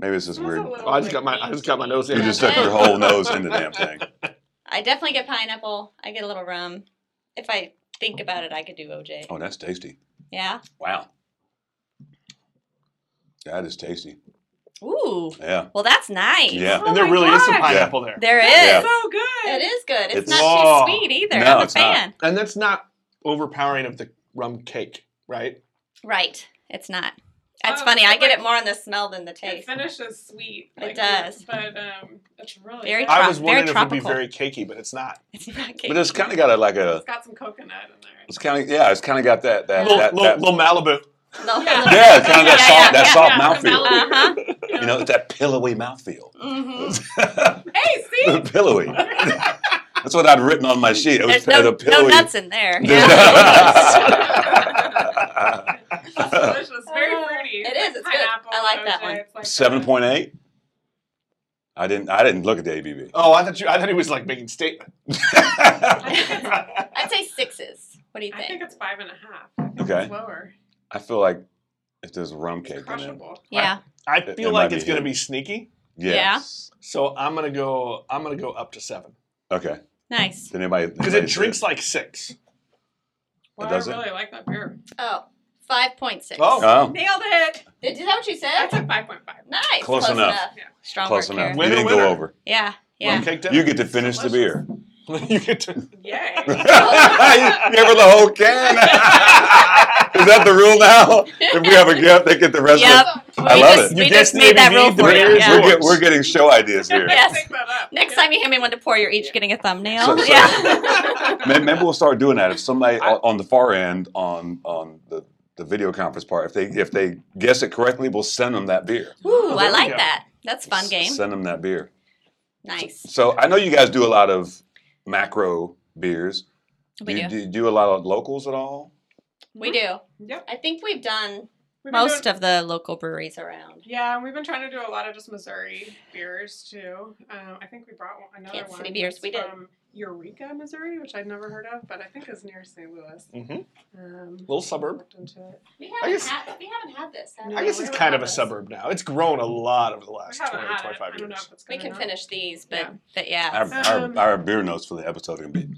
[SPEAKER 2] Maybe it's just
[SPEAKER 4] Smells a
[SPEAKER 2] weird.
[SPEAKER 4] little
[SPEAKER 5] Oh, I just got
[SPEAKER 4] like
[SPEAKER 5] my I just got my nose in.
[SPEAKER 2] You just stuck your whole nose in the damn thing.
[SPEAKER 3] I definitely get pineapple. I get a little rum. If I think about it, I could do OJ.
[SPEAKER 2] Oh, that's tasty.
[SPEAKER 3] Yeah.
[SPEAKER 2] Wow. That is tasty.
[SPEAKER 3] Ooh.
[SPEAKER 2] Yeah.
[SPEAKER 3] Well, that's nice.
[SPEAKER 2] Yeah.
[SPEAKER 5] and there
[SPEAKER 3] Oh
[SPEAKER 4] my
[SPEAKER 5] really is some
[SPEAKER 4] God.
[SPEAKER 5] pineapple there.
[SPEAKER 3] There is.
[SPEAKER 2] Yeah.
[SPEAKER 4] So good.
[SPEAKER 3] It is good. It's,
[SPEAKER 2] It's-
[SPEAKER 3] not
[SPEAKER 5] Whoa.
[SPEAKER 3] too sweet either.
[SPEAKER 2] No,
[SPEAKER 3] I'm a
[SPEAKER 2] it's not.
[SPEAKER 3] fan.
[SPEAKER 5] And that's not overpowering of the rum cake, right?
[SPEAKER 3] Right. It's not. That's
[SPEAKER 4] Oh,
[SPEAKER 3] funny. I
[SPEAKER 4] it's
[SPEAKER 3] get
[SPEAKER 4] like-
[SPEAKER 3] it more on the smell than the
[SPEAKER 4] It
[SPEAKER 3] taste.
[SPEAKER 4] finishes sweet.
[SPEAKER 3] It does.
[SPEAKER 4] But um, it's really
[SPEAKER 3] Very
[SPEAKER 4] good.
[SPEAKER 3] Tro-
[SPEAKER 5] I was
[SPEAKER 3] very
[SPEAKER 5] wondering if it'd be
[SPEAKER 3] tropical.
[SPEAKER 5] very cakey, but it's not.
[SPEAKER 3] It's not cake.
[SPEAKER 2] But it's kind of got a, like a.
[SPEAKER 4] It's got some coconut in there.
[SPEAKER 2] It's kind of yeah. It's kind of got that that
[SPEAKER 5] Little,
[SPEAKER 2] that,
[SPEAKER 5] little,
[SPEAKER 2] that
[SPEAKER 5] little Malibu.
[SPEAKER 3] No.
[SPEAKER 4] Yeah.
[SPEAKER 2] yeah. Kind of that
[SPEAKER 3] Yeah,
[SPEAKER 2] soft that
[SPEAKER 3] yeah, yeah,
[SPEAKER 2] soft
[SPEAKER 4] yeah.
[SPEAKER 2] mouthfeel.
[SPEAKER 4] Mouth-
[SPEAKER 3] Uh-huh.
[SPEAKER 2] You know, it's that pillowy mouthfeel.
[SPEAKER 3] hmm
[SPEAKER 4] hey, see?
[SPEAKER 2] pillowy. That's what I'd written on my sheet. It was
[SPEAKER 3] There's no,
[SPEAKER 2] the
[SPEAKER 3] no
[SPEAKER 2] pillowy.
[SPEAKER 3] nuts in there.
[SPEAKER 2] There's
[SPEAKER 4] It's
[SPEAKER 2] no-
[SPEAKER 4] delicious. Very fruity.
[SPEAKER 3] Uh, It is. It's good.
[SPEAKER 4] Pineapple,
[SPEAKER 3] I like that one.
[SPEAKER 4] It's like
[SPEAKER 2] Seven
[SPEAKER 4] a-
[SPEAKER 2] point eight. I didn't. I didn't look at the ABV.
[SPEAKER 5] Oh, I thought you. I thought he was like making statement.
[SPEAKER 3] I'd say sixes. What do you
[SPEAKER 4] I
[SPEAKER 3] think?
[SPEAKER 4] think it's five and a half. I think
[SPEAKER 2] Okay.
[SPEAKER 4] It's lower.
[SPEAKER 2] I feel like if there's rum
[SPEAKER 4] It's
[SPEAKER 2] cake in it,
[SPEAKER 4] crushable.
[SPEAKER 3] yeah.
[SPEAKER 5] I
[SPEAKER 2] It-
[SPEAKER 5] feel
[SPEAKER 2] it might
[SPEAKER 5] like
[SPEAKER 2] be
[SPEAKER 5] it's going to
[SPEAKER 2] him.
[SPEAKER 5] be sneaky,
[SPEAKER 2] yes.
[SPEAKER 5] so I'm going to go. I'm going to go up to seven
[SPEAKER 2] Okay.
[SPEAKER 3] Nice.
[SPEAKER 2] Did anybody?
[SPEAKER 5] because
[SPEAKER 2] anybody
[SPEAKER 5] it
[SPEAKER 2] see
[SPEAKER 5] drinks like six.
[SPEAKER 4] Well, I
[SPEAKER 2] does it?
[SPEAKER 4] really like that beer.
[SPEAKER 3] Oh, 5.6.
[SPEAKER 5] Oh.
[SPEAKER 2] Oh,
[SPEAKER 4] Nailed it.
[SPEAKER 3] Did, is that what you
[SPEAKER 4] I
[SPEAKER 3] said?
[SPEAKER 4] took 5.5.
[SPEAKER 3] nice.
[SPEAKER 2] Close enough.
[SPEAKER 4] Yeah.
[SPEAKER 3] Strong
[SPEAKER 2] close
[SPEAKER 3] work
[SPEAKER 2] enough.
[SPEAKER 3] here.
[SPEAKER 5] Winner,
[SPEAKER 2] you didn't
[SPEAKER 5] winner.
[SPEAKER 2] go over.
[SPEAKER 3] Yeah.
[SPEAKER 5] Rum
[SPEAKER 3] Yeah.
[SPEAKER 5] cake dinner.
[SPEAKER 2] You get to finish the beer.
[SPEAKER 5] you get to.
[SPEAKER 4] Yay.
[SPEAKER 2] you give her the whole can. Is that the rule now? If we have a gift, they get the rest of it.
[SPEAKER 3] Yep.
[SPEAKER 2] I
[SPEAKER 3] we
[SPEAKER 2] love
[SPEAKER 3] just,
[SPEAKER 5] it.
[SPEAKER 3] We
[SPEAKER 5] Your
[SPEAKER 3] just
[SPEAKER 5] destiny
[SPEAKER 3] made that rule
[SPEAKER 5] beneath the
[SPEAKER 3] for you.
[SPEAKER 5] barriers.
[SPEAKER 3] Yeah.
[SPEAKER 2] We're, get, we're getting show ideas here.
[SPEAKER 3] Yeah.
[SPEAKER 4] Pick that up.
[SPEAKER 3] Next
[SPEAKER 4] Yeah.
[SPEAKER 3] time you hand me one to pour, you're each getting a thumbnail.
[SPEAKER 2] So- so-
[SPEAKER 3] yeah.
[SPEAKER 2] May- Maybe we'll start doing that. If somebody
[SPEAKER 5] I-
[SPEAKER 2] on on the far end on on the, the video conference part, if they if they guess it correctly, we'll send them that beer.
[SPEAKER 3] Ooh,
[SPEAKER 5] there
[SPEAKER 3] I
[SPEAKER 5] we
[SPEAKER 3] like
[SPEAKER 5] go.
[SPEAKER 3] that. That's fun
[SPEAKER 2] S-
[SPEAKER 3] game.
[SPEAKER 2] Send them that beer.
[SPEAKER 3] Nice.
[SPEAKER 2] So I know you guys do a lot of macro beers.
[SPEAKER 3] We
[SPEAKER 2] you,
[SPEAKER 3] do.
[SPEAKER 2] you do a lot of locals at all?
[SPEAKER 3] We do.
[SPEAKER 4] Yep.
[SPEAKER 3] I think we've done
[SPEAKER 4] We've been
[SPEAKER 3] most
[SPEAKER 4] doing-
[SPEAKER 3] of the local breweries around.
[SPEAKER 4] Yeah, and we've been trying to do a lot of just Missouri beers too. Um, I think we brought one, another
[SPEAKER 3] Kansas
[SPEAKER 4] one.
[SPEAKER 3] City beers,
[SPEAKER 4] that's
[SPEAKER 3] we did.
[SPEAKER 4] From Eureka, Missouri, which I'd never heard of, but I think is near St. Louis.
[SPEAKER 5] Mm-hmm.
[SPEAKER 4] Um,
[SPEAKER 5] Little suburb.
[SPEAKER 4] looked into it.
[SPEAKER 3] We
[SPEAKER 5] I
[SPEAKER 3] haven't,
[SPEAKER 5] guess-
[SPEAKER 3] had, we haven't had this. Have
[SPEAKER 4] No,
[SPEAKER 5] I
[SPEAKER 3] we?
[SPEAKER 5] guess
[SPEAKER 4] we
[SPEAKER 5] it's
[SPEAKER 4] don't
[SPEAKER 5] kind
[SPEAKER 4] have
[SPEAKER 5] of a
[SPEAKER 4] this.
[SPEAKER 5] suburb now. It's grown a lot over the last
[SPEAKER 4] We
[SPEAKER 5] 20,
[SPEAKER 4] haven't had it.
[SPEAKER 5] 25
[SPEAKER 4] I don't know
[SPEAKER 5] years.
[SPEAKER 4] if it's
[SPEAKER 3] We
[SPEAKER 4] good
[SPEAKER 3] can
[SPEAKER 4] enough.
[SPEAKER 3] finish these, but
[SPEAKER 4] Yeah.
[SPEAKER 3] but yeah.
[SPEAKER 2] Our,
[SPEAKER 3] it's-
[SPEAKER 4] Um,
[SPEAKER 2] our, our beer notes for the episode are gonna be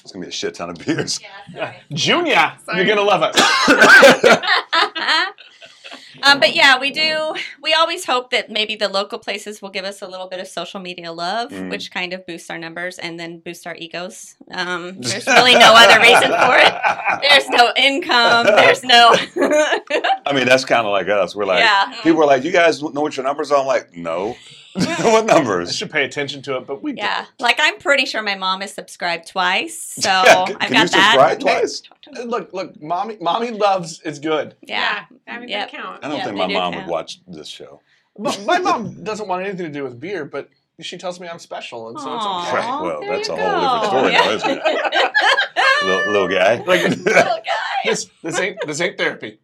[SPEAKER 2] it's gonna be a shit ton of beers.
[SPEAKER 3] yeah,
[SPEAKER 5] Junior,
[SPEAKER 4] Sorry.
[SPEAKER 5] you're gonna love us.
[SPEAKER 3] sorry. um, but yeah, we do. We always hope that maybe the local places will give us a little bit of social media love,
[SPEAKER 2] Mm.
[SPEAKER 3] which kind of boosts our numbers and then boosts our egos. Um, there's really no other reason for it. There's no income. There's no.
[SPEAKER 2] I mean, that's kind of like us. We're like,
[SPEAKER 3] yeah.
[SPEAKER 2] people are like, you guys know what your numbers are? I'm like, no. what
[SPEAKER 5] I
[SPEAKER 2] numbers?
[SPEAKER 5] should pay attention to it, but we
[SPEAKER 3] Yeah. Like I'm pretty sure my mom is subscribed twice, so
[SPEAKER 2] Yeah, c-
[SPEAKER 3] I've
[SPEAKER 2] can you
[SPEAKER 3] got that.
[SPEAKER 2] subscribe twice?
[SPEAKER 5] don't. Look, look, mommy, mommy loves is good.
[SPEAKER 3] Yeah.
[SPEAKER 4] I mean,
[SPEAKER 3] Yep.
[SPEAKER 4] they count.
[SPEAKER 2] I don't
[SPEAKER 3] Yeah,
[SPEAKER 2] think
[SPEAKER 3] they
[SPEAKER 2] my
[SPEAKER 3] do
[SPEAKER 2] mom
[SPEAKER 3] count.
[SPEAKER 2] would watch this show.
[SPEAKER 5] But my mom doesn't want anything to do with beer, but she tells me I'm special, and so
[SPEAKER 3] Aw,
[SPEAKER 5] it's okay.
[SPEAKER 2] Right, well,
[SPEAKER 3] there
[SPEAKER 2] that's
[SPEAKER 3] you
[SPEAKER 2] a whole different
[SPEAKER 3] go.
[SPEAKER 2] story,
[SPEAKER 3] Yeah.
[SPEAKER 2] though, isn't it? little, little guy.
[SPEAKER 3] Little guy.
[SPEAKER 5] This, this ain't this ain't therapy.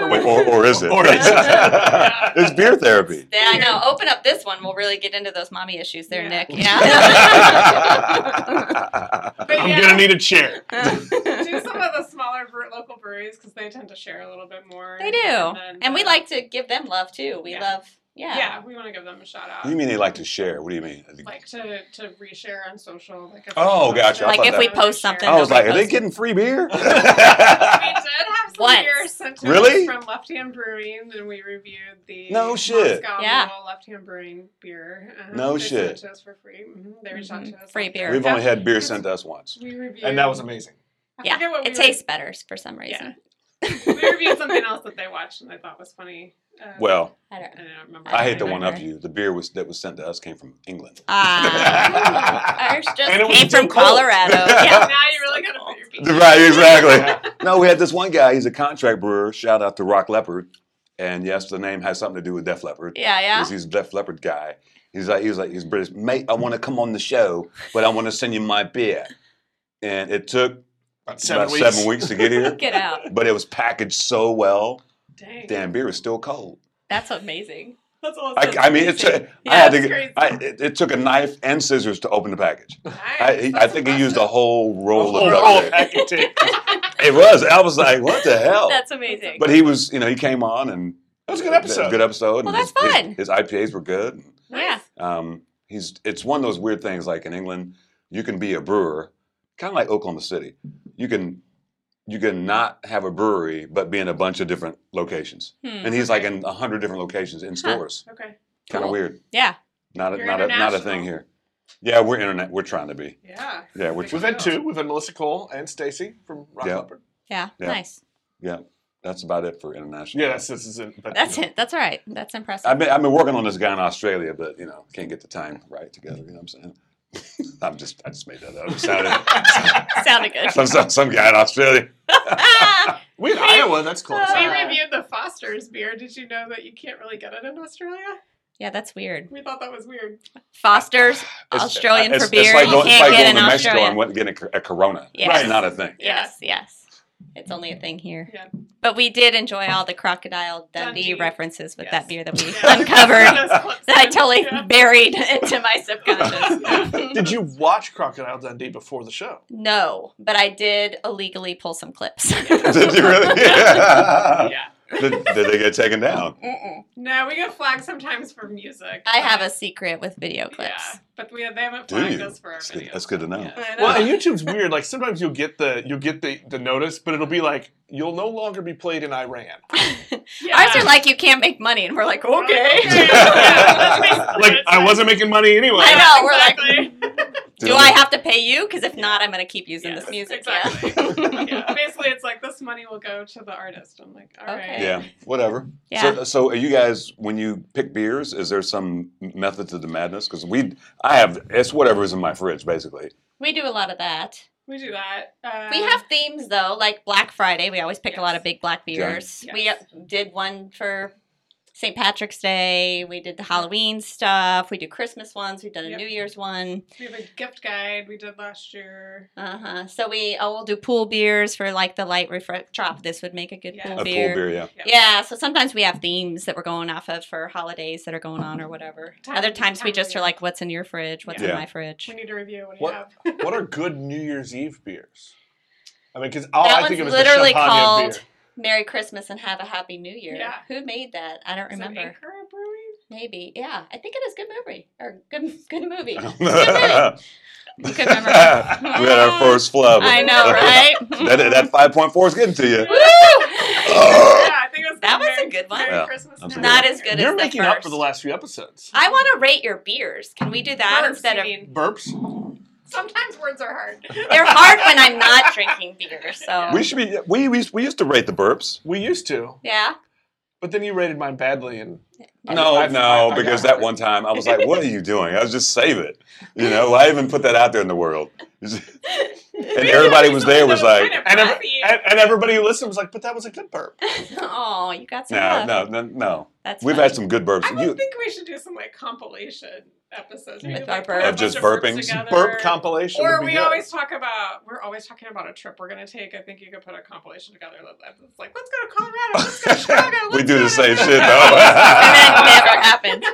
[SPEAKER 2] or, or, or is it?
[SPEAKER 5] Or is
[SPEAKER 4] it?
[SPEAKER 2] it's beer therapy.
[SPEAKER 3] Yeah, I know. Open up this one. We'll really get into those mommy issues there,
[SPEAKER 4] Yeah.
[SPEAKER 3] Nick. Yeah.
[SPEAKER 2] yeah,
[SPEAKER 4] But
[SPEAKER 5] I'm
[SPEAKER 4] yeah,
[SPEAKER 5] gonna need a chair.
[SPEAKER 4] do some of the smaller bre- local breweries because they tend to share a little bit more.
[SPEAKER 3] they do.
[SPEAKER 4] then,
[SPEAKER 3] And we
[SPEAKER 4] uh,
[SPEAKER 3] like to give them love too. We
[SPEAKER 4] Yeah.
[SPEAKER 3] love,
[SPEAKER 4] Yeah,
[SPEAKER 3] yeah.
[SPEAKER 4] we want to give them a shout out.
[SPEAKER 2] you mean they like to share? What do you mean?
[SPEAKER 4] like to to reshare on social? Like if
[SPEAKER 2] Oh,
[SPEAKER 4] we
[SPEAKER 2] gotcha.
[SPEAKER 4] posted-
[SPEAKER 2] I Like, thought if that-
[SPEAKER 3] we post something,
[SPEAKER 2] I was
[SPEAKER 3] Nobody
[SPEAKER 2] like, are they
[SPEAKER 3] posted.
[SPEAKER 2] getting free beer?
[SPEAKER 4] We did have some
[SPEAKER 3] Once.
[SPEAKER 4] beer sent to
[SPEAKER 2] Really?
[SPEAKER 4] us from Left Hand Brewing, and we reviewed the
[SPEAKER 2] No shit.
[SPEAKER 4] Moscow
[SPEAKER 3] Yeah.
[SPEAKER 4] Mule Left Hand Brewing beer. Uh-huh.
[SPEAKER 2] No
[SPEAKER 4] they Sent
[SPEAKER 2] shit.
[SPEAKER 4] it to us for free. Mhm, They reached out
[SPEAKER 3] Mhm,
[SPEAKER 4] to us.
[SPEAKER 3] free
[SPEAKER 4] on
[SPEAKER 3] beer.
[SPEAKER 4] there.
[SPEAKER 2] We've only
[SPEAKER 4] Yeah.
[SPEAKER 2] had beer sent to us once.
[SPEAKER 4] We reviewed,
[SPEAKER 5] And that was amazing.
[SPEAKER 4] I
[SPEAKER 3] Yeah,
[SPEAKER 4] forget what we
[SPEAKER 3] It tastes better s- for some reason.
[SPEAKER 4] Re- we reviewed something else that they watched and I thought was funny. Uh,
[SPEAKER 2] Well,
[SPEAKER 3] I don't
[SPEAKER 4] I
[SPEAKER 3] know.
[SPEAKER 4] don't remember.
[SPEAKER 2] I hate the
[SPEAKER 4] the
[SPEAKER 2] one up you. The beer was that was sent to us came from England.
[SPEAKER 3] Ah, ours just
[SPEAKER 5] And it was
[SPEAKER 3] came
[SPEAKER 5] still
[SPEAKER 3] from
[SPEAKER 5] cold.
[SPEAKER 3] Colorado.
[SPEAKER 4] Now
[SPEAKER 3] Yeah.
[SPEAKER 4] you really gotta put your feet.
[SPEAKER 2] Right, exactly. no, we had this one guy. He's a contract brewer. Shout out to Rock Leopard. And yes, the name has something to do with Def Leppard.
[SPEAKER 3] Yeah, yeah.
[SPEAKER 2] because he's a Def Leppard guy. He's like, he was like, he's British. Mate, I want to come on the show, but I want to send you my beer. And it took
[SPEAKER 5] About seven
[SPEAKER 2] about
[SPEAKER 5] weeks.
[SPEAKER 2] seven weeks to get here,
[SPEAKER 3] Get out.
[SPEAKER 2] but it was packaged so well.
[SPEAKER 4] Dang.
[SPEAKER 2] Damn, beer is still cold.
[SPEAKER 3] That's amazing.
[SPEAKER 4] That's all
[SPEAKER 2] I, I mean, it
[SPEAKER 4] it's
[SPEAKER 2] took. I
[SPEAKER 3] Yeah,
[SPEAKER 2] had to.
[SPEAKER 4] that's
[SPEAKER 2] get-
[SPEAKER 4] crazy.
[SPEAKER 2] I, it, it took a knife and scissors to open the package. I, he, I think he used a whole
[SPEAKER 5] A
[SPEAKER 2] roll
[SPEAKER 5] whole
[SPEAKER 2] of
[SPEAKER 5] roll
[SPEAKER 2] duct tape.
[SPEAKER 5] of packing tape. That
[SPEAKER 2] It was. I was like, what the hell?
[SPEAKER 3] That's amazing.
[SPEAKER 2] But he was, you know, he came on and
[SPEAKER 5] was a good episode.
[SPEAKER 2] Good episode. and
[SPEAKER 3] Well, that's
[SPEAKER 2] his, his-
[SPEAKER 3] fun.
[SPEAKER 2] His, IPAs were good. and
[SPEAKER 3] yeah.
[SPEAKER 2] Um, he's it's one of those weird things. Like in England, you can be a brewer, kind of like Oklahoma City. You can you can not have a brewery, but be in a bunch of different locations.
[SPEAKER 3] Hmm.
[SPEAKER 2] And he's like in a hundred different locations in stores.
[SPEAKER 4] Okay.
[SPEAKER 2] Kind of
[SPEAKER 3] Cool.
[SPEAKER 2] weird.
[SPEAKER 3] Yeah.
[SPEAKER 2] Not a,
[SPEAKER 4] You're
[SPEAKER 2] not a, not a
[SPEAKER 4] international.
[SPEAKER 2] thing here. Yeah, we're internet. We're trying to be.
[SPEAKER 4] Yeah.
[SPEAKER 2] Yeah, we're
[SPEAKER 5] We've
[SPEAKER 2] trying.
[SPEAKER 5] had two. We've had Melissa Cole and Stacy from Rock
[SPEAKER 2] Yeah.
[SPEAKER 5] Leopard.
[SPEAKER 3] Yeah.
[SPEAKER 2] Yeah.
[SPEAKER 3] Nice.
[SPEAKER 2] Yeah, that's about it for international.
[SPEAKER 5] Yeah, that's this is it. But
[SPEAKER 3] That's it. That's all right. That's impressive.
[SPEAKER 2] I've been I've been working on this guy in Australia, but you know can't get the time right together. You know what I'm saying? I'm just I just made that up. It sounded-
[SPEAKER 3] Sounded good.
[SPEAKER 2] some, some some guy in Australia.
[SPEAKER 3] Ah,
[SPEAKER 5] we in Iowa. That's close.
[SPEAKER 4] We
[SPEAKER 3] Uh,
[SPEAKER 4] reviewed the Foster's beer. Did you know that you can't really get it in Australia?
[SPEAKER 3] yeah, that's weird.
[SPEAKER 4] We thought that was weird.
[SPEAKER 3] Foster's
[SPEAKER 2] It's- uh,
[SPEAKER 3] Australian
[SPEAKER 2] it's-
[SPEAKER 3] for beer.
[SPEAKER 2] It's like
[SPEAKER 3] you
[SPEAKER 2] going, it's
[SPEAKER 3] can't
[SPEAKER 2] like
[SPEAKER 3] get
[SPEAKER 2] going
[SPEAKER 3] in
[SPEAKER 2] to Mexico
[SPEAKER 3] Australia.
[SPEAKER 2] and went- getting a, cor- a Corona.
[SPEAKER 3] Yes.
[SPEAKER 2] It's not a thing.
[SPEAKER 3] Yes, yes. It's only a thing here.
[SPEAKER 4] Yeah.
[SPEAKER 3] But we did enjoy all the crocodile Dundee,
[SPEAKER 4] Dundee.
[SPEAKER 3] references with
[SPEAKER 4] Yes.
[SPEAKER 3] that beer that we
[SPEAKER 4] Yeah.
[SPEAKER 3] uncovered. That I totally
[SPEAKER 4] Yeah.
[SPEAKER 3] buried into my subconscious.
[SPEAKER 5] Did you watch Crocodile Dundee before the show?
[SPEAKER 3] no, but I did illegally pull some clips.
[SPEAKER 2] did you really? did,
[SPEAKER 4] Yeah.
[SPEAKER 2] did they get taken down?
[SPEAKER 3] Mm-mm.
[SPEAKER 4] No, we get flagged sometimes for music.
[SPEAKER 3] I have
[SPEAKER 4] but-
[SPEAKER 3] a secret with video
[SPEAKER 4] Yeah,
[SPEAKER 3] clips.
[SPEAKER 4] but we they haven't
[SPEAKER 2] Do
[SPEAKER 4] flagged
[SPEAKER 2] you?
[SPEAKER 4] us for uh, our
[SPEAKER 2] That's good,
[SPEAKER 4] videos.
[SPEAKER 2] that's good to know.
[SPEAKER 4] Yeah. I know.
[SPEAKER 5] Well, and YouTube's weird. Like sometimes you'll get the you'll get the the notice, but it'll be like you'll no longer be played in Iran.
[SPEAKER 4] Yeah.
[SPEAKER 3] Ours are like, you can't make money. And we're like, okay.
[SPEAKER 4] Yeah, that's
[SPEAKER 5] Like
[SPEAKER 4] basically-
[SPEAKER 5] I wasn't making money anyway.
[SPEAKER 3] I know, we're like-
[SPEAKER 4] Exactly.
[SPEAKER 3] Do I have to pay you? Because if not, I'm going to keep using
[SPEAKER 4] Yes,
[SPEAKER 3] this music. Yeah.
[SPEAKER 4] Exactly. Yeah, Basically, it's like this money will go to the artist. I'm like, all right.
[SPEAKER 3] Okay.
[SPEAKER 2] Yeah, whatever.
[SPEAKER 3] Yeah.
[SPEAKER 2] So, so are you guys when you pick beers? Is there some method to the madness? Because we, I have it's whatever is in my fridge basically.
[SPEAKER 3] We do a lot of that.
[SPEAKER 4] We do that. Uh,
[SPEAKER 3] We have themes though, like Black Friday. We always pick a lot of big black
[SPEAKER 2] Yeah.
[SPEAKER 3] beers.
[SPEAKER 4] Yes.
[SPEAKER 3] We uh, did one for St. Patrick's Day. We did the Halloween stuff. We do Christmas ones. We've done a
[SPEAKER 4] Yep.
[SPEAKER 3] New Year's one.
[SPEAKER 4] We have a gift guide we did last year.
[SPEAKER 3] Uh huh. So we oh we'll do pool beers for like the light refresh drop. This would make a good
[SPEAKER 4] Yeah.
[SPEAKER 2] A
[SPEAKER 3] pool
[SPEAKER 2] pool
[SPEAKER 3] beer.
[SPEAKER 2] beer, yeah.
[SPEAKER 4] Yeah.
[SPEAKER 3] Yeah, so sometimes we have themes that we're going off of for holidays that are going on or whatever.
[SPEAKER 4] Time-
[SPEAKER 3] Other times we
[SPEAKER 4] time,
[SPEAKER 3] just are
[SPEAKER 4] yeah.
[SPEAKER 3] like, what's in your fridge? What's
[SPEAKER 2] Yeah.
[SPEAKER 3] in my fridge?
[SPEAKER 4] We need to review what,
[SPEAKER 5] What-
[SPEAKER 4] you have.
[SPEAKER 5] what are good New Year's Eve beers? I mean, because all
[SPEAKER 3] That
[SPEAKER 5] I think of
[SPEAKER 3] one's
[SPEAKER 5] is the
[SPEAKER 3] literally
[SPEAKER 5] champagne
[SPEAKER 3] called-
[SPEAKER 5] beer.
[SPEAKER 3] Merry Christmas and have a happy new year.
[SPEAKER 4] Yeah.
[SPEAKER 3] Who made that? I don't
[SPEAKER 4] Is it
[SPEAKER 3] remember.
[SPEAKER 4] Anchor Brewing?
[SPEAKER 3] Maybe. Yeah. I think it is good movie. Or good good movie.
[SPEAKER 2] we
[SPEAKER 3] Good movie. Good memory.
[SPEAKER 2] had our first flub.
[SPEAKER 3] I know, right?
[SPEAKER 2] that, that 5.4 is getting to you.
[SPEAKER 3] Woo!
[SPEAKER 4] yeah, I think it was the
[SPEAKER 3] That was a
[SPEAKER 4] Merry-
[SPEAKER 3] good one.
[SPEAKER 4] Merry
[SPEAKER 2] Yeah,
[SPEAKER 4] Christmas
[SPEAKER 2] that's a
[SPEAKER 4] and
[SPEAKER 2] good
[SPEAKER 3] Not
[SPEAKER 4] Happy
[SPEAKER 3] as
[SPEAKER 4] New Year.
[SPEAKER 3] good
[SPEAKER 5] You're
[SPEAKER 3] as the
[SPEAKER 5] making
[SPEAKER 3] first.
[SPEAKER 5] up for the last few episodes.
[SPEAKER 3] I want to rate your beers. Can we do that
[SPEAKER 4] Words,
[SPEAKER 3] instead
[SPEAKER 4] you
[SPEAKER 3] of
[SPEAKER 4] mean.
[SPEAKER 5] Burps.
[SPEAKER 4] sometimes words are hard.
[SPEAKER 3] They're hard when I'm not drinking beer, so
[SPEAKER 5] Um,
[SPEAKER 2] We should be. We, we we used to rate the burps.
[SPEAKER 5] We used to,
[SPEAKER 3] yeah.
[SPEAKER 5] but then you rated mine badly, and
[SPEAKER 2] No,
[SPEAKER 5] I- I-
[SPEAKER 2] no,
[SPEAKER 5] I- I
[SPEAKER 2] because
[SPEAKER 5] got
[SPEAKER 2] that
[SPEAKER 5] it.
[SPEAKER 2] one time I was like, "What are you doing?" I was just save it. You know, why even put that out there in the world? and everybody was there was like,
[SPEAKER 5] and, ev- and, and everybody who listened was like, "But that was a good burp."
[SPEAKER 3] oh, you got some.
[SPEAKER 2] "No,
[SPEAKER 3] love.
[SPEAKER 2] no, no, no."
[SPEAKER 3] That's
[SPEAKER 2] We've
[SPEAKER 3] funny.
[SPEAKER 2] had some good burps.
[SPEAKER 4] I would
[SPEAKER 2] You,
[SPEAKER 4] think we should do some like compilation episodes. We
[SPEAKER 3] With
[SPEAKER 4] could,
[SPEAKER 3] our
[SPEAKER 4] like, put a
[SPEAKER 3] burps.
[SPEAKER 2] Of just
[SPEAKER 4] bunch burps
[SPEAKER 2] burpings?
[SPEAKER 4] together.
[SPEAKER 5] Burp compilation.
[SPEAKER 4] Or
[SPEAKER 5] would be
[SPEAKER 4] we
[SPEAKER 5] good.
[SPEAKER 4] always talk about we're always talking about a trip we're gonna take. I think you could put a compilation together. that- It's like let's go to Colorado, let's go to Chicago.
[SPEAKER 2] we
[SPEAKER 4] let's
[SPEAKER 2] do
[SPEAKER 4] go
[SPEAKER 2] the
[SPEAKER 4] to-
[SPEAKER 2] same shit
[SPEAKER 3] and
[SPEAKER 2] though.
[SPEAKER 3] that never happened.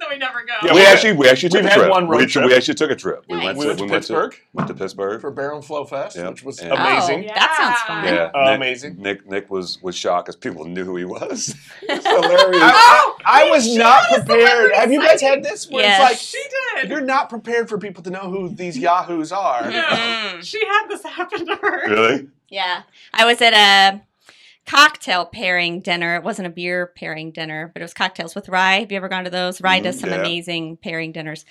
[SPEAKER 4] no, we never go.
[SPEAKER 5] Yeah,
[SPEAKER 2] we
[SPEAKER 5] we've
[SPEAKER 2] actually we actually took a
[SPEAKER 5] we've had
[SPEAKER 2] trip.
[SPEAKER 5] one road
[SPEAKER 2] we, tr-
[SPEAKER 5] trip.
[SPEAKER 2] we actually took a trip. We
[SPEAKER 3] Nice.
[SPEAKER 2] went
[SPEAKER 5] we
[SPEAKER 2] to,
[SPEAKER 5] went to Pittsburgh
[SPEAKER 2] went to Pittsburgh.
[SPEAKER 5] for Barrel and Flow Fest,
[SPEAKER 2] Yep.
[SPEAKER 5] which was
[SPEAKER 2] And-
[SPEAKER 5] amazing.
[SPEAKER 3] Oh, that sounds fun.
[SPEAKER 2] yeah,
[SPEAKER 5] Uh,
[SPEAKER 2] Nick-
[SPEAKER 5] amazing.
[SPEAKER 2] Nick Nick was was shocked because people knew who he was. it's hilarious.
[SPEAKER 3] Oh,
[SPEAKER 5] I, I, I was
[SPEAKER 4] she
[SPEAKER 5] not
[SPEAKER 4] had us the
[SPEAKER 5] prepared.
[SPEAKER 4] leopard
[SPEAKER 5] Have you guys
[SPEAKER 4] sighting.
[SPEAKER 5] had this? Where
[SPEAKER 3] Yes.
[SPEAKER 5] it's
[SPEAKER 4] She
[SPEAKER 5] like
[SPEAKER 4] did.
[SPEAKER 5] you're not prepared for people to know who these yahoos are.
[SPEAKER 4] No.
[SPEAKER 3] Mm.
[SPEAKER 4] She had this happen to her.
[SPEAKER 2] really?
[SPEAKER 3] Yeah, I was at a cocktail pairing dinner. It wasn't a beer pairing dinner, but it was cocktails with rye. Have you ever gone to those? Rye does
[SPEAKER 2] Mhm,
[SPEAKER 3] some
[SPEAKER 2] yeah.
[SPEAKER 3] amazing pairing dinners.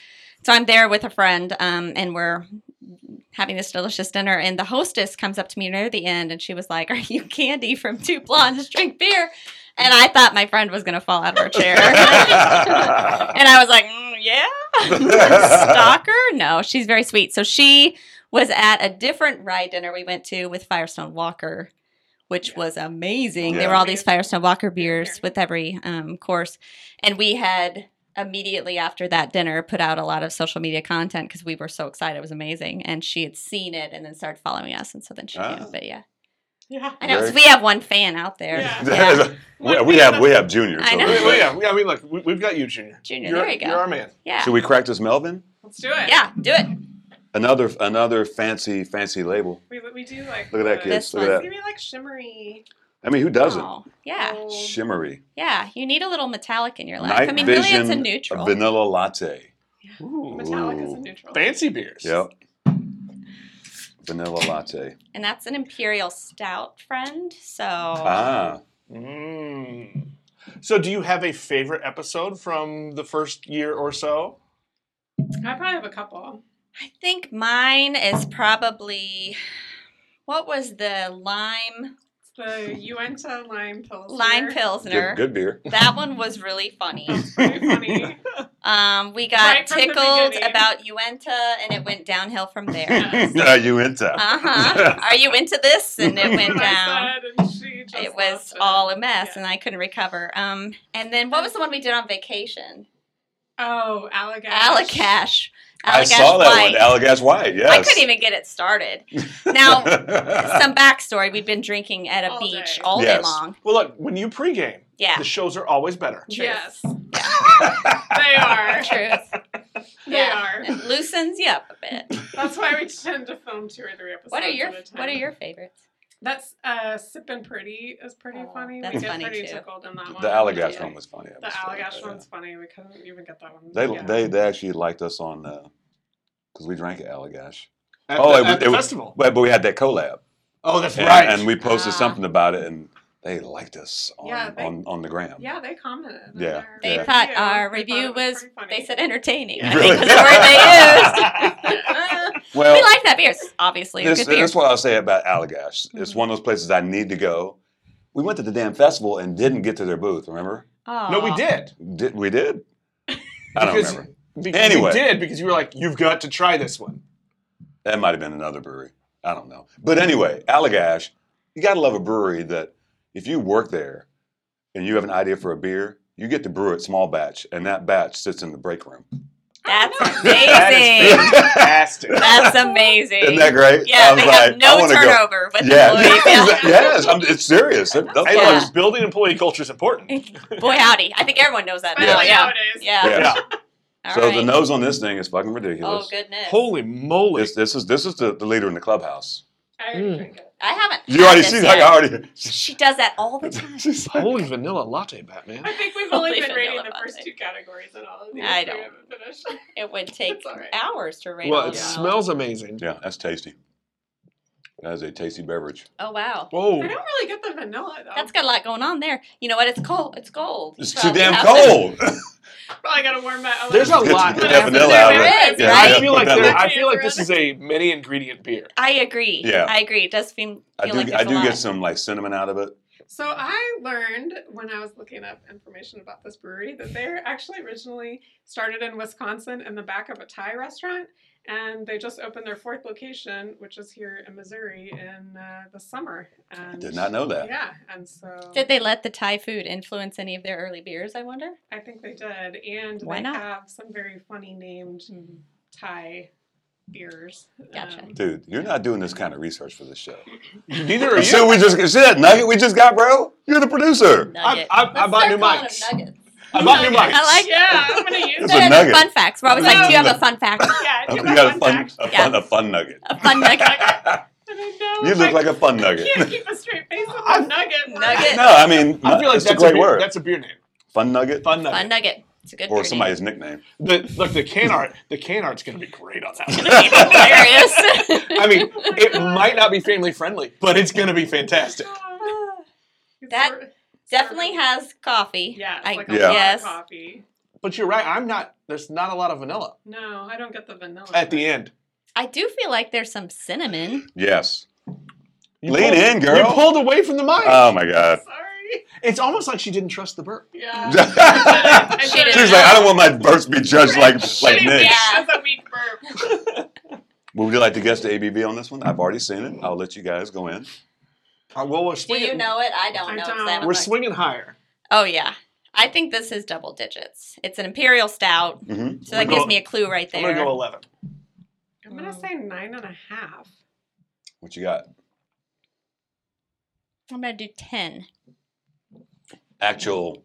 [SPEAKER 3] So I'm there with a friend, um, and we're having this delicious dinner. And the hostess comes up to me near the end, and she was like, "Are you Candy from Two Blondes Drink Beer?" And I thought my friend was going to fall out of her chair. And I was like, mm, yeah, stalker. No, she's very sweet. So she was at a different rye dinner we went to with Firestone Walker, which
[SPEAKER 4] Yeah.
[SPEAKER 3] was amazing. There
[SPEAKER 2] Yeah.
[SPEAKER 3] were all these Firestone Walker beers
[SPEAKER 4] Beer.
[SPEAKER 3] with every um, course, and we had immediately after that dinner put out a lot of social media content because we were so excited. It was amazing, and she had seen it and then started following us, and so then she
[SPEAKER 2] Ah.
[SPEAKER 3] knew. But yeah,
[SPEAKER 4] Yeah.
[SPEAKER 3] I know 'cause
[SPEAKER 2] Very-
[SPEAKER 3] we have one fan out there.
[SPEAKER 4] Yeah.
[SPEAKER 2] we, we have we have junior.
[SPEAKER 3] I know.
[SPEAKER 5] We- we- yeah, yeah, we look. We, we've got you, Junior.
[SPEAKER 3] Junior,
[SPEAKER 5] You're,
[SPEAKER 3] there you go.
[SPEAKER 5] You're our man.
[SPEAKER 3] Yeah,
[SPEAKER 2] Should we crack this Melvin?
[SPEAKER 4] Let's do it.
[SPEAKER 3] yeah, do it.
[SPEAKER 2] Another another fancy fancy label.
[SPEAKER 4] We, we do like
[SPEAKER 2] Look at that,
[SPEAKER 4] the-
[SPEAKER 2] kids.
[SPEAKER 3] This
[SPEAKER 2] Look at
[SPEAKER 4] It's
[SPEAKER 2] that.
[SPEAKER 4] gonna be like shimmery.
[SPEAKER 2] I mean, who doesn't?
[SPEAKER 3] Oh, yeah.
[SPEAKER 4] gold.
[SPEAKER 2] Shimmery.
[SPEAKER 3] Yeah, you need a little metallic in your life.
[SPEAKER 2] Night
[SPEAKER 3] I mean,
[SPEAKER 2] vision.
[SPEAKER 3] really, it's a neutral.
[SPEAKER 2] Vanilla latte.
[SPEAKER 4] Metallica's a
[SPEAKER 2] Ooh.
[SPEAKER 4] neutral.
[SPEAKER 5] Fancy beers.
[SPEAKER 2] Yep. Vanilla latte.
[SPEAKER 3] and that's an imperial stout friend. So
[SPEAKER 2] Ah,
[SPEAKER 5] Mm. So, do you have a favorite episode from the first year or so?
[SPEAKER 4] I probably have a couple.
[SPEAKER 3] I think mine is probably what was the lime
[SPEAKER 4] It's the Uinta lime pills.
[SPEAKER 3] lime
[SPEAKER 2] good,
[SPEAKER 3] pilsner.
[SPEAKER 2] good beer.
[SPEAKER 3] That one was really funny.
[SPEAKER 4] Pretty funny.
[SPEAKER 3] Um, we got
[SPEAKER 4] Right from the
[SPEAKER 3] tickled
[SPEAKER 4] beginning.
[SPEAKER 3] about Uenta, and it went downhill from there.
[SPEAKER 4] Yes.
[SPEAKER 2] Are you into?
[SPEAKER 3] Uh huh. Are you into this? And it went
[SPEAKER 4] And
[SPEAKER 3] down.
[SPEAKER 4] I said, and she just
[SPEAKER 3] it was
[SPEAKER 4] lost it.
[SPEAKER 3] all a mess,
[SPEAKER 4] Yeah.
[SPEAKER 3] and I couldn't recover. Um, and then what was the one we did on vacation?
[SPEAKER 4] Oh, Allagash.
[SPEAKER 3] Allagash.
[SPEAKER 2] I
[SPEAKER 3] Allagash
[SPEAKER 2] saw that
[SPEAKER 3] White.
[SPEAKER 2] one. Allagash White. Yes.
[SPEAKER 3] I couldn't even get it started. Now, some backstory: we've been drinking at a
[SPEAKER 4] All
[SPEAKER 3] beach
[SPEAKER 4] day.
[SPEAKER 3] all day
[SPEAKER 2] Yes.
[SPEAKER 3] long.
[SPEAKER 5] Well, look, when you pregame,
[SPEAKER 3] Yeah,
[SPEAKER 5] the shows are always better.
[SPEAKER 3] Truth.
[SPEAKER 4] Yes. they are.
[SPEAKER 3] truth.
[SPEAKER 4] They are.
[SPEAKER 3] It loosens you up a bit.
[SPEAKER 4] That's why we tend to film two or three episodes.
[SPEAKER 3] What are your
[SPEAKER 4] at a time.
[SPEAKER 3] What are your favorites?
[SPEAKER 4] That's uh, sipping pretty is pretty
[SPEAKER 3] Oh,
[SPEAKER 4] funny.
[SPEAKER 3] that's
[SPEAKER 4] we get
[SPEAKER 3] funny,
[SPEAKER 4] pretty
[SPEAKER 3] too.
[SPEAKER 4] tickled in that one.
[SPEAKER 2] the Allagash
[SPEAKER 3] Yeah.
[SPEAKER 2] one was funny. That
[SPEAKER 4] The
[SPEAKER 2] was funny.
[SPEAKER 4] Allagash
[SPEAKER 2] Yeah.
[SPEAKER 4] one's funny. We couldn't even get that one.
[SPEAKER 2] They
[SPEAKER 4] Yeah.
[SPEAKER 2] they they actually liked us on because we drank at Allagash.
[SPEAKER 5] At
[SPEAKER 2] Oh,
[SPEAKER 5] the-
[SPEAKER 2] it was-
[SPEAKER 5] at the
[SPEAKER 2] it was-
[SPEAKER 5] festival.
[SPEAKER 2] But, but we had that collab.
[SPEAKER 5] Oh, that's
[SPEAKER 2] and,
[SPEAKER 5] right.
[SPEAKER 2] And we posted
[SPEAKER 3] Ah.
[SPEAKER 2] something about it, and they liked us on
[SPEAKER 4] Yeah, they-
[SPEAKER 2] on, on the gram.
[SPEAKER 4] Yeah, they commented. on
[SPEAKER 2] Yeah,
[SPEAKER 4] our
[SPEAKER 3] They
[SPEAKER 2] Yeah.
[SPEAKER 3] thought
[SPEAKER 4] review. They
[SPEAKER 3] our
[SPEAKER 4] thought
[SPEAKER 3] review
[SPEAKER 4] it
[SPEAKER 3] was.
[SPEAKER 4] pretty funny.
[SPEAKER 3] They said entertaining. I
[SPEAKER 2] Really?
[SPEAKER 3] think was the word they used.
[SPEAKER 2] Well,
[SPEAKER 3] we like that beer. It's obviously a
[SPEAKER 2] this,
[SPEAKER 3] good beer.
[SPEAKER 2] that's what I'll say about Allagash. It's
[SPEAKER 3] Mhm.
[SPEAKER 2] one of those places I need to go. We went to the damn festival and didn't get to their booth. Remember?
[SPEAKER 5] no, we
[SPEAKER 3] Aw.
[SPEAKER 5] did.
[SPEAKER 2] Did we did? I don't
[SPEAKER 5] Because-
[SPEAKER 2] remember.
[SPEAKER 5] Because
[SPEAKER 2] Anyway.
[SPEAKER 5] you did because you were like, you've got to try this one.
[SPEAKER 2] That might have been another brewery. I don't know. But anyway, Allagash, you gotta love a brewery that if you work there and you have an idea for a beer, You get to brew it small batch, and that batch sits in the break room.
[SPEAKER 3] That's
[SPEAKER 2] That
[SPEAKER 3] amazing.
[SPEAKER 5] fantastic.
[SPEAKER 3] That's amazing.
[SPEAKER 2] Isn't that great?
[SPEAKER 3] Yeah,
[SPEAKER 2] I was
[SPEAKER 3] they
[SPEAKER 2] like,
[SPEAKER 3] have no
[SPEAKER 2] I to go.
[SPEAKER 3] turnover with
[SPEAKER 2] Yeah,
[SPEAKER 3] employees. Yeah.
[SPEAKER 2] yes, I'm, it's serious. That- that's
[SPEAKER 5] Hey,
[SPEAKER 2] why-
[SPEAKER 3] Yeah.
[SPEAKER 5] look, building employee culture is important.
[SPEAKER 3] Boy howdy. I think everyone knows that
[SPEAKER 4] But
[SPEAKER 2] Yeah.
[SPEAKER 3] now.
[SPEAKER 4] yeah.
[SPEAKER 3] Yeah.
[SPEAKER 4] nowadays,
[SPEAKER 3] Yeah.
[SPEAKER 5] Yeah.
[SPEAKER 3] All
[SPEAKER 2] So the
[SPEAKER 3] right.
[SPEAKER 2] nose on this thing is fucking
[SPEAKER 3] Oh
[SPEAKER 2] ridiculous.
[SPEAKER 3] goodness.
[SPEAKER 5] Holy moly!
[SPEAKER 2] This, this is this is the, the leader in the clubhouse.
[SPEAKER 4] I already
[SPEAKER 5] Mm.
[SPEAKER 4] drink it.
[SPEAKER 3] I haven't.
[SPEAKER 2] You
[SPEAKER 3] had
[SPEAKER 2] already
[SPEAKER 3] this
[SPEAKER 2] see
[SPEAKER 3] yet.
[SPEAKER 2] like I already.
[SPEAKER 3] She does that all the time.
[SPEAKER 2] she's like-
[SPEAKER 5] Holy vanilla latte, Batman.
[SPEAKER 4] I think we've only
[SPEAKER 3] Holy
[SPEAKER 4] been rating
[SPEAKER 3] vanilla
[SPEAKER 4] the first
[SPEAKER 3] latte.
[SPEAKER 4] two categories and all of these.
[SPEAKER 3] I
[SPEAKER 4] we
[SPEAKER 3] don't-
[SPEAKER 4] haven't finished.
[SPEAKER 3] It would take
[SPEAKER 4] It's all right.
[SPEAKER 3] hours to rate.
[SPEAKER 5] Well,
[SPEAKER 3] all
[SPEAKER 5] it
[SPEAKER 3] of them.
[SPEAKER 5] smells amazing.
[SPEAKER 2] yeah, that's tasty. That is a tasty beverage.
[SPEAKER 3] Oh wow.
[SPEAKER 4] I
[SPEAKER 5] Whoa!
[SPEAKER 4] don't really get the vanilla though.
[SPEAKER 3] That's got a lot going on there. You know what? It's cold. It's cold.
[SPEAKER 2] It's
[SPEAKER 3] You
[SPEAKER 2] too
[SPEAKER 3] probably
[SPEAKER 2] damn
[SPEAKER 3] have to-
[SPEAKER 2] cold.
[SPEAKER 4] Probably gotta warm that.
[SPEAKER 5] There's a
[SPEAKER 4] little bit.
[SPEAKER 5] lot
[SPEAKER 2] Get
[SPEAKER 5] that
[SPEAKER 2] that vanilla out of
[SPEAKER 3] There
[SPEAKER 2] it.
[SPEAKER 3] is, right?
[SPEAKER 5] I feel like
[SPEAKER 2] vanilla.
[SPEAKER 5] there- I feel like this is a many ingredient beer.
[SPEAKER 3] I agree.
[SPEAKER 2] Yeah.
[SPEAKER 3] I agree. It does feel, feel
[SPEAKER 2] I do.
[SPEAKER 3] like there's
[SPEAKER 2] I
[SPEAKER 3] a
[SPEAKER 2] do
[SPEAKER 3] lot.
[SPEAKER 2] get some like cinnamon out of it.
[SPEAKER 4] So I learned when I was looking up information about this brewery that they're actually originally started in Wisconsin in the back of a Thai restaurant, and they just opened their fourth location, which is here in Missouri, in uh, the summer. And
[SPEAKER 2] Did not know that.
[SPEAKER 4] Yeah, and so
[SPEAKER 3] Did they let the Thai food influence any of their early beers? I wonder.
[SPEAKER 4] I think they did, and
[SPEAKER 3] Why
[SPEAKER 4] they
[SPEAKER 3] not?
[SPEAKER 4] have some very funny named
[SPEAKER 5] Mm.
[SPEAKER 4] Thai beers. Um,
[SPEAKER 3] Gotcha.
[SPEAKER 2] Dude, you're not doing this kind of research for this show.
[SPEAKER 5] Neither are
[SPEAKER 2] See, what
[SPEAKER 5] you.
[SPEAKER 2] we just see that nugget we just got, bro. You're the producer.
[SPEAKER 5] I,
[SPEAKER 3] Nugget.
[SPEAKER 5] I, I
[SPEAKER 3] Let's
[SPEAKER 5] bought
[SPEAKER 3] start
[SPEAKER 5] new
[SPEAKER 3] calling them
[SPEAKER 5] mics.
[SPEAKER 3] nuggets.
[SPEAKER 5] I bought new mics.
[SPEAKER 3] I like it.
[SPEAKER 4] yeah, I'm gonna use
[SPEAKER 2] It's a
[SPEAKER 4] it.
[SPEAKER 3] Instead of
[SPEAKER 2] nugget.
[SPEAKER 3] fun facts. We're always like, do you have a fun fact?
[SPEAKER 4] Yeah,
[SPEAKER 2] You
[SPEAKER 4] do
[SPEAKER 2] got a
[SPEAKER 4] fun
[SPEAKER 2] fun,
[SPEAKER 4] fact.
[SPEAKER 2] a
[SPEAKER 3] Yeah.
[SPEAKER 2] fun, a fun nugget.
[SPEAKER 3] A fun nugget.
[SPEAKER 4] I don't know
[SPEAKER 2] you
[SPEAKER 4] if
[SPEAKER 2] look
[SPEAKER 4] I
[SPEAKER 2] like a fun nugget.
[SPEAKER 4] can't keep a straight face with a
[SPEAKER 5] I'm-
[SPEAKER 4] nugget.
[SPEAKER 3] Nugget.
[SPEAKER 2] No, I mean,
[SPEAKER 5] I feel like
[SPEAKER 2] it's a
[SPEAKER 5] that's
[SPEAKER 2] great
[SPEAKER 5] beer,
[SPEAKER 2] word.
[SPEAKER 5] That's a beer name.
[SPEAKER 2] fun nugget,
[SPEAKER 5] Fun
[SPEAKER 3] Fun
[SPEAKER 5] nugget.
[SPEAKER 3] nugget. It's a good.
[SPEAKER 2] or
[SPEAKER 3] beer
[SPEAKER 2] somebody's nickname.
[SPEAKER 5] The, look, the can art. The can art's gonna be great on that.
[SPEAKER 3] name.
[SPEAKER 5] one.
[SPEAKER 3] Hilarious.
[SPEAKER 5] I mean, it might not be family friendly, but it's gonna be fantastic.
[SPEAKER 4] It's
[SPEAKER 3] That-
[SPEAKER 4] sort of-
[SPEAKER 3] Definitely has coffee.
[SPEAKER 4] Yeah, it's
[SPEAKER 3] I-
[SPEAKER 4] like a
[SPEAKER 2] Yeah.
[SPEAKER 4] lot of
[SPEAKER 3] Yes.
[SPEAKER 4] coffee.
[SPEAKER 5] But you're right. I'm not. There's not a lot of vanilla
[SPEAKER 4] No, I don't get the vanilla.
[SPEAKER 5] at the end.
[SPEAKER 3] I do feel like there's some cinnamon.
[SPEAKER 2] Yes.
[SPEAKER 5] You
[SPEAKER 2] Lean
[SPEAKER 5] pulled-
[SPEAKER 2] in, girl.
[SPEAKER 5] You pulled away from the mic.
[SPEAKER 2] Oh my god.
[SPEAKER 4] Sorry.
[SPEAKER 5] it's almost like she didn't trust the burp.
[SPEAKER 4] Yeah.
[SPEAKER 2] She's like, I don't want my burps to be judged like like Nick.
[SPEAKER 4] Shitty week.
[SPEAKER 3] Yeah.
[SPEAKER 4] That's a weak burp.
[SPEAKER 2] Would you like to guess the ABV on this one? I've already seen it. I'll let you guys go in.
[SPEAKER 5] Uh, well, we're
[SPEAKER 3] Do
[SPEAKER 5] swinging.
[SPEAKER 3] you know it? I don't
[SPEAKER 4] I
[SPEAKER 3] know. 'cause
[SPEAKER 4] don't.
[SPEAKER 3] haven't
[SPEAKER 5] We're
[SPEAKER 3] looked.
[SPEAKER 5] swinging higher.
[SPEAKER 3] Oh yeah. I think this is double digits. It's an imperial stout,
[SPEAKER 2] hmm
[SPEAKER 3] so that
[SPEAKER 5] I'm
[SPEAKER 3] gives
[SPEAKER 5] gonna-
[SPEAKER 3] me a clue right
[SPEAKER 5] I'm
[SPEAKER 3] there.
[SPEAKER 5] gonna go eleven.
[SPEAKER 4] I'm
[SPEAKER 3] Oh.
[SPEAKER 4] gonna say nine and a half.
[SPEAKER 2] What you got?
[SPEAKER 3] I'm gonna do ten.
[SPEAKER 2] Actual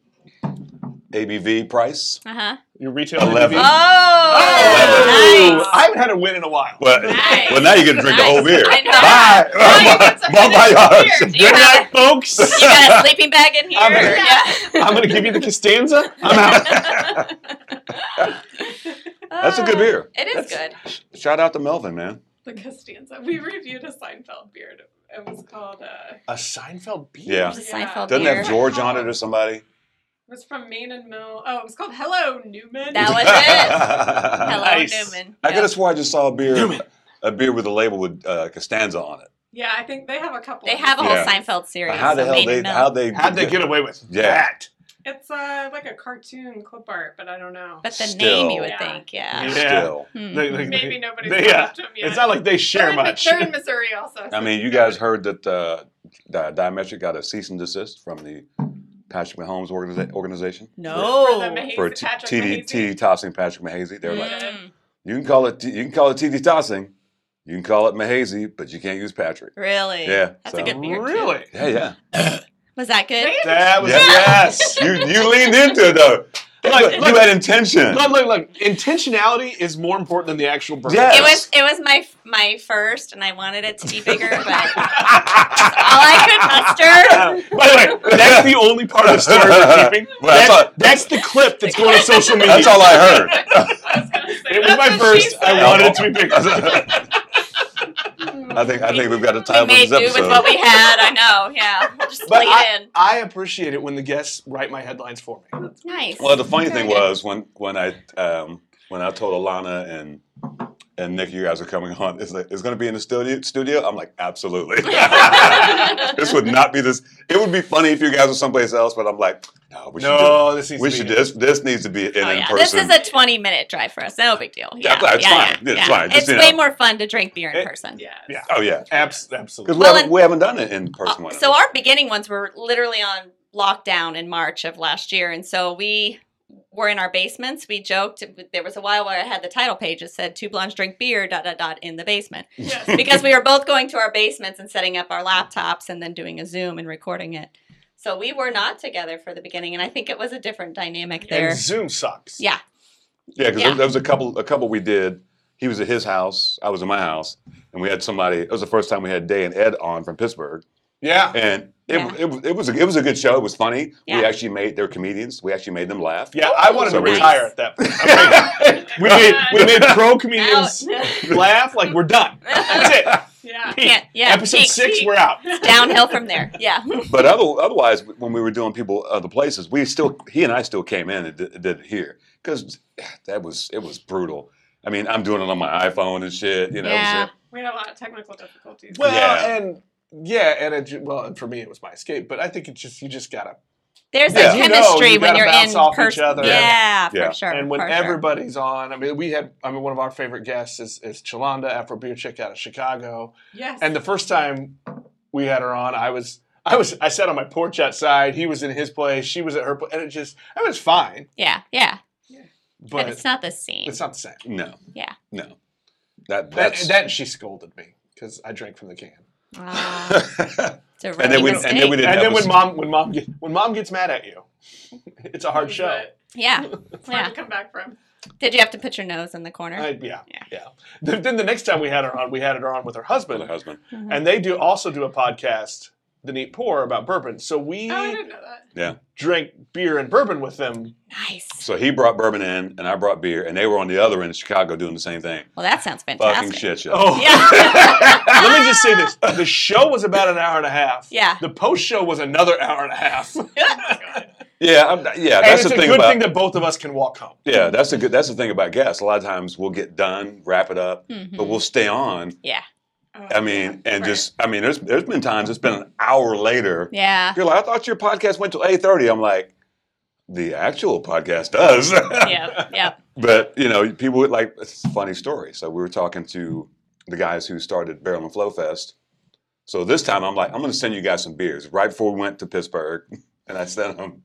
[SPEAKER 2] ABV price?
[SPEAKER 3] Uh huh.
[SPEAKER 5] Your retail
[SPEAKER 2] 11.
[SPEAKER 5] ABV.
[SPEAKER 2] Oh,
[SPEAKER 3] Oh,
[SPEAKER 5] Ooh,
[SPEAKER 3] nice.
[SPEAKER 5] I haven't had a win in a while.
[SPEAKER 2] Well,
[SPEAKER 3] Nice.
[SPEAKER 2] well now you get to drink the whole
[SPEAKER 3] Nice.
[SPEAKER 2] beer.
[SPEAKER 3] I know.
[SPEAKER 2] Bye.
[SPEAKER 4] Now you get
[SPEAKER 2] Bye,
[SPEAKER 4] to finish
[SPEAKER 2] bye,
[SPEAKER 4] the
[SPEAKER 2] y'all.
[SPEAKER 4] beer.
[SPEAKER 3] You
[SPEAKER 5] Good
[SPEAKER 3] got
[SPEAKER 5] night, folks.
[SPEAKER 3] you got a sleeping bag in here.
[SPEAKER 5] I'm here.
[SPEAKER 3] Yeah.
[SPEAKER 5] I'm gonna give you the Costanza. I'm out.
[SPEAKER 2] That's a good beer.
[SPEAKER 3] It is
[SPEAKER 2] That's-
[SPEAKER 3] good.
[SPEAKER 2] Shout out to Melvin, man.
[SPEAKER 4] The Costanza. We reviewed a Seinfeld beer. It was called. Uh,
[SPEAKER 5] A Seinfeld beer.
[SPEAKER 2] Yeah.
[SPEAKER 3] There's a
[SPEAKER 4] Yeah.
[SPEAKER 3] Seinfeld
[SPEAKER 2] Doesn't
[SPEAKER 3] beer.
[SPEAKER 2] have George on it or somebody?
[SPEAKER 4] it was from Main and Mill. Oh, it was called Hello Newman.
[SPEAKER 3] That was it. Hello,
[SPEAKER 2] I
[SPEAKER 5] Nice.
[SPEAKER 3] Newman.
[SPEAKER 2] could have swore I just saw a beer,
[SPEAKER 5] Newman.
[SPEAKER 2] a beer with a label with uh, Costanza on it.
[SPEAKER 4] Yeah, I think they have a couple.
[SPEAKER 3] They have a whole
[SPEAKER 2] Yeah.
[SPEAKER 3] Seinfeld series.
[SPEAKER 2] How the
[SPEAKER 3] so
[SPEAKER 2] hell
[SPEAKER 3] made
[SPEAKER 2] they?
[SPEAKER 3] him know.
[SPEAKER 2] How they?
[SPEAKER 5] How'd they get away with
[SPEAKER 2] Yeah.
[SPEAKER 5] that?
[SPEAKER 4] It's uh, like a cartoon clip art, but I don't know.
[SPEAKER 3] But the
[SPEAKER 2] Still.
[SPEAKER 3] name, you would
[SPEAKER 4] Yeah.
[SPEAKER 3] think, yeah.
[SPEAKER 5] Yeah.
[SPEAKER 2] Still,
[SPEAKER 3] Hmm.
[SPEAKER 5] They- they-
[SPEAKER 4] Maybe nobody's
[SPEAKER 5] they-
[SPEAKER 4] gone
[SPEAKER 5] yeah.
[SPEAKER 4] up to him yet.
[SPEAKER 5] It's not like they share
[SPEAKER 4] they're
[SPEAKER 5] much.
[SPEAKER 4] In, they're in Missouri also.
[SPEAKER 2] I
[SPEAKER 4] so-
[SPEAKER 2] mean, you guys heard that uh, Di- Diametric got a cease and desist from the Patrick Mahomes organiza- organization
[SPEAKER 4] For the
[SPEAKER 3] No.
[SPEAKER 4] Mahazy-
[SPEAKER 2] for t-
[SPEAKER 4] Patrick
[SPEAKER 2] TD,
[SPEAKER 4] Mahazy.
[SPEAKER 2] TD tossing Patrick Mahazy. They're like,
[SPEAKER 3] Mm.
[SPEAKER 2] you can call it, t- you can call it TD tossing, you can call it Mahazy, but you can't use Patrick.
[SPEAKER 3] Really?
[SPEAKER 2] Yeah,
[SPEAKER 3] That's
[SPEAKER 2] so-
[SPEAKER 3] a good beer. too.
[SPEAKER 5] Really?
[SPEAKER 2] Yeah, yeah.
[SPEAKER 3] Was that good?
[SPEAKER 4] They-
[SPEAKER 5] That was
[SPEAKER 2] Yeah.
[SPEAKER 5] yes.
[SPEAKER 2] you you leaned into it though.
[SPEAKER 5] Look,
[SPEAKER 2] you
[SPEAKER 5] look.
[SPEAKER 2] had intention.
[SPEAKER 5] look, look, look. Intentionality is more important than the actual burn.
[SPEAKER 2] Yes.
[SPEAKER 3] It was it was my my first, and I wanted it to be bigger, but all
[SPEAKER 5] By
[SPEAKER 3] I
[SPEAKER 5] the way, that's the only part of the story we're keeping.
[SPEAKER 2] Well, that's
[SPEAKER 5] that's,
[SPEAKER 2] all-
[SPEAKER 5] that's the clip that's going to social media.
[SPEAKER 2] That's all I heard.
[SPEAKER 4] I was gonna say,
[SPEAKER 5] It was
[SPEAKER 4] that's
[SPEAKER 5] my
[SPEAKER 4] what she
[SPEAKER 5] first.
[SPEAKER 4] said.
[SPEAKER 5] I wanted it to be bigger.
[SPEAKER 2] I think I think we've got a title
[SPEAKER 3] could muster. We
[SPEAKER 2] for
[SPEAKER 3] made
[SPEAKER 2] this
[SPEAKER 3] do with
[SPEAKER 2] episode.
[SPEAKER 3] what we had. I know. Yeah. We'll just
[SPEAKER 5] But
[SPEAKER 3] lean
[SPEAKER 5] I,
[SPEAKER 3] in.
[SPEAKER 5] I appreciate it when the guests write my headlines for me.
[SPEAKER 3] Nice.
[SPEAKER 2] Well, the funny
[SPEAKER 3] Very
[SPEAKER 2] thing
[SPEAKER 3] good.
[SPEAKER 2] was when when I um, when I told Alana and and Nick, you guys are coming on. It's like it's going to be in the studio. Studio, I'm like, absolutely. this would not be this. It would be funny if you guys were someplace else, but I'm like, no, we should.
[SPEAKER 5] No, this
[SPEAKER 2] do,
[SPEAKER 5] needs
[SPEAKER 2] we
[SPEAKER 5] to
[SPEAKER 2] should.
[SPEAKER 5] be
[SPEAKER 2] This this needs to be an
[SPEAKER 3] Oh,
[SPEAKER 2] in
[SPEAKER 3] yeah. This
[SPEAKER 2] person.
[SPEAKER 3] is a 20 minute drive for us. No big deal.
[SPEAKER 2] Yeah,
[SPEAKER 3] Yeah.
[SPEAKER 2] it's fine. It's fine. Just,
[SPEAKER 3] It's
[SPEAKER 2] you know.
[SPEAKER 3] way more fun to drink beer in
[SPEAKER 5] It-
[SPEAKER 3] person.
[SPEAKER 4] Yes.
[SPEAKER 5] Yeah.
[SPEAKER 2] oh yeah,
[SPEAKER 5] Abs-
[SPEAKER 2] because
[SPEAKER 5] absolutely.
[SPEAKER 2] we,
[SPEAKER 3] Well,
[SPEAKER 2] haven't
[SPEAKER 3] and-
[SPEAKER 2] we haven't done it in person.
[SPEAKER 3] Uh,
[SPEAKER 2] one.
[SPEAKER 3] so our beginning ones were literally on locked down in March of last year, and so we were in our basements. We joked there was a while where I had the title page that said two blondes drink beer dot dot dot in the basement
[SPEAKER 4] Yes.
[SPEAKER 3] because we were both going to our basements and setting up our laptops and then doing a Zoom and recording it. So we were not together for the beginning, and I think it was a different dynamic there.
[SPEAKER 5] And Zoom sucks.
[SPEAKER 3] yeah,
[SPEAKER 2] Yeah, because
[SPEAKER 3] Yeah.
[SPEAKER 2] there was a couple a couple we did. He was at his house, I was at my house, and we had somebody. It was the first time we had Day and Ed on from Pittsburgh,
[SPEAKER 5] Yeah.
[SPEAKER 2] and it
[SPEAKER 3] Yeah.
[SPEAKER 2] it, was- it was a, it was a good show. It was funny.
[SPEAKER 3] Yeah.
[SPEAKER 2] We actually made they're comedians. We actually made them laugh.
[SPEAKER 5] Yeah, I wanted to
[SPEAKER 2] Nice.
[SPEAKER 5] retire at that point. I'm like, we made we made pro comedians laugh like we're done. That's it.
[SPEAKER 4] yeah.
[SPEAKER 3] Can't- yeah,
[SPEAKER 5] Episode
[SPEAKER 3] peak,
[SPEAKER 5] six,
[SPEAKER 3] peak.
[SPEAKER 5] we're out.
[SPEAKER 3] downhill from there. Yeah.
[SPEAKER 2] But other, otherwise, when we were doing people other places, we still he and I still came in and did, did it here because that was it was brutal. I mean, I'm doing it on my iPhone and shit. You know,
[SPEAKER 3] Yeah.
[SPEAKER 2] so-
[SPEAKER 4] We had a lot of technical difficulties.
[SPEAKER 5] Well,
[SPEAKER 2] Yeah.
[SPEAKER 5] and yeah, and it, ju- well, and for me it was my escape, but I think it's just you just gotta.
[SPEAKER 3] There's
[SPEAKER 2] Yeah.
[SPEAKER 3] a
[SPEAKER 5] You know,
[SPEAKER 3] chemistry
[SPEAKER 5] you
[SPEAKER 3] when
[SPEAKER 5] gotta
[SPEAKER 3] you're
[SPEAKER 5] bounce
[SPEAKER 3] in
[SPEAKER 5] off each
[SPEAKER 3] person.
[SPEAKER 5] other.
[SPEAKER 3] Yeah,
[SPEAKER 2] Yeah.
[SPEAKER 3] for sure.
[SPEAKER 5] and when
[SPEAKER 3] for sure.
[SPEAKER 5] everybody's on, I mean, we had, I mean, one of our favorite guests is is Chalanda Afro Beer Chick out of Chicago,
[SPEAKER 4] yes.
[SPEAKER 5] and the first time we had her on, I was. I was I sat on my porch outside. He was in his place. She was at her place, and it just I was fine,
[SPEAKER 3] Yeah, yeah. But,
[SPEAKER 5] but
[SPEAKER 3] it's not the same.
[SPEAKER 5] it's not the same.
[SPEAKER 2] no.
[SPEAKER 3] Yeah.
[SPEAKER 2] No. That
[SPEAKER 5] That,
[SPEAKER 2] that's
[SPEAKER 5] that she scolded me because I drank from the can.
[SPEAKER 3] Ah, it's a
[SPEAKER 2] and then we and
[SPEAKER 3] mistake.
[SPEAKER 2] then we didn't
[SPEAKER 5] And
[SPEAKER 2] have
[SPEAKER 5] then
[SPEAKER 2] a
[SPEAKER 5] when
[SPEAKER 2] s-
[SPEAKER 5] mom when mom get, when mom gets mad at you, it's a hard show.
[SPEAKER 4] But
[SPEAKER 3] yeah,
[SPEAKER 4] It's hard
[SPEAKER 3] yeah.
[SPEAKER 4] to come back from.
[SPEAKER 3] Did you have to put your nose in the corner?
[SPEAKER 5] I- yeah,
[SPEAKER 3] Yeah.
[SPEAKER 5] yeah. Then, then the next time we had her on, we had her on with her
[SPEAKER 2] with her
[SPEAKER 5] husband,
[SPEAKER 2] husband.
[SPEAKER 3] Mhm.
[SPEAKER 5] and they do also do a podcast, The Neat Pour, about bourbon. So we
[SPEAKER 4] Oh, I didn't know that.
[SPEAKER 5] drank beer and bourbon with them.
[SPEAKER 3] nice.
[SPEAKER 2] So he brought bourbon in, and I brought beer, and they were on the other end of Chicago doing the same thing.
[SPEAKER 3] Well, that sounds fantastic.
[SPEAKER 2] Fucking shit show.
[SPEAKER 5] Oh,
[SPEAKER 3] Yeah.
[SPEAKER 5] let me just say this: the show was about an hour and a half.
[SPEAKER 3] Yeah.
[SPEAKER 5] The post show was another hour and a half. and
[SPEAKER 2] Yeah, I'm, yeah. That's
[SPEAKER 5] it's
[SPEAKER 2] the
[SPEAKER 5] a
[SPEAKER 2] thing
[SPEAKER 5] good
[SPEAKER 2] about
[SPEAKER 5] thing that both of us can walk home.
[SPEAKER 2] yeah. That's the good. That's the thing about guests. A lot of times we'll get done, wrap it up,
[SPEAKER 3] Mhm.
[SPEAKER 2] but we'll stay on.
[SPEAKER 3] yeah,
[SPEAKER 4] Oh,
[SPEAKER 2] I mean, and
[SPEAKER 4] Right.
[SPEAKER 2] just I mean, there's there's been times it's been an hour later.
[SPEAKER 3] yeah,
[SPEAKER 2] You're like, I thought your podcast went till eight thirty. I'm like, the actual podcast does.
[SPEAKER 3] yeah, yeah.
[SPEAKER 2] But you know, people would like it's a funny story. So we were talking to the guys who started Barrel and Flow Fest. So this time I'm like, I'm going to send you guys some beers. Right before we went to Pittsburgh, and I sent them,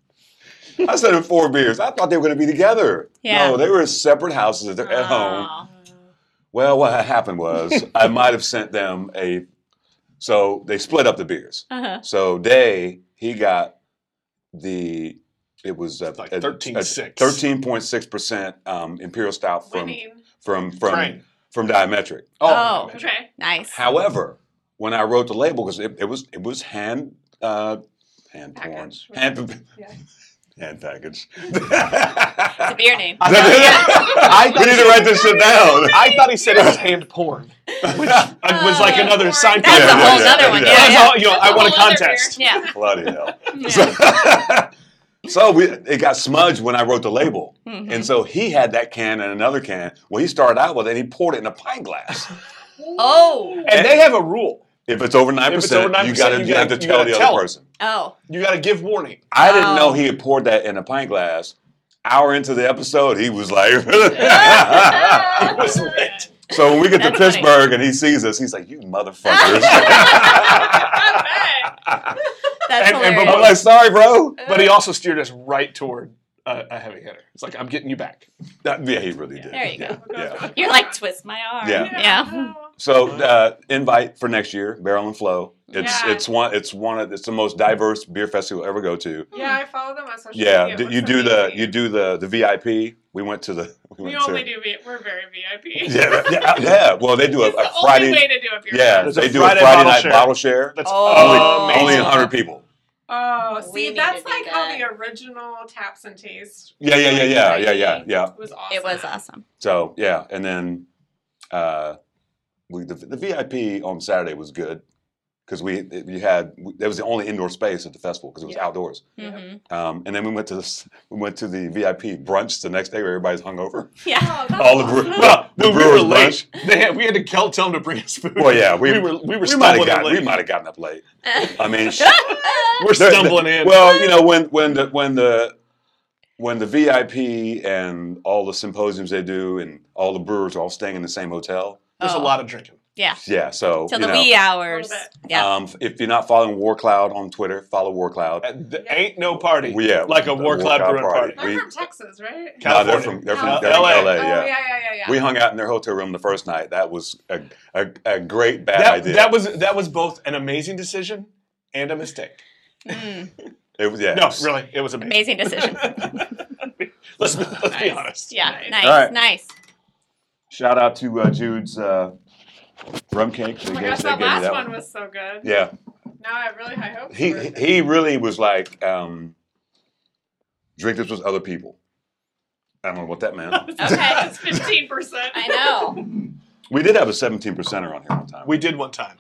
[SPEAKER 2] I sent them four beers. I thought they were going to be together.
[SPEAKER 3] Yeah. Oh.
[SPEAKER 2] No, they were in separate houses at, their, at home.
[SPEAKER 3] Aw.
[SPEAKER 2] Well, what had happened was I might have sent them a. So they split up the beers.
[SPEAKER 3] Uh-huh.
[SPEAKER 2] So Day he got the it was a,
[SPEAKER 5] Like
[SPEAKER 2] a- a
[SPEAKER 5] 13.6.
[SPEAKER 2] 13.6 percent um, imperial stout from
[SPEAKER 4] winning.
[SPEAKER 2] from from
[SPEAKER 5] Train.
[SPEAKER 2] from Diametric.
[SPEAKER 3] Oh.
[SPEAKER 4] Okay.
[SPEAKER 3] Nice.
[SPEAKER 2] However, when I wrote the label because it, it was it was hand uh, hand torn
[SPEAKER 4] Packaged.
[SPEAKER 2] hand
[SPEAKER 4] Yeah.
[SPEAKER 2] hand package.
[SPEAKER 3] It's a beer name.
[SPEAKER 5] I thought- I
[SPEAKER 2] we
[SPEAKER 5] thought
[SPEAKER 2] need
[SPEAKER 5] he
[SPEAKER 2] to write this shit down.
[SPEAKER 5] I thought he said it was hand porn, which was like
[SPEAKER 4] hand
[SPEAKER 5] another
[SPEAKER 4] porn.
[SPEAKER 5] Seinfeld.
[SPEAKER 3] That's
[SPEAKER 2] Yeah,
[SPEAKER 3] a whole
[SPEAKER 2] yeah,
[SPEAKER 3] nother
[SPEAKER 2] yeah,
[SPEAKER 3] one.
[SPEAKER 2] yeah.
[SPEAKER 3] Yeah,
[SPEAKER 5] That's
[SPEAKER 3] yeah.
[SPEAKER 5] all- you know,
[SPEAKER 4] That's
[SPEAKER 5] I
[SPEAKER 4] a
[SPEAKER 5] want a
[SPEAKER 4] whole other
[SPEAKER 5] contest.
[SPEAKER 4] beer.
[SPEAKER 3] Yeah.
[SPEAKER 2] Bloody hell.
[SPEAKER 3] yeah.
[SPEAKER 2] so we, it got smudged when I wrote the label.
[SPEAKER 4] Mm-hmm.
[SPEAKER 3] Mhm.
[SPEAKER 2] And so he had that can and another can. Well, he started out with it and he poured it in a pint glass.
[SPEAKER 3] Oh,
[SPEAKER 5] And they have a rule.
[SPEAKER 2] If it's over 9%,
[SPEAKER 5] over
[SPEAKER 2] you,
[SPEAKER 5] 9%,
[SPEAKER 2] gotta,
[SPEAKER 5] you
[SPEAKER 2] you have to
[SPEAKER 5] gotta- you
[SPEAKER 2] tell
[SPEAKER 5] gotta
[SPEAKER 2] the
[SPEAKER 5] tell
[SPEAKER 2] other
[SPEAKER 5] 'em.
[SPEAKER 2] person.
[SPEAKER 3] oh,
[SPEAKER 5] You got to give warning.
[SPEAKER 2] I didn't
[SPEAKER 3] Wow.
[SPEAKER 2] know he had poured that in a pint glass. Hour into the episode, he was like,
[SPEAKER 5] It was lit.
[SPEAKER 2] So when we get to
[SPEAKER 3] That's funny.
[SPEAKER 2] Pittsburgh and he sees us, he's like, you motherfuckers.
[SPEAKER 4] Okay.
[SPEAKER 3] that's
[SPEAKER 5] And- and-
[SPEAKER 3] hilarious.
[SPEAKER 2] I'm like, sorry, bro.
[SPEAKER 5] But he also steered us right toward a, a heavy hitter. It's like I'm getting you back.
[SPEAKER 2] That- yeah, he really did.
[SPEAKER 3] there you go.
[SPEAKER 2] Yeah.
[SPEAKER 3] You're like twist my arm.
[SPEAKER 2] Yeah.
[SPEAKER 3] yeah.
[SPEAKER 2] So uh, invite for next year, Barrel and Flow. It's
[SPEAKER 4] Yeah.
[SPEAKER 2] it's one it's one of it's the most diverse beer fest you'll ever go to.
[SPEAKER 4] Yeah, I follow them on social media.
[SPEAKER 2] Yeah,
[SPEAKER 4] It
[SPEAKER 2] d-
[SPEAKER 4] looks
[SPEAKER 2] you do the
[SPEAKER 4] amazing.
[SPEAKER 2] you do the the VIP. We went to the we,
[SPEAKER 4] We
[SPEAKER 2] went
[SPEAKER 4] only
[SPEAKER 2] to,
[SPEAKER 4] do. V- We're very VIP.
[SPEAKER 2] Yeah, that- yeah, yeah. Well, they do a,
[SPEAKER 4] It's
[SPEAKER 2] a
[SPEAKER 4] the only way
[SPEAKER 2] Friday.
[SPEAKER 4] to do a beer.
[SPEAKER 2] Yeah,
[SPEAKER 5] There's
[SPEAKER 2] they
[SPEAKER 5] a
[SPEAKER 2] do
[SPEAKER 5] Friday
[SPEAKER 2] a Friday
[SPEAKER 5] bottle
[SPEAKER 2] night
[SPEAKER 5] share.
[SPEAKER 2] bottle share.
[SPEAKER 5] That's
[SPEAKER 3] Oh.
[SPEAKER 2] Only only
[SPEAKER 5] amazing.
[SPEAKER 2] hundred people.
[SPEAKER 4] Oh,
[SPEAKER 3] We
[SPEAKER 4] see,
[SPEAKER 3] need
[SPEAKER 4] that's
[SPEAKER 3] to do
[SPEAKER 4] like how
[SPEAKER 3] that.
[SPEAKER 4] the original Taps and Taste.
[SPEAKER 2] Yeah, yeah, yeah, yeah, yeah, yeah, yeah.
[SPEAKER 4] Was awesome.
[SPEAKER 3] It was awesome.
[SPEAKER 2] So yeah, and then uh, we the, the VIP on Saturday was good because we you had that was the only indoor space at the festival because it was
[SPEAKER 4] Yeah.
[SPEAKER 2] outdoors.
[SPEAKER 3] Mhm.
[SPEAKER 2] Um, and then we went to this, we went to the VIP brunch the next day where everybody's hungover.
[SPEAKER 3] Yeah.
[SPEAKER 4] Oh, that's
[SPEAKER 2] All the brew,
[SPEAKER 4] awesome.
[SPEAKER 2] well, the
[SPEAKER 5] when we were
[SPEAKER 2] brewers
[SPEAKER 5] late,
[SPEAKER 2] brunch.
[SPEAKER 5] they had, we had to tell, tell them to bring us food.
[SPEAKER 2] Well, yeah, we,
[SPEAKER 5] we were we were
[SPEAKER 2] we might have
[SPEAKER 5] stumbling
[SPEAKER 2] got we
[SPEAKER 5] in.
[SPEAKER 2] might have gotten up late. I mean, sh-
[SPEAKER 5] We are
[SPEAKER 2] there-
[SPEAKER 5] stumbling in.
[SPEAKER 2] Well, you know when when the when the when the VIP and all the symposiums they do and all the brewers are all staying in the same hotel.
[SPEAKER 5] There's a
[SPEAKER 3] Oh.
[SPEAKER 5] lot of drinking.
[SPEAKER 3] Yeah.
[SPEAKER 2] Yeah. So
[SPEAKER 3] Till
[SPEAKER 2] you
[SPEAKER 3] the
[SPEAKER 2] know,
[SPEAKER 3] wee hours.
[SPEAKER 4] Little bit.
[SPEAKER 3] Yeah.
[SPEAKER 2] um, if you're not following War Cloud on Twitter, follow War Cloud.
[SPEAKER 5] Uh, th- Ain't no party.
[SPEAKER 2] We- yeah,
[SPEAKER 5] like a war
[SPEAKER 2] War
[SPEAKER 5] club
[SPEAKER 2] Cloud
[SPEAKER 5] brewing
[SPEAKER 2] party.
[SPEAKER 5] party.
[SPEAKER 4] They're
[SPEAKER 2] we-
[SPEAKER 4] from Texas, right?
[SPEAKER 2] No, they're
[SPEAKER 5] California.
[SPEAKER 2] from they're from,
[SPEAKER 4] Oh,
[SPEAKER 2] they're from
[SPEAKER 5] LA.
[SPEAKER 2] LA.
[SPEAKER 4] oh
[SPEAKER 2] yeah.
[SPEAKER 4] yeah, yeah, yeah. yeah.
[SPEAKER 2] We hung out in their hotel room the first night. That was a, a, a great bad
[SPEAKER 5] That,
[SPEAKER 2] idea.
[SPEAKER 5] that was that was both an amazing decision and a mistake.
[SPEAKER 3] Mm,
[SPEAKER 2] it was yeah.
[SPEAKER 5] No, really, it was amazing.
[SPEAKER 3] amazing decision.
[SPEAKER 5] let's let's be
[SPEAKER 4] Nice.
[SPEAKER 5] honest.
[SPEAKER 3] Yeah.
[SPEAKER 4] Nice.
[SPEAKER 3] Nice.
[SPEAKER 2] All right.
[SPEAKER 3] Nice.
[SPEAKER 2] Shout out to uh, Jude's uh, rum cake.
[SPEAKER 4] Oh
[SPEAKER 2] They
[SPEAKER 4] my
[SPEAKER 2] gave-
[SPEAKER 4] gosh,
[SPEAKER 2] they
[SPEAKER 4] that
[SPEAKER 2] gave me
[SPEAKER 4] last
[SPEAKER 2] that
[SPEAKER 4] one
[SPEAKER 2] one.
[SPEAKER 4] was so good.
[SPEAKER 2] Yeah,
[SPEAKER 4] Now I have really high hopes.
[SPEAKER 2] he
[SPEAKER 4] for it.
[SPEAKER 2] he really was like um, drink this with other people. I don't know what that meant.
[SPEAKER 3] Okay.
[SPEAKER 4] That's fifteen percent.
[SPEAKER 3] I know.
[SPEAKER 2] we did have a 17 percenter on here one time.
[SPEAKER 5] We did one time.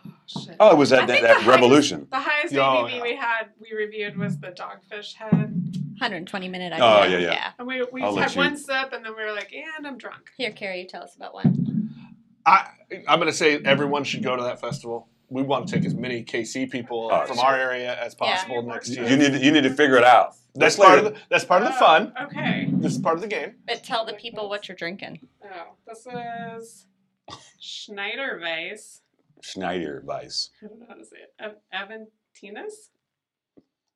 [SPEAKER 2] oh, it was
[SPEAKER 4] I
[SPEAKER 2] that that,
[SPEAKER 4] think the
[SPEAKER 2] that
[SPEAKER 4] highest-
[SPEAKER 2] revolution.
[SPEAKER 4] The highest
[SPEAKER 5] Oh,
[SPEAKER 4] ABV
[SPEAKER 5] yeah.
[SPEAKER 4] we had, we reviewed was the dogfish head,
[SPEAKER 3] 120 minute idea.
[SPEAKER 2] Oh, yeah, yeah.
[SPEAKER 4] and we we
[SPEAKER 2] I'll let
[SPEAKER 4] had
[SPEAKER 2] you-
[SPEAKER 4] one sip, and then we were like, "And I'm drunk."
[SPEAKER 3] Here, Carrie, you tell us about one.
[SPEAKER 5] I I'm gonna say everyone should go to that festival. We want to take as many KC people
[SPEAKER 2] Oh,
[SPEAKER 5] from
[SPEAKER 2] sure.
[SPEAKER 5] our area as possible
[SPEAKER 4] Yeah.
[SPEAKER 5] next year.
[SPEAKER 2] You need you need to figure it out. Let's
[SPEAKER 5] that's part of
[SPEAKER 2] later-
[SPEAKER 5] the, that's part of the
[SPEAKER 4] Oh,
[SPEAKER 5] fun.
[SPEAKER 4] Okay.
[SPEAKER 5] This is part of the game.
[SPEAKER 3] But tell the people what you're drinking.
[SPEAKER 4] Oh, this is Schneider Weiss.
[SPEAKER 2] Schneider Weiss.
[SPEAKER 4] I don't know how to say it. Av- Aventinus,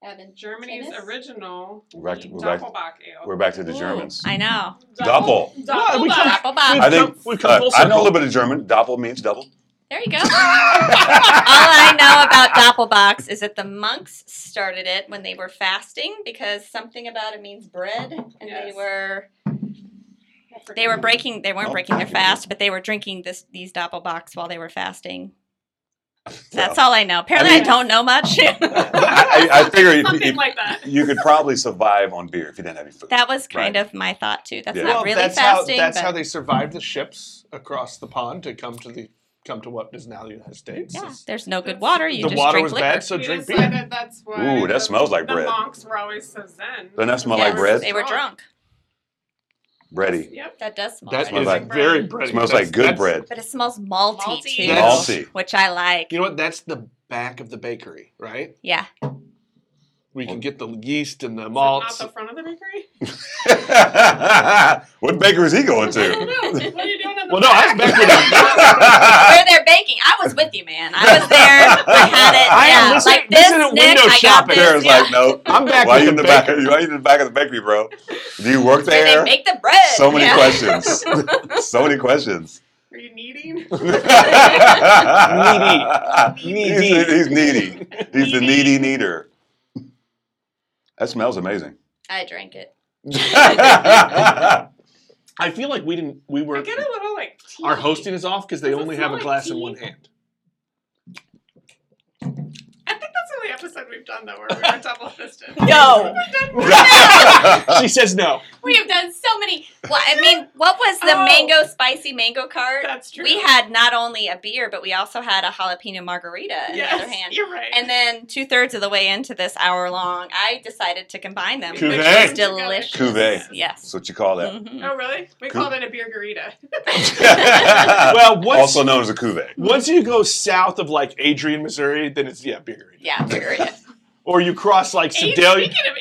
[SPEAKER 3] Evan.
[SPEAKER 4] Germany's
[SPEAKER 3] Tinus?
[SPEAKER 4] original
[SPEAKER 2] We're back to- we're back-
[SPEAKER 4] Doppelbock ale.
[SPEAKER 2] We're back to the
[SPEAKER 3] Ooh,
[SPEAKER 2] Germans.
[SPEAKER 3] I know.
[SPEAKER 2] Doppel.
[SPEAKER 5] Well, we
[SPEAKER 4] Doppelbock.
[SPEAKER 3] Apple bob.
[SPEAKER 2] I think
[SPEAKER 5] We've come- we've come
[SPEAKER 2] uh, I
[SPEAKER 5] full
[SPEAKER 2] know a
[SPEAKER 5] circle.
[SPEAKER 2] little bit of German. Doppel means double.
[SPEAKER 3] There you go. All I know about Doppelbox is that the monks started it when they were fasting because something about it means bread, and they
[SPEAKER 4] Yes.
[SPEAKER 3] were
[SPEAKER 4] I forget.
[SPEAKER 3] they were breaking they weren't
[SPEAKER 2] Oh,
[SPEAKER 3] breaking their
[SPEAKER 2] thank you.
[SPEAKER 3] fast, but they were drinking this these Doppelbox while they were fasting. So
[SPEAKER 2] Yeah.
[SPEAKER 3] that's all I know. Apparently, I,
[SPEAKER 2] mean-
[SPEAKER 3] don't know much.
[SPEAKER 2] I, I I figure if,
[SPEAKER 4] something
[SPEAKER 2] if,
[SPEAKER 4] like that.
[SPEAKER 2] you could probably survive on beer if you didn't have any food.
[SPEAKER 3] that was kind
[SPEAKER 2] Right.
[SPEAKER 3] of my thought too. That's
[SPEAKER 2] Yeah.
[SPEAKER 3] not
[SPEAKER 5] Well,
[SPEAKER 3] really
[SPEAKER 5] that's
[SPEAKER 3] fasting.
[SPEAKER 5] how that's
[SPEAKER 3] but
[SPEAKER 5] how they survived the ships across the pond to come to the come to what is now the United States.
[SPEAKER 3] yeah,
[SPEAKER 5] It's-
[SPEAKER 3] there's no good
[SPEAKER 4] That's-
[SPEAKER 3] water. You
[SPEAKER 5] the
[SPEAKER 3] just
[SPEAKER 5] water
[SPEAKER 3] drink
[SPEAKER 5] was
[SPEAKER 3] liquor.
[SPEAKER 5] bad, so
[SPEAKER 4] we
[SPEAKER 5] drink
[SPEAKER 4] decided
[SPEAKER 5] beer.
[SPEAKER 4] that's why.
[SPEAKER 2] Ooh, that
[SPEAKER 4] the-
[SPEAKER 2] smells like
[SPEAKER 4] the
[SPEAKER 2] bread.
[SPEAKER 4] monks were always so zen.
[SPEAKER 2] Doesn't that smell like
[SPEAKER 4] Because they were
[SPEAKER 2] bread?
[SPEAKER 4] just
[SPEAKER 3] They were drunk.
[SPEAKER 2] Ready.
[SPEAKER 4] Yep.
[SPEAKER 3] That does smell.
[SPEAKER 5] That
[SPEAKER 3] pretty
[SPEAKER 5] is
[SPEAKER 2] Smells like-
[SPEAKER 5] very bready.
[SPEAKER 2] Smells
[SPEAKER 5] That's-
[SPEAKER 2] like good
[SPEAKER 5] that's-
[SPEAKER 2] bread.
[SPEAKER 3] But it smells malty,
[SPEAKER 4] Malty.
[SPEAKER 3] too.
[SPEAKER 5] That's-
[SPEAKER 2] Malty.
[SPEAKER 3] Which I like.
[SPEAKER 5] You know what? That's the back of the bakery, right?
[SPEAKER 3] Yeah.
[SPEAKER 5] We can get the yeast and the
[SPEAKER 4] Malts.
[SPEAKER 5] malts.
[SPEAKER 4] Not the front of the bakery.
[SPEAKER 2] what baker is he going
[SPEAKER 4] I don't
[SPEAKER 2] to?
[SPEAKER 4] know. What are you doing in the
[SPEAKER 5] Well, no, I
[SPEAKER 4] back?
[SPEAKER 5] was back with them.
[SPEAKER 3] Where they're baking. I was with you, man. I was there. I had it.
[SPEAKER 5] I am
[SPEAKER 3] yeah.
[SPEAKER 5] listening-
[SPEAKER 3] like this,
[SPEAKER 5] listening at
[SPEAKER 3] Nick,
[SPEAKER 5] window
[SPEAKER 3] I got
[SPEAKER 5] shopping.
[SPEAKER 3] this,
[SPEAKER 2] Sarah's
[SPEAKER 3] yeah.
[SPEAKER 2] like, no.
[SPEAKER 5] I'm back
[SPEAKER 2] Why
[SPEAKER 5] with
[SPEAKER 2] you in
[SPEAKER 5] the
[SPEAKER 2] the back?
[SPEAKER 5] baker.
[SPEAKER 2] Why you in the back of the bakery, bro? Do you work
[SPEAKER 3] Where
[SPEAKER 2] there?
[SPEAKER 3] they make the bread.
[SPEAKER 2] So many
[SPEAKER 3] yeah.
[SPEAKER 2] questions. so many questions.
[SPEAKER 4] Are you kneading?
[SPEAKER 2] He's,
[SPEAKER 5] Needy.
[SPEAKER 2] he's needy. He's the needy needer. That smells amazing.
[SPEAKER 3] I drank it.
[SPEAKER 2] That's
[SPEAKER 5] I feel like we didn't. We
[SPEAKER 4] I
[SPEAKER 5] were.
[SPEAKER 4] get a little like. Tea.
[SPEAKER 5] Our hosting is off because they
[SPEAKER 4] Does it
[SPEAKER 5] only
[SPEAKER 4] smell
[SPEAKER 5] have a
[SPEAKER 4] like
[SPEAKER 5] glass in
[SPEAKER 4] tea?
[SPEAKER 5] one hand.
[SPEAKER 4] I think that's the only episode we've done though where we were double fisted.
[SPEAKER 3] No.
[SPEAKER 5] she says no.
[SPEAKER 3] We have done so many. Well, I mean, what was the
[SPEAKER 4] Oh.
[SPEAKER 3] mango spicy mango card?
[SPEAKER 4] That's true.
[SPEAKER 3] We had not only a beer, but we also had a jalapeno margarita in
[SPEAKER 4] Yes,
[SPEAKER 3] the other hand.
[SPEAKER 4] you're right.
[SPEAKER 3] And then two thirds of the way into this hour long, I decided to combine them,
[SPEAKER 5] Cuvée.
[SPEAKER 3] which was
[SPEAKER 4] Together.
[SPEAKER 3] delicious.
[SPEAKER 2] Cuvée.
[SPEAKER 3] Yes.
[SPEAKER 2] what you call that.
[SPEAKER 3] Mhm.
[SPEAKER 4] oh really? We
[SPEAKER 2] Cool.
[SPEAKER 4] called it a beer garita.
[SPEAKER 5] Well, once
[SPEAKER 2] also known as a cuvee.
[SPEAKER 5] once you go south of like Adrian, Missouri, then it's yeah, beer.
[SPEAKER 3] Yeah, period.
[SPEAKER 5] Or you cross like Sedalia,
[SPEAKER 4] Speaking of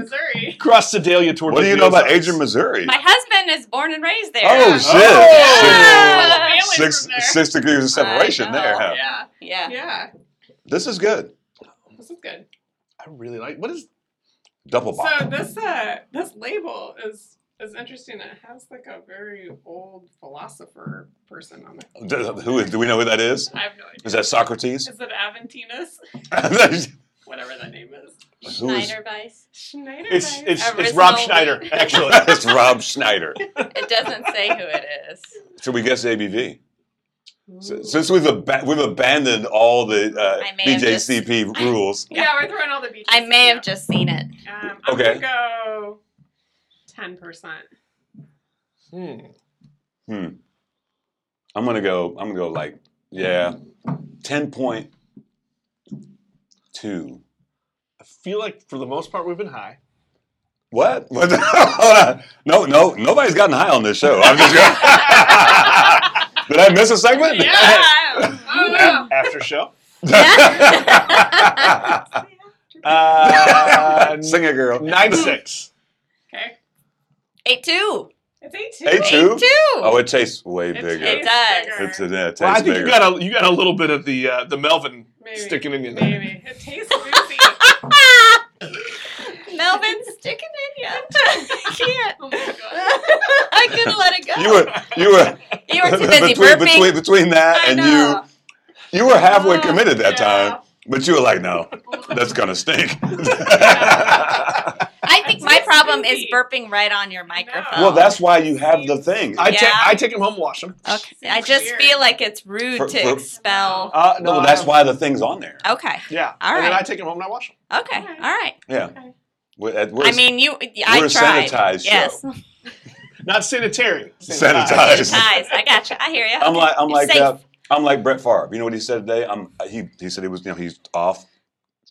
[SPEAKER 4] Missouri.
[SPEAKER 5] cross Sedalia toward.
[SPEAKER 2] What do you know about Adrian, Missouri?
[SPEAKER 3] My husband is born and raised there.
[SPEAKER 2] Oh, shit.
[SPEAKER 3] Yeah.
[SPEAKER 2] Six,
[SPEAKER 4] Family's
[SPEAKER 2] six,
[SPEAKER 4] from there.
[SPEAKER 2] six degrees of separation
[SPEAKER 3] I know.
[SPEAKER 2] there. huh?
[SPEAKER 4] Yeah.
[SPEAKER 3] Uh, Yeah.
[SPEAKER 4] Yeah.
[SPEAKER 2] This is good.
[SPEAKER 4] This is good.
[SPEAKER 5] I really like. What is?
[SPEAKER 2] Double bop.
[SPEAKER 4] So this uh this label is is interesting. It has like a very old philosopher person on it.
[SPEAKER 2] D- who is, do we know who that is?
[SPEAKER 4] I have no idea.
[SPEAKER 2] Is that Socrates?
[SPEAKER 4] Is it Aventinus?
[SPEAKER 2] who
[SPEAKER 4] Whatever that name is.
[SPEAKER 2] is?
[SPEAKER 3] Schneider Weiss.
[SPEAKER 4] Schneider.
[SPEAKER 5] It's
[SPEAKER 4] Weiss?
[SPEAKER 5] it's, it's
[SPEAKER 3] Original
[SPEAKER 5] Rob
[SPEAKER 3] wheat.
[SPEAKER 5] Schneider actually.
[SPEAKER 2] That's Rob Schneider.
[SPEAKER 3] It doesn't say who it is.
[SPEAKER 2] Should we guess ABV? S- Since we've, ab- we've abandoned all the
[SPEAKER 3] I
[SPEAKER 2] uh,
[SPEAKER 3] may have
[SPEAKER 2] BJCP rules,
[SPEAKER 4] yeah, we're throwing all the beaches.
[SPEAKER 3] I may have
[SPEAKER 4] out.
[SPEAKER 3] just seen it.
[SPEAKER 4] Um, I'm
[SPEAKER 2] Okay.
[SPEAKER 4] gonna go ten percent.
[SPEAKER 5] Hmm.
[SPEAKER 2] hmm. I'm gonna go. I'm gonna go like yeah, ten point two.
[SPEAKER 5] I feel like for the most part we've been high.
[SPEAKER 2] What? What? the- Hold on. No, no, nobody's gotten high on this show. I'm just going. Did I miss a segment?
[SPEAKER 4] Oh, wow.
[SPEAKER 5] A- After show. Uh,
[SPEAKER 2] Sing it, girl.
[SPEAKER 5] Uh, Nine six.
[SPEAKER 4] Okay.
[SPEAKER 3] Eight two.
[SPEAKER 4] It's
[SPEAKER 2] Eight
[SPEAKER 4] A2.
[SPEAKER 2] two. Two?
[SPEAKER 3] Me too.
[SPEAKER 2] Oh, it tastes way
[SPEAKER 4] It
[SPEAKER 2] bigger.
[SPEAKER 4] tastes
[SPEAKER 3] does.
[SPEAKER 4] bigger.
[SPEAKER 2] It's yeah, it tastes
[SPEAKER 5] Well, I think
[SPEAKER 2] bigger.
[SPEAKER 5] you got a you got a little bit of the uh, the Melvin
[SPEAKER 4] Maybe.
[SPEAKER 5] sticking in you there.
[SPEAKER 4] Maybe. It tastes loosey.
[SPEAKER 3] Ah! Melvin's sticking in yet. I can't.
[SPEAKER 4] oh my god.
[SPEAKER 3] I couldn't let it go.
[SPEAKER 2] you were you were
[SPEAKER 3] You were too busy
[SPEAKER 2] between,
[SPEAKER 3] burping.
[SPEAKER 2] between between that
[SPEAKER 3] I
[SPEAKER 2] and
[SPEAKER 3] know.
[SPEAKER 2] you you were halfway
[SPEAKER 4] Oh,
[SPEAKER 2] committed that
[SPEAKER 4] yeah.
[SPEAKER 2] time, but you were like, no, that's gonna stink.
[SPEAKER 3] I think my
[SPEAKER 4] That's
[SPEAKER 3] problem is
[SPEAKER 4] creepy.
[SPEAKER 3] burping right on your microphone.
[SPEAKER 2] well, that's why you have the thing.
[SPEAKER 5] I take
[SPEAKER 3] Yeah.
[SPEAKER 5] I take him home, and wash him.
[SPEAKER 3] okay. I just
[SPEAKER 4] Weird.
[SPEAKER 3] feel like it's rude
[SPEAKER 2] For-
[SPEAKER 3] to
[SPEAKER 2] for-
[SPEAKER 3] expel.
[SPEAKER 5] Uh,
[SPEAKER 2] no,
[SPEAKER 5] I
[SPEAKER 2] that's
[SPEAKER 5] have-
[SPEAKER 2] why the thing's on there.
[SPEAKER 3] Okay.
[SPEAKER 5] Yeah,
[SPEAKER 3] All
[SPEAKER 5] and then
[SPEAKER 3] right.
[SPEAKER 5] I take him home and I wash him.
[SPEAKER 4] Okay.
[SPEAKER 3] Okay. All right.
[SPEAKER 2] Yeah,
[SPEAKER 4] Okay.
[SPEAKER 2] we're, at- we're
[SPEAKER 3] I mean, you. I
[SPEAKER 2] we're a
[SPEAKER 3] tried.
[SPEAKER 2] sanitized show.
[SPEAKER 3] yes.
[SPEAKER 5] Not sanitary.
[SPEAKER 2] Sanitized.
[SPEAKER 3] Sanitized. I gotcha. I hear you.
[SPEAKER 2] I'm like I'm
[SPEAKER 3] You're
[SPEAKER 2] like
[SPEAKER 3] safe.
[SPEAKER 2] uh, I'm like Brett Favre. You know what he said today? I'm he he said he was you know he's off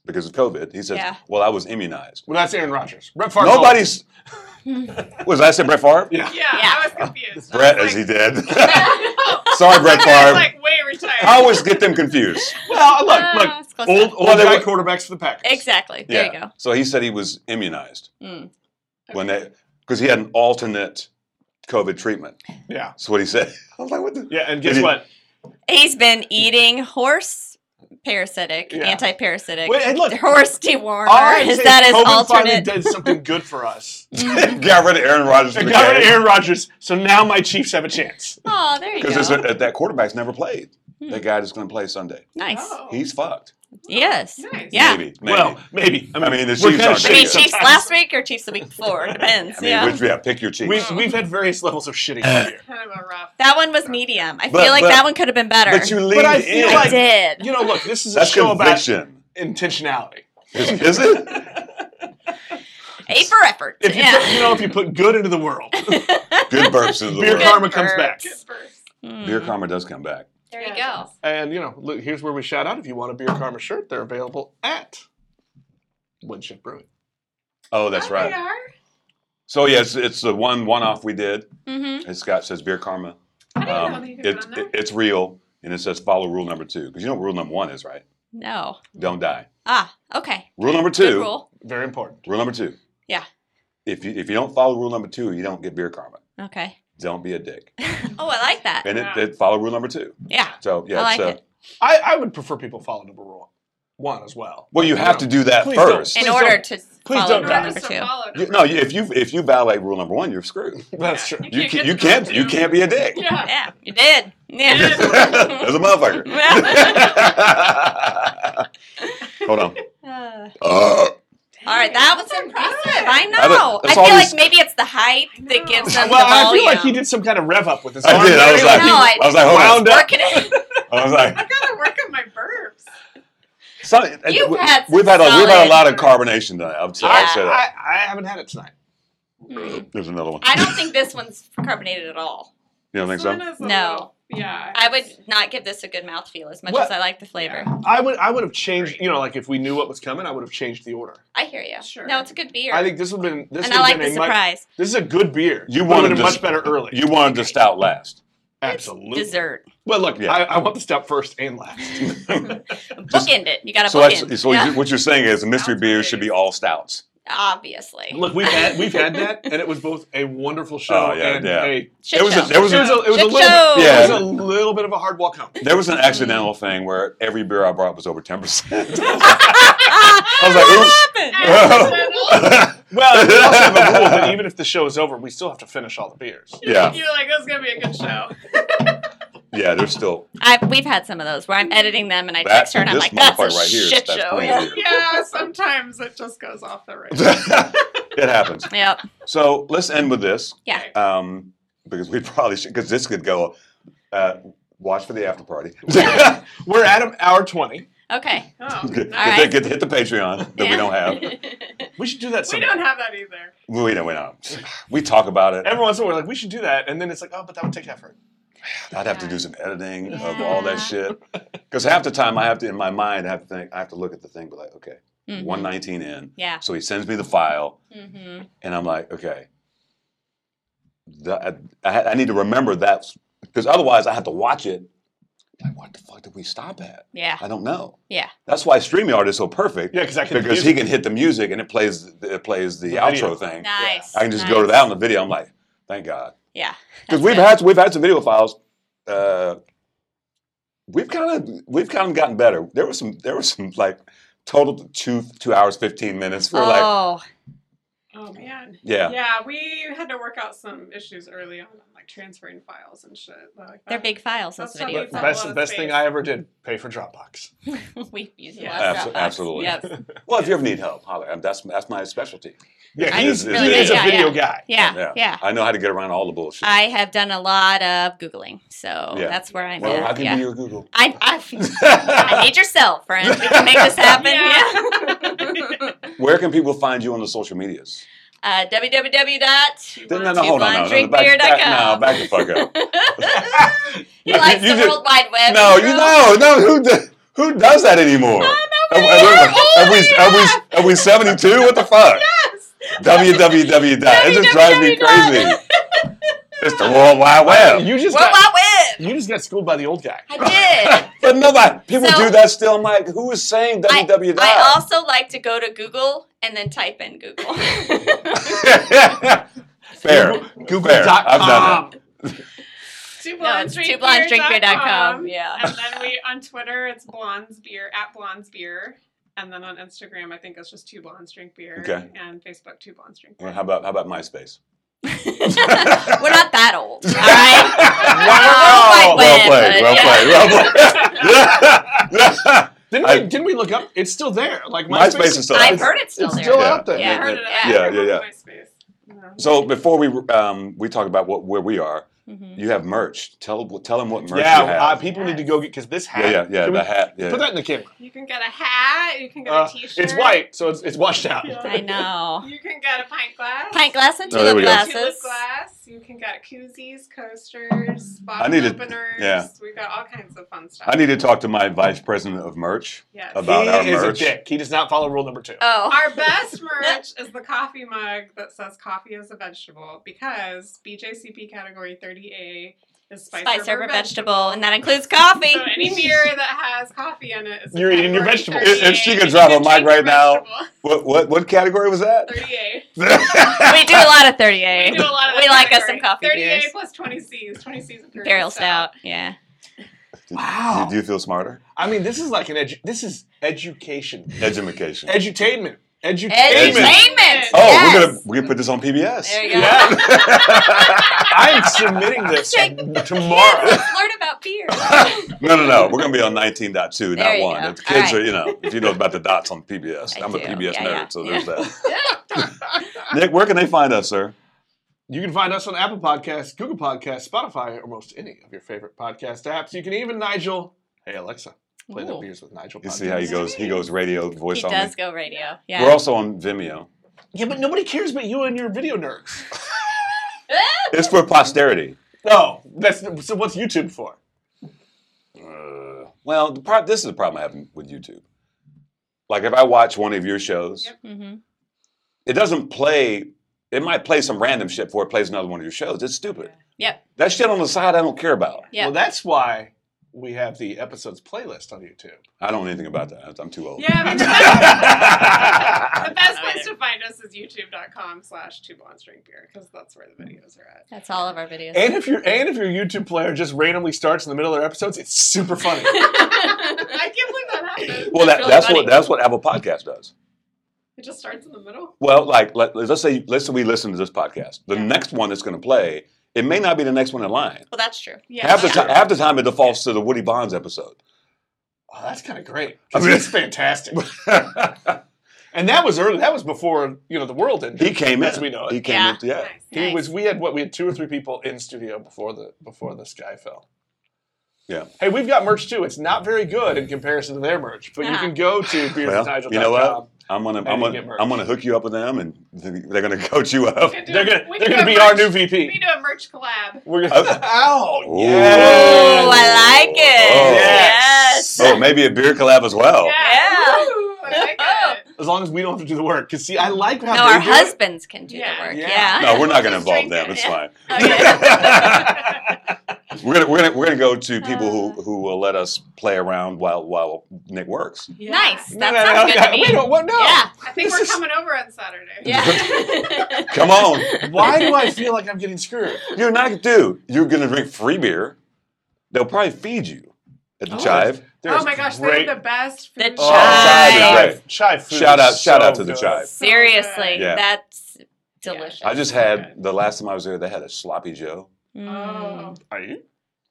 [SPEAKER 2] because of COVID. He says,
[SPEAKER 3] Yeah.
[SPEAKER 2] well, I was immunized.
[SPEAKER 5] Well, that's Aaron Rodgers. Brett Favre.
[SPEAKER 2] Nobody's. was I said Brett Favre?
[SPEAKER 5] Yeah.
[SPEAKER 4] Yeah,
[SPEAKER 3] Yeah.
[SPEAKER 4] I was confused.
[SPEAKER 2] Brett,
[SPEAKER 4] I was
[SPEAKER 2] as he
[SPEAKER 4] like,
[SPEAKER 2] did.
[SPEAKER 4] I
[SPEAKER 2] Sorry, Brett
[SPEAKER 4] was
[SPEAKER 2] Favre.
[SPEAKER 4] like way retired.
[SPEAKER 2] I always get them confused.
[SPEAKER 5] Well, look, look.
[SPEAKER 3] Ah, it's close
[SPEAKER 5] old
[SPEAKER 3] enough.
[SPEAKER 5] old
[SPEAKER 2] Well, they
[SPEAKER 5] guy
[SPEAKER 2] were-
[SPEAKER 5] quarterbacks for the Packers.
[SPEAKER 3] Exactly. There you go.
[SPEAKER 2] So he said he was immunized
[SPEAKER 3] Mm.
[SPEAKER 2] when they because he had an alternate COVID treatment.
[SPEAKER 5] Yeah.
[SPEAKER 2] That's what he said. I was like, what the?
[SPEAKER 5] Yeah, and guess
[SPEAKER 2] Did he-
[SPEAKER 5] what?
[SPEAKER 3] He's been eating horse parasitic,
[SPEAKER 5] Yeah.
[SPEAKER 3] anti-parasitic,
[SPEAKER 5] Wait, and look.
[SPEAKER 3] horse dewormer.
[SPEAKER 5] All
[SPEAKER 3] is
[SPEAKER 5] say
[SPEAKER 3] that his
[SPEAKER 5] COVID finally
[SPEAKER 3] alternate?
[SPEAKER 5] did something good for us.
[SPEAKER 3] Mm-hmm.
[SPEAKER 2] got rid of Aaron Rodgers.
[SPEAKER 5] It got rid of Aaron Rodgers, so now my Chiefs have a chance.
[SPEAKER 3] Oh, there you
[SPEAKER 2] Because
[SPEAKER 3] go.
[SPEAKER 2] that quarterback's never played.
[SPEAKER 3] Hmm.
[SPEAKER 2] That guy that's going to play Sunday.
[SPEAKER 3] Nice.
[SPEAKER 4] Oh,
[SPEAKER 2] He's fucked.
[SPEAKER 3] Yes.
[SPEAKER 4] nice.
[SPEAKER 3] Yeah.
[SPEAKER 2] Maybe. maybe.
[SPEAKER 5] Well, maybe. I mean,
[SPEAKER 2] I mean, the
[SPEAKER 5] we're
[SPEAKER 2] Chiefs
[SPEAKER 5] kinda
[SPEAKER 2] aren't
[SPEAKER 3] I
[SPEAKER 2] good.
[SPEAKER 3] mean,
[SPEAKER 5] shitty
[SPEAKER 3] Chiefs
[SPEAKER 5] sometimes.
[SPEAKER 3] last week or Chiefs the week before? Depends.
[SPEAKER 2] I mean,
[SPEAKER 3] yeah.
[SPEAKER 2] which, yeah, pick your Chiefs.
[SPEAKER 5] We've, we've had various levels of shitty
[SPEAKER 2] Uh,
[SPEAKER 5] this year.
[SPEAKER 4] Kind of a rough.
[SPEAKER 3] that one was medium. I
[SPEAKER 2] But-
[SPEAKER 3] feel like
[SPEAKER 2] but-
[SPEAKER 3] that one could have been better.
[SPEAKER 2] but you leaned
[SPEAKER 5] I feel
[SPEAKER 2] in.
[SPEAKER 3] I
[SPEAKER 5] like-
[SPEAKER 3] did.
[SPEAKER 5] You know, look, this is a
[SPEAKER 2] that's
[SPEAKER 5] show about
[SPEAKER 2] conviction.
[SPEAKER 5] intentionality.
[SPEAKER 2] Is, is it?
[SPEAKER 3] A for effort.
[SPEAKER 5] If you,
[SPEAKER 3] yeah.
[SPEAKER 5] put, you know, if you put good into the world,
[SPEAKER 2] Good burps in the
[SPEAKER 5] beer
[SPEAKER 2] world.
[SPEAKER 3] Good
[SPEAKER 5] karma comes back.
[SPEAKER 4] Good verse.
[SPEAKER 3] Hmm.
[SPEAKER 2] Beer karma does come back.
[SPEAKER 3] There
[SPEAKER 4] Yeah,
[SPEAKER 3] you
[SPEAKER 4] it
[SPEAKER 3] go.
[SPEAKER 4] does.
[SPEAKER 5] And you know, look, here's where we shout out. If you want a beer karma shirt, they're available at Woodshed Brewing.
[SPEAKER 2] Oh, that's
[SPEAKER 4] Oh,
[SPEAKER 2] right.
[SPEAKER 4] They are?
[SPEAKER 2] So yeah, it's, it's the one one-off we did.
[SPEAKER 3] Mm-hmm.
[SPEAKER 2] As Scott says, beer karma.
[SPEAKER 4] I didn't know
[SPEAKER 2] Um,
[SPEAKER 4] that you could
[SPEAKER 2] it,
[SPEAKER 4] put on there.
[SPEAKER 2] it- it's real, and it says follow rule number two because you know what rule number one is, right?
[SPEAKER 3] No.
[SPEAKER 2] Don't die.
[SPEAKER 3] Ah. Okay.
[SPEAKER 2] Rule number
[SPEAKER 3] Good
[SPEAKER 2] two. Rule.
[SPEAKER 3] rule.
[SPEAKER 5] Very important.
[SPEAKER 2] number two.
[SPEAKER 3] Yeah.
[SPEAKER 2] If you if you don't follow rule number two, you don't get beer karma.
[SPEAKER 3] Okay.
[SPEAKER 2] Don't be a dick.
[SPEAKER 3] Oh, I like that.
[SPEAKER 2] And it,
[SPEAKER 4] Yeah.
[SPEAKER 2] it follow rule number two.
[SPEAKER 3] Yeah.
[SPEAKER 2] So yeah,
[SPEAKER 3] I like
[SPEAKER 2] it's, uh,
[SPEAKER 3] it.
[SPEAKER 5] I, I would prefer people follow number rule one as well.
[SPEAKER 2] well, you have to do that
[SPEAKER 5] Please don't.
[SPEAKER 2] first.
[SPEAKER 3] In
[SPEAKER 5] Please
[SPEAKER 3] order
[SPEAKER 5] don't-
[SPEAKER 3] to
[SPEAKER 5] please
[SPEAKER 3] follow
[SPEAKER 5] don't
[SPEAKER 3] rule
[SPEAKER 5] die.
[SPEAKER 3] number
[SPEAKER 4] Just
[SPEAKER 3] two.
[SPEAKER 4] to follow
[SPEAKER 2] You-
[SPEAKER 4] it.
[SPEAKER 2] no, you, if you if you violate rule number one, you're screwed.
[SPEAKER 5] That's true.
[SPEAKER 2] You
[SPEAKER 4] You
[SPEAKER 2] can't
[SPEAKER 4] can't
[SPEAKER 2] you
[SPEAKER 4] get to
[SPEAKER 2] can't,
[SPEAKER 4] number
[SPEAKER 2] you
[SPEAKER 4] two.
[SPEAKER 2] can't be a dick.
[SPEAKER 4] Yeah.
[SPEAKER 3] Yeah. You did. Yeah.
[SPEAKER 2] As a motherfucker. Hold on.
[SPEAKER 3] Uh,
[SPEAKER 2] Uh,
[SPEAKER 3] all right, that was impressive. I
[SPEAKER 2] I
[SPEAKER 3] know.
[SPEAKER 2] don't-
[SPEAKER 3] I,
[SPEAKER 2] that's
[SPEAKER 3] feel
[SPEAKER 2] all
[SPEAKER 3] like
[SPEAKER 2] these-
[SPEAKER 3] maybe it's the height that gives them
[SPEAKER 5] Well,
[SPEAKER 3] the
[SPEAKER 5] I
[SPEAKER 3] volume.
[SPEAKER 5] feel like he did some kind of rev up with his arm.
[SPEAKER 2] I did. I was like,
[SPEAKER 3] No, I-
[SPEAKER 2] I, was like, hold
[SPEAKER 5] Wound
[SPEAKER 2] on.
[SPEAKER 5] up.
[SPEAKER 3] Working it.
[SPEAKER 2] I was like,
[SPEAKER 4] I've got to work on my burps.
[SPEAKER 2] So,
[SPEAKER 3] You've
[SPEAKER 2] we-
[SPEAKER 3] had some
[SPEAKER 2] we've had a, we've had
[SPEAKER 3] solid-
[SPEAKER 2] a lot of carbonation tonight. I'm sorry.
[SPEAKER 3] Yeah.
[SPEAKER 2] I'll say
[SPEAKER 5] I,
[SPEAKER 2] that.
[SPEAKER 5] I haven't had it tonight.
[SPEAKER 2] There's another one.
[SPEAKER 3] I don't think this one's carbonated at all.
[SPEAKER 2] you don't think
[SPEAKER 4] This
[SPEAKER 2] so?
[SPEAKER 4] one is a
[SPEAKER 3] No.
[SPEAKER 4] little- Yeah.
[SPEAKER 3] I would not give this a good mouthfeel as much
[SPEAKER 5] What?
[SPEAKER 3] as I like the flavor.
[SPEAKER 5] I would I would have changed. You know, like if we knew what was coming, I would have changed the order.
[SPEAKER 3] I hear you.
[SPEAKER 4] Sure.
[SPEAKER 3] No, it's a good beer.
[SPEAKER 5] I think this would have been this
[SPEAKER 3] and
[SPEAKER 5] would
[SPEAKER 3] I
[SPEAKER 5] have
[SPEAKER 3] like
[SPEAKER 5] been
[SPEAKER 3] the
[SPEAKER 5] a much,
[SPEAKER 3] surprise.
[SPEAKER 5] This is a good beer.
[SPEAKER 2] You wanted
[SPEAKER 5] It would have
[SPEAKER 2] to-
[SPEAKER 5] been much better early.
[SPEAKER 2] You wanted to stout last.
[SPEAKER 5] absolutely
[SPEAKER 3] Dessert.
[SPEAKER 5] Well, look,
[SPEAKER 2] Yeah.
[SPEAKER 5] I, I want the step first and last.
[SPEAKER 3] Bookend it. You got to
[SPEAKER 2] So,
[SPEAKER 3] bookend.
[SPEAKER 2] that's, so
[SPEAKER 3] Yeah.
[SPEAKER 2] what you're saying is mystery
[SPEAKER 4] Stouts are
[SPEAKER 2] beers should
[SPEAKER 4] good.
[SPEAKER 2] be all stouts.
[SPEAKER 3] Obviously.
[SPEAKER 5] Look, we've had we've had that, and it was both a wonderful show
[SPEAKER 2] Oh, yeah,
[SPEAKER 5] and
[SPEAKER 2] yeah.
[SPEAKER 5] a
[SPEAKER 3] Shit
[SPEAKER 2] It was a-
[SPEAKER 3] show.
[SPEAKER 2] it was
[SPEAKER 5] it was a, it was a
[SPEAKER 3] Shit
[SPEAKER 5] little
[SPEAKER 3] show.
[SPEAKER 5] bit,
[SPEAKER 2] Yeah.
[SPEAKER 5] it was a little bit of a hard walk home.
[SPEAKER 2] There
[SPEAKER 3] Mm-hmm.
[SPEAKER 2] was an accidental thing where every beer I brought was over 10%. I was like, oops.
[SPEAKER 3] happened?
[SPEAKER 4] Accidental.
[SPEAKER 5] Well, we also have a rule that even if the show is over, we still have to finish all the beers.
[SPEAKER 2] Yeah.
[SPEAKER 4] You're like, this is going to be a good show.
[SPEAKER 2] Yeah, there's still
[SPEAKER 3] I've, we've had some of those where I'm editing them and I
[SPEAKER 2] that.
[SPEAKER 3] text her and I'm
[SPEAKER 2] this
[SPEAKER 3] like, that's a
[SPEAKER 2] motherfucker right here is
[SPEAKER 3] shit
[SPEAKER 2] that's
[SPEAKER 3] show.
[SPEAKER 2] plenty
[SPEAKER 3] Yeah.
[SPEAKER 2] of beer.
[SPEAKER 4] Yeah, sometimes it just goes off the rails.
[SPEAKER 2] it happens.
[SPEAKER 3] Yep.
[SPEAKER 2] So let's end with this.
[SPEAKER 3] Yeah.
[SPEAKER 2] Um, because we probably should, because this could go, uh, watch for the after party.
[SPEAKER 5] We're at an hour twenty.
[SPEAKER 3] Okay.
[SPEAKER 4] Oh,
[SPEAKER 2] Get,
[SPEAKER 4] nice.
[SPEAKER 3] right.
[SPEAKER 2] get, hit the Patreon that we
[SPEAKER 3] Yeah.
[SPEAKER 2] don't have.
[SPEAKER 5] We should do that.
[SPEAKER 4] We
[SPEAKER 5] Sometime.
[SPEAKER 4] don't have that either.
[SPEAKER 2] We don't. We don't. We talk about it.
[SPEAKER 5] Every once in a while, we're like, we should do that, and then it's like, oh, but that would take effort.
[SPEAKER 2] I'd have to do some editing of
[SPEAKER 3] Yeah.
[SPEAKER 2] all that shit. Because half the time I have to, in my mind, I have to think, I have to look at the thing, but like, okay,
[SPEAKER 3] Mhm.
[SPEAKER 2] 119 in.
[SPEAKER 3] Yeah.
[SPEAKER 2] So he sends me the file,
[SPEAKER 3] hmm
[SPEAKER 2] and I'm like, okay, that, I, I, I need to remember that because otherwise I have to watch it. Like, what the fuck did we stop at?
[SPEAKER 3] Yeah.
[SPEAKER 2] I don't know.
[SPEAKER 3] Yeah.
[SPEAKER 2] That's why StreamYard is so perfect
[SPEAKER 5] Yeah, because I can.
[SPEAKER 2] because he can hit the music and it plays it plays the,
[SPEAKER 5] The
[SPEAKER 2] outro
[SPEAKER 5] video.
[SPEAKER 2] thing.
[SPEAKER 3] Nice.
[SPEAKER 2] I can just go to
[SPEAKER 3] nice.
[SPEAKER 2] that on the video. I'm like, thank God.
[SPEAKER 3] Yeah.
[SPEAKER 2] Because
[SPEAKER 3] that's
[SPEAKER 2] we've
[SPEAKER 3] good.
[SPEAKER 2] had we've had some video files. Uh, we've kind of we've kind of gotten better. There was some there was some like total two two hours fifteen minutes for like
[SPEAKER 3] oh,
[SPEAKER 4] Oh man.
[SPEAKER 2] yeah.
[SPEAKER 4] Yeah, we had to work out some issues early on, like transferring files and shit. Like
[SPEAKER 3] they're
[SPEAKER 4] that.
[SPEAKER 3] big files. Those
[SPEAKER 4] That's not
[SPEAKER 3] videos.
[SPEAKER 4] It's a lot
[SPEAKER 5] best
[SPEAKER 4] of
[SPEAKER 5] best thing
[SPEAKER 4] space.
[SPEAKER 5] I ever did pay for Dropbox.
[SPEAKER 3] We've used
[SPEAKER 4] Yeah.
[SPEAKER 3] a lot of
[SPEAKER 2] Abso-
[SPEAKER 3] Dropbox.
[SPEAKER 2] absolutely.
[SPEAKER 3] Yep.
[SPEAKER 2] Well, if you ever need help, holler. And That's that's my specialty.
[SPEAKER 5] Yeah,
[SPEAKER 3] I
[SPEAKER 5] he's,
[SPEAKER 2] just really
[SPEAKER 5] he is
[SPEAKER 2] did,
[SPEAKER 5] a
[SPEAKER 2] yeah,
[SPEAKER 5] video
[SPEAKER 3] yeah.
[SPEAKER 5] guy.
[SPEAKER 3] Yeah.
[SPEAKER 2] Yeah.
[SPEAKER 3] Yeah.
[SPEAKER 2] I know how to get around all the bullshit.
[SPEAKER 3] I have done a lot of Googling. So
[SPEAKER 2] Yeah.
[SPEAKER 3] that's where I'm
[SPEAKER 2] well, I
[SPEAKER 3] at.
[SPEAKER 2] can
[SPEAKER 3] Yeah.
[SPEAKER 2] be your Google.
[SPEAKER 3] I, I, I need your help, friend. We can make this happen. Yeah.
[SPEAKER 4] Yeah.
[SPEAKER 2] Where can people find you on the social medias?
[SPEAKER 3] Uh, www.
[SPEAKER 2] No, no, no, hold on, no, no, no, back, back, no, back the fuck up.
[SPEAKER 3] he likes the
[SPEAKER 2] just-
[SPEAKER 3] World Wide Web.
[SPEAKER 2] No, you
[SPEAKER 3] Drew.
[SPEAKER 2] know, no, who do- who does that anymore?
[SPEAKER 3] Oh,
[SPEAKER 2] Are, we- are we- are we are we are we seventy two? What the fuck? www. dot. It just drives me crazy. it's the World Wide Web.
[SPEAKER 5] You just
[SPEAKER 3] World Wide
[SPEAKER 5] got,
[SPEAKER 3] Web.
[SPEAKER 5] you just got schooled by the old guy.
[SPEAKER 3] I did.
[SPEAKER 2] But nobody, people
[SPEAKER 3] So-
[SPEAKER 2] do that still. I'm like, who is saying
[SPEAKER 3] I-
[SPEAKER 2] www?
[SPEAKER 3] I also like to go to Google and then type in Google.
[SPEAKER 2] Fair. Fair. I've done
[SPEAKER 5] Google.com.
[SPEAKER 4] Two
[SPEAKER 3] no,
[SPEAKER 4] blondes
[SPEAKER 3] it's
[SPEAKER 4] drink
[SPEAKER 3] two blondes drink
[SPEAKER 4] beer
[SPEAKER 3] beer
[SPEAKER 4] dot
[SPEAKER 3] dot com.
[SPEAKER 4] com.
[SPEAKER 3] Yeah.
[SPEAKER 4] And then we on Twitter, it's blondes beer at blondes beer, and then on Instagram, I think it's just two blondes drink beer.
[SPEAKER 2] Okay.
[SPEAKER 4] And Facebook, two blondes drink
[SPEAKER 2] Well,
[SPEAKER 4] beer.
[SPEAKER 2] how about how about MySpace?
[SPEAKER 3] We're not that old, all right?
[SPEAKER 2] Wow.
[SPEAKER 3] Wow.
[SPEAKER 2] Well played. Well
[SPEAKER 3] Well
[SPEAKER 2] played. Well played.
[SPEAKER 5] Didn't
[SPEAKER 2] I-
[SPEAKER 5] we, didn't we look up? It's still there. Like
[SPEAKER 2] MySpace is still
[SPEAKER 3] I've
[SPEAKER 2] out.
[SPEAKER 3] heard it's still
[SPEAKER 5] it's
[SPEAKER 3] there.
[SPEAKER 5] still
[SPEAKER 2] Yeah.
[SPEAKER 5] out there.
[SPEAKER 4] I
[SPEAKER 3] Yeah.
[SPEAKER 4] heard it.
[SPEAKER 3] Yeah.
[SPEAKER 2] Yeah,
[SPEAKER 4] I heard
[SPEAKER 2] yeah, yeah.
[SPEAKER 4] it on MySpace. No.
[SPEAKER 2] So before we um, we talk about what where we are,
[SPEAKER 3] Mhm.
[SPEAKER 2] you have merch. Tell tell them what merch
[SPEAKER 5] Yeah,
[SPEAKER 2] you have.
[SPEAKER 5] uh, people need to go get because this hat.
[SPEAKER 2] yeah, yeah, yeah.
[SPEAKER 5] can we
[SPEAKER 2] The hat. Yeah.
[SPEAKER 5] Put that in the camera.
[SPEAKER 4] you can get a hat. You can get
[SPEAKER 5] Uh,
[SPEAKER 4] a T-shirt.
[SPEAKER 5] it's white, so it's, it's washed out.
[SPEAKER 4] Yeah.
[SPEAKER 3] I know.
[SPEAKER 4] You can get a pint glass.
[SPEAKER 3] Pint glass and
[SPEAKER 2] Oh,
[SPEAKER 3] two
[SPEAKER 2] there we go.
[SPEAKER 4] Tulip
[SPEAKER 3] glasses.
[SPEAKER 4] glass. You can get koozies, coasters,
[SPEAKER 2] I
[SPEAKER 4] bottle
[SPEAKER 2] need to-
[SPEAKER 4] openers.
[SPEAKER 2] yeah.
[SPEAKER 4] We've got all kinds of fun stuff.
[SPEAKER 2] I need to talk to my vice president of merch.
[SPEAKER 4] Yes.
[SPEAKER 2] about- our
[SPEAKER 5] he is
[SPEAKER 2] merch.
[SPEAKER 5] a dick. He does not follow rule number two.
[SPEAKER 3] Oh.
[SPEAKER 4] Our best merch is the coffee mug that says coffee is a vegetable because BJCP category 30A is spice,
[SPEAKER 3] Spice
[SPEAKER 4] herb,
[SPEAKER 3] herb
[SPEAKER 4] or
[SPEAKER 3] or
[SPEAKER 4] vegetable.
[SPEAKER 3] vegetable, and that includes coffee.
[SPEAKER 4] So any beer that has coffee in it is a
[SPEAKER 5] You're eating your
[SPEAKER 4] category
[SPEAKER 5] vegetables.
[SPEAKER 2] If- if she
[SPEAKER 4] 30A.
[SPEAKER 2] could
[SPEAKER 4] You
[SPEAKER 2] drop a
[SPEAKER 4] can
[SPEAKER 2] mic
[SPEAKER 4] drink your
[SPEAKER 2] right now.
[SPEAKER 4] vegetable.
[SPEAKER 2] What what what category was that?
[SPEAKER 4] 30A.
[SPEAKER 3] we do a lot of 38.
[SPEAKER 4] We do a lot of
[SPEAKER 3] We
[SPEAKER 4] that
[SPEAKER 3] like us
[SPEAKER 4] category.
[SPEAKER 3] some coffee
[SPEAKER 4] 30A
[SPEAKER 3] beers.
[SPEAKER 4] plus 20 C's. 20 C's and
[SPEAKER 3] Barrel stout. Yeah.
[SPEAKER 5] Wow.
[SPEAKER 2] Do, you feel smarter?
[SPEAKER 5] I mean, this is like an edu- this is education,
[SPEAKER 2] Education.
[SPEAKER 5] edutainment, edutainment.
[SPEAKER 3] Edutainment.
[SPEAKER 2] oh,
[SPEAKER 3] yes.
[SPEAKER 2] we're gonna we're gonna put this on PBS.
[SPEAKER 3] There you go.
[SPEAKER 5] Yeah. I'm submitting this
[SPEAKER 3] Jake,
[SPEAKER 5] tomorrow.
[SPEAKER 3] Learn about beer.
[SPEAKER 2] no, no, no. We're gonna be on 19.2,
[SPEAKER 3] There
[SPEAKER 2] not
[SPEAKER 3] you
[SPEAKER 2] one.
[SPEAKER 3] go.
[SPEAKER 2] If kids
[SPEAKER 3] All
[SPEAKER 2] are, you know, if you know about the dots on PBS,
[SPEAKER 3] I
[SPEAKER 2] am a
[SPEAKER 3] do.
[SPEAKER 2] PBS nerd,
[SPEAKER 3] Yeah, yeah,
[SPEAKER 2] so
[SPEAKER 3] yeah.
[SPEAKER 2] there's that. Nick, where can they find us, sir?
[SPEAKER 5] You can find us on Apple Podcasts, Google Podcasts, Spotify, or most any of your favorite podcast apps. You can even Nigel. Hey Alexa, play the
[SPEAKER 3] Ooh.
[SPEAKER 5] beers with Nigel.
[SPEAKER 2] You see how he
[SPEAKER 5] podcast.
[SPEAKER 2] goes? He goes radio voice
[SPEAKER 3] He
[SPEAKER 2] only.
[SPEAKER 3] does go radio. Yeah.
[SPEAKER 2] We're also on Vimeo.
[SPEAKER 5] Yeah, but nobody cares but you and your video nerds.
[SPEAKER 2] It's for posterity.
[SPEAKER 5] No, Oh, that's so. What's YouTube for?
[SPEAKER 2] Uh, well, the pro- this is the problem I have with YouTube. Like if I watch one of your shows,
[SPEAKER 4] Yep.
[SPEAKER 3] Mhm.
[SPEAKER 2] it doesn't play. It might play some random shit before it plays another one of your shows. It's stupid.
[SPEAKER 3] Yep.
[SPEAKER 2] That shit on the side, I don't care about.
[SPEAKER 3] Yeah.
[SPEAKER 5] Well, that's why we have the episodes playlist on YouTube.
[SPEAKER 2] I don't know anything about that. I'm too old.
[SPEAKER 4] Yeah, I mean, the best, the best place to find us is youtube.com slash two blondes drink beer because that's where the videos are at.
[SPEAKER 3] That's all of our videos.
[SPEAKER 5] And if your and if your YouTube player just randomly starts in the middle of their episodes, it's super funny.
[SPEAKER 4] I can't believe that happened.
[SPEAKER 2] Well, that,
[SPEAKER 3] That's really
[SPEAKER 2] that's
[SPEAKER 3] funny.
[SPEAKER 2] what that's what Apple Podcast does.
[SPEAKER 4] It just starts in the middle.
[SPEAKER 2] Well, like let, let's say let's say we listen to this podcast. The
[SPEAKER 3] Yeah.
[SPEAKER 2] next one that's going to play, it may not be the next one in line.
[SPEAKER 3] well, that's true.
[SPEAKER 4] Yeah.
[SPEAKER 2] half the
[SPEAKER 5] Yeah.
[SPEAKER 2] time, half the time, it defaults to the Woody Bonds episode.
[SPEAKER 5] oh, that's kind of great.
[SPEAKER 2] I
[SPEAKER 5] I
[SPEAKER 2] mean-
[SPEAKER 5] mean, it's fantastic. and that was early. That was before you know the world ended.
[SPEAKER 2] he came
[SPEAKER 5] as
[SPEAKER 2] in.
[SPEAKER 5] we know it.
[SPEAKER 2] He
[SPEAKER 5] He,
[SPEAKER 2] came
[SPEAKER 3] Yeah.
[SPEAKER 2] in. Yeah.
[SPEAKER 4] Nice.
[SPEAKER 3] Nice.
[SPEAKER 5] was. We had what? We had two or three people in studio before the before the sky fell.
[SPEAKER 2] Yeah.
[SPEAKER 5] Hey, we've got merch too. It's not very good in comparison to their merch, but you
[SPEAKER 3] Uh-huh.
[SPEAKER 5] can go to beersandnigel.com.
[SPEAKER 2] Well, you know what? I'm gonna
[SPEAKER 5] And
[SPEAKER 2] I'm
[SPEAKER 5] you
[SPEAKER 2] gonna
[SPEAKER 5] get merch.
[SPEAKER 2] I'm gonna hook you up with them, and they're gonna coach you
[SPEAKER 4] We
[SPEAKER 2] up.
[SPEAKER 4] could do
[SPEAKER 5] They're
[SPEAKER 4] a-
[SPEAKER 5] gonna
[SPEAKER 4] we
[SPEAKER 5] they're
[SPEAKER 4] could
[SPEAKER 5] gonna
[SPEAKER 4] do a
[SPEAKER 5] be our
[SPEAKER 4] merch-
[SPEAKER 5] new
[SPEAKER 4] We
[SPEAKER 5] VP.
[SPEAKER 4] could do a merch collab.
[SPEAKER 5] We're
[SPEAKER 2] Oh.
[SPEAKER 5] gonna. Ow!
[SPEAKER 2] Ooh.
[SPEAKER 5] Yeah.
[SPEAKER 3] Oh, I like it.
[SPEAKER 5] Oh. Yes.
[SPEAKER 3] Yes.
[SPEAKER 2] Oh, maybe a beer collab as well.
[SPEAKER 3] Yeah.
[SPEAKER 4] Woo, I like it.
[SPEAKER 5] As long as we don't have to do the work, because see, I like how
[SPEAKER 3] No,
[SPEAKER 5] they
[SPEAKER 3] our
[SPEAKER 5] do it.
[SPEAKER 3] husbands can do
[SPEAKER 4] Yeah.
[SPEAKER 3] the work.
[SPEAKER 5] Yeah.
[SPEAKER 3] Yeah. Oh,
[SPEAKER 2] No, we're not going to
[SPEAKER 4] Just
[SPEAKER 2] involve
[SPEAKER 4] drink
[SPEAKER 2] them.
[SPEAKER 4] it.
[SPEAKER 2] It's
[SPEAKER 3] Yeah.
[SPEAKER 2] fine.
[SPEAKER 5] yeah,
[SPEAKER 2] We're gonna we're gonna we're gonna go to people
[SPEAKER 3] Uh.
[SPEAKER 2] who who will let us play around while while Nick works.
[SPEAKER 4] Yeah.
[SPEAKER 3] Nice. That
[SPEAKER 5] No, no,
[SPEAKER 3] sounds
[SPEAKER 5] no,
[SPEAKER 3] good
[SPEAKER 5] no,
[SPEAKER 3] to me.
[SPEAKER 5] We don't, what, no.
[SPEAKER 3] Yeah.
[SPEAKER 4] I think
[SPEAKER 5] This
[SPEAKER 4] we're
[SPEAKER 5] is-
[SPEAKER 4] coming over on Saturday.
[SPEAKER 3] Yeah.
[SPEAKER 2] Come on.
[SPEAKER 5] Why do I feel like I'm getting screwed?
[SPEAKER 2] You're not, dude. You're gonna drink free beer. They'll probably feed you at the
[SPEAKER 5] Oh.
[SPEAKER 2] chive.
[SPEAKER 5] There's
[SPEAKER 4] oh my gosh, they
[SPEAKER 5] great-
[SPEAKER 4] have the best
[SPEAKER 3] The
[SPEAKER 4] food.
[SPEAKER 3] Oh, chive is
[SPEAKER 2] chive.
[SPEAKER 5] chive, chive food
[SPEAKER 2] Shout
[SPEAKER 5] is
[SPEAKER 2] out- shout
[SPEAKER 5] so
[SPEAKER 2] out to the
[SPEAKER 5] good.
[SPEAKER 2] chive.
[SPEAKER 4] So
[SPEAKER 3] Seriously,
[SPEAKER 4] good.
[SPEAKER 2] Yeah.
[SPEAKER 3] that's
[SPEAKER 4] Oh.
[SPEAKER 3] delicious.
[SPEAKER 2] I just had the last time I was there. They had a sloppy Joe.
[SPEAKER 4] Oh.
[SPEAKER 3] Mm.
[SPEAKER 5] Are you?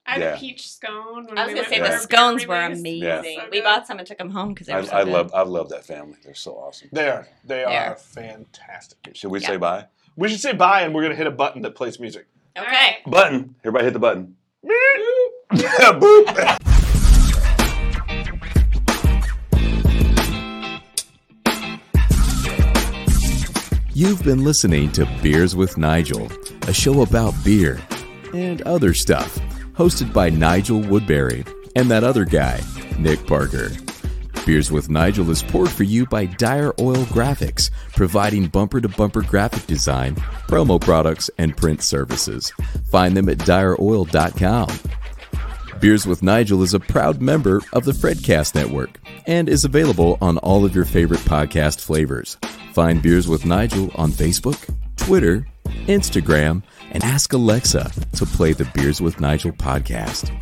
[SPEAKER 4] I had
[SPEAKER 2] Yeah.
[SPEAKER 4] a peach scone. When
[SPEAKER 3] I was
[SPEAKER 4] we
[SPEAKER 3] gonna
[SPEAKER 4] went
[SPEAKER 3] say
[SPEAKER 4] for
[SPEAKER 3] the
[SPEAKER 4] our
[SPEAKER 2] Yeah.
[SPEAKER 3] scones
[SPEAKER 4] beer
[SPEAKER 3] were
[SPEAKER 4] release.
[SPEAKER 3] amazing.
[SPEAKER 2] Yeah.
[SPEAKER 4] So
[SPEAKER 3] we
[SPEAKER 4] good.
[SPEAKER 3] bought some and took them home because they
[SPEAKER 2] I,
[SPEAKER 3] were so
[SPEAKER 2] I
[SPEAKER 3] good.
[SPEAKER 2] love I love that family. They're so awesome.
[SPEAKER 5] They are. They
[SPEAKER 3] They
[SPEAKER 5] are
[SPEAKER 3] are.
[SPEAKER 5] fantastic.
[SPEAKER 2] Should we
[SPEAKER 3] Yeah.
[SPEAKER 2] say bye?
[SPEAKER 5] We should say bye, and we're gonna hit a button that plays music.
[SPEAKER 4] All
[SPEAKER 3] Okay.
[SPEAKER 4] right.
[SPEAKER 2] Button. Everybody hit the button. Boop.
[SPEAKER 1] You've been listening to Beers with Nigel, a show about beer and other stuff, hosted by Nigel Woodbury and that other guy, Nick Parker. Beers with Nigel is poured for you by Dire Oil Graphics, providing bumper to bumper graphic design, promo products, and print services. Find them at direoil.com. Beers with Nigel is a proud member of the Fredcast Network and is available on all of your favorite podcast flavors. Find Beers with Nigel on Facebook, Twitter, Instagram, and ask Alexa to play the Beers with Nigel podcast.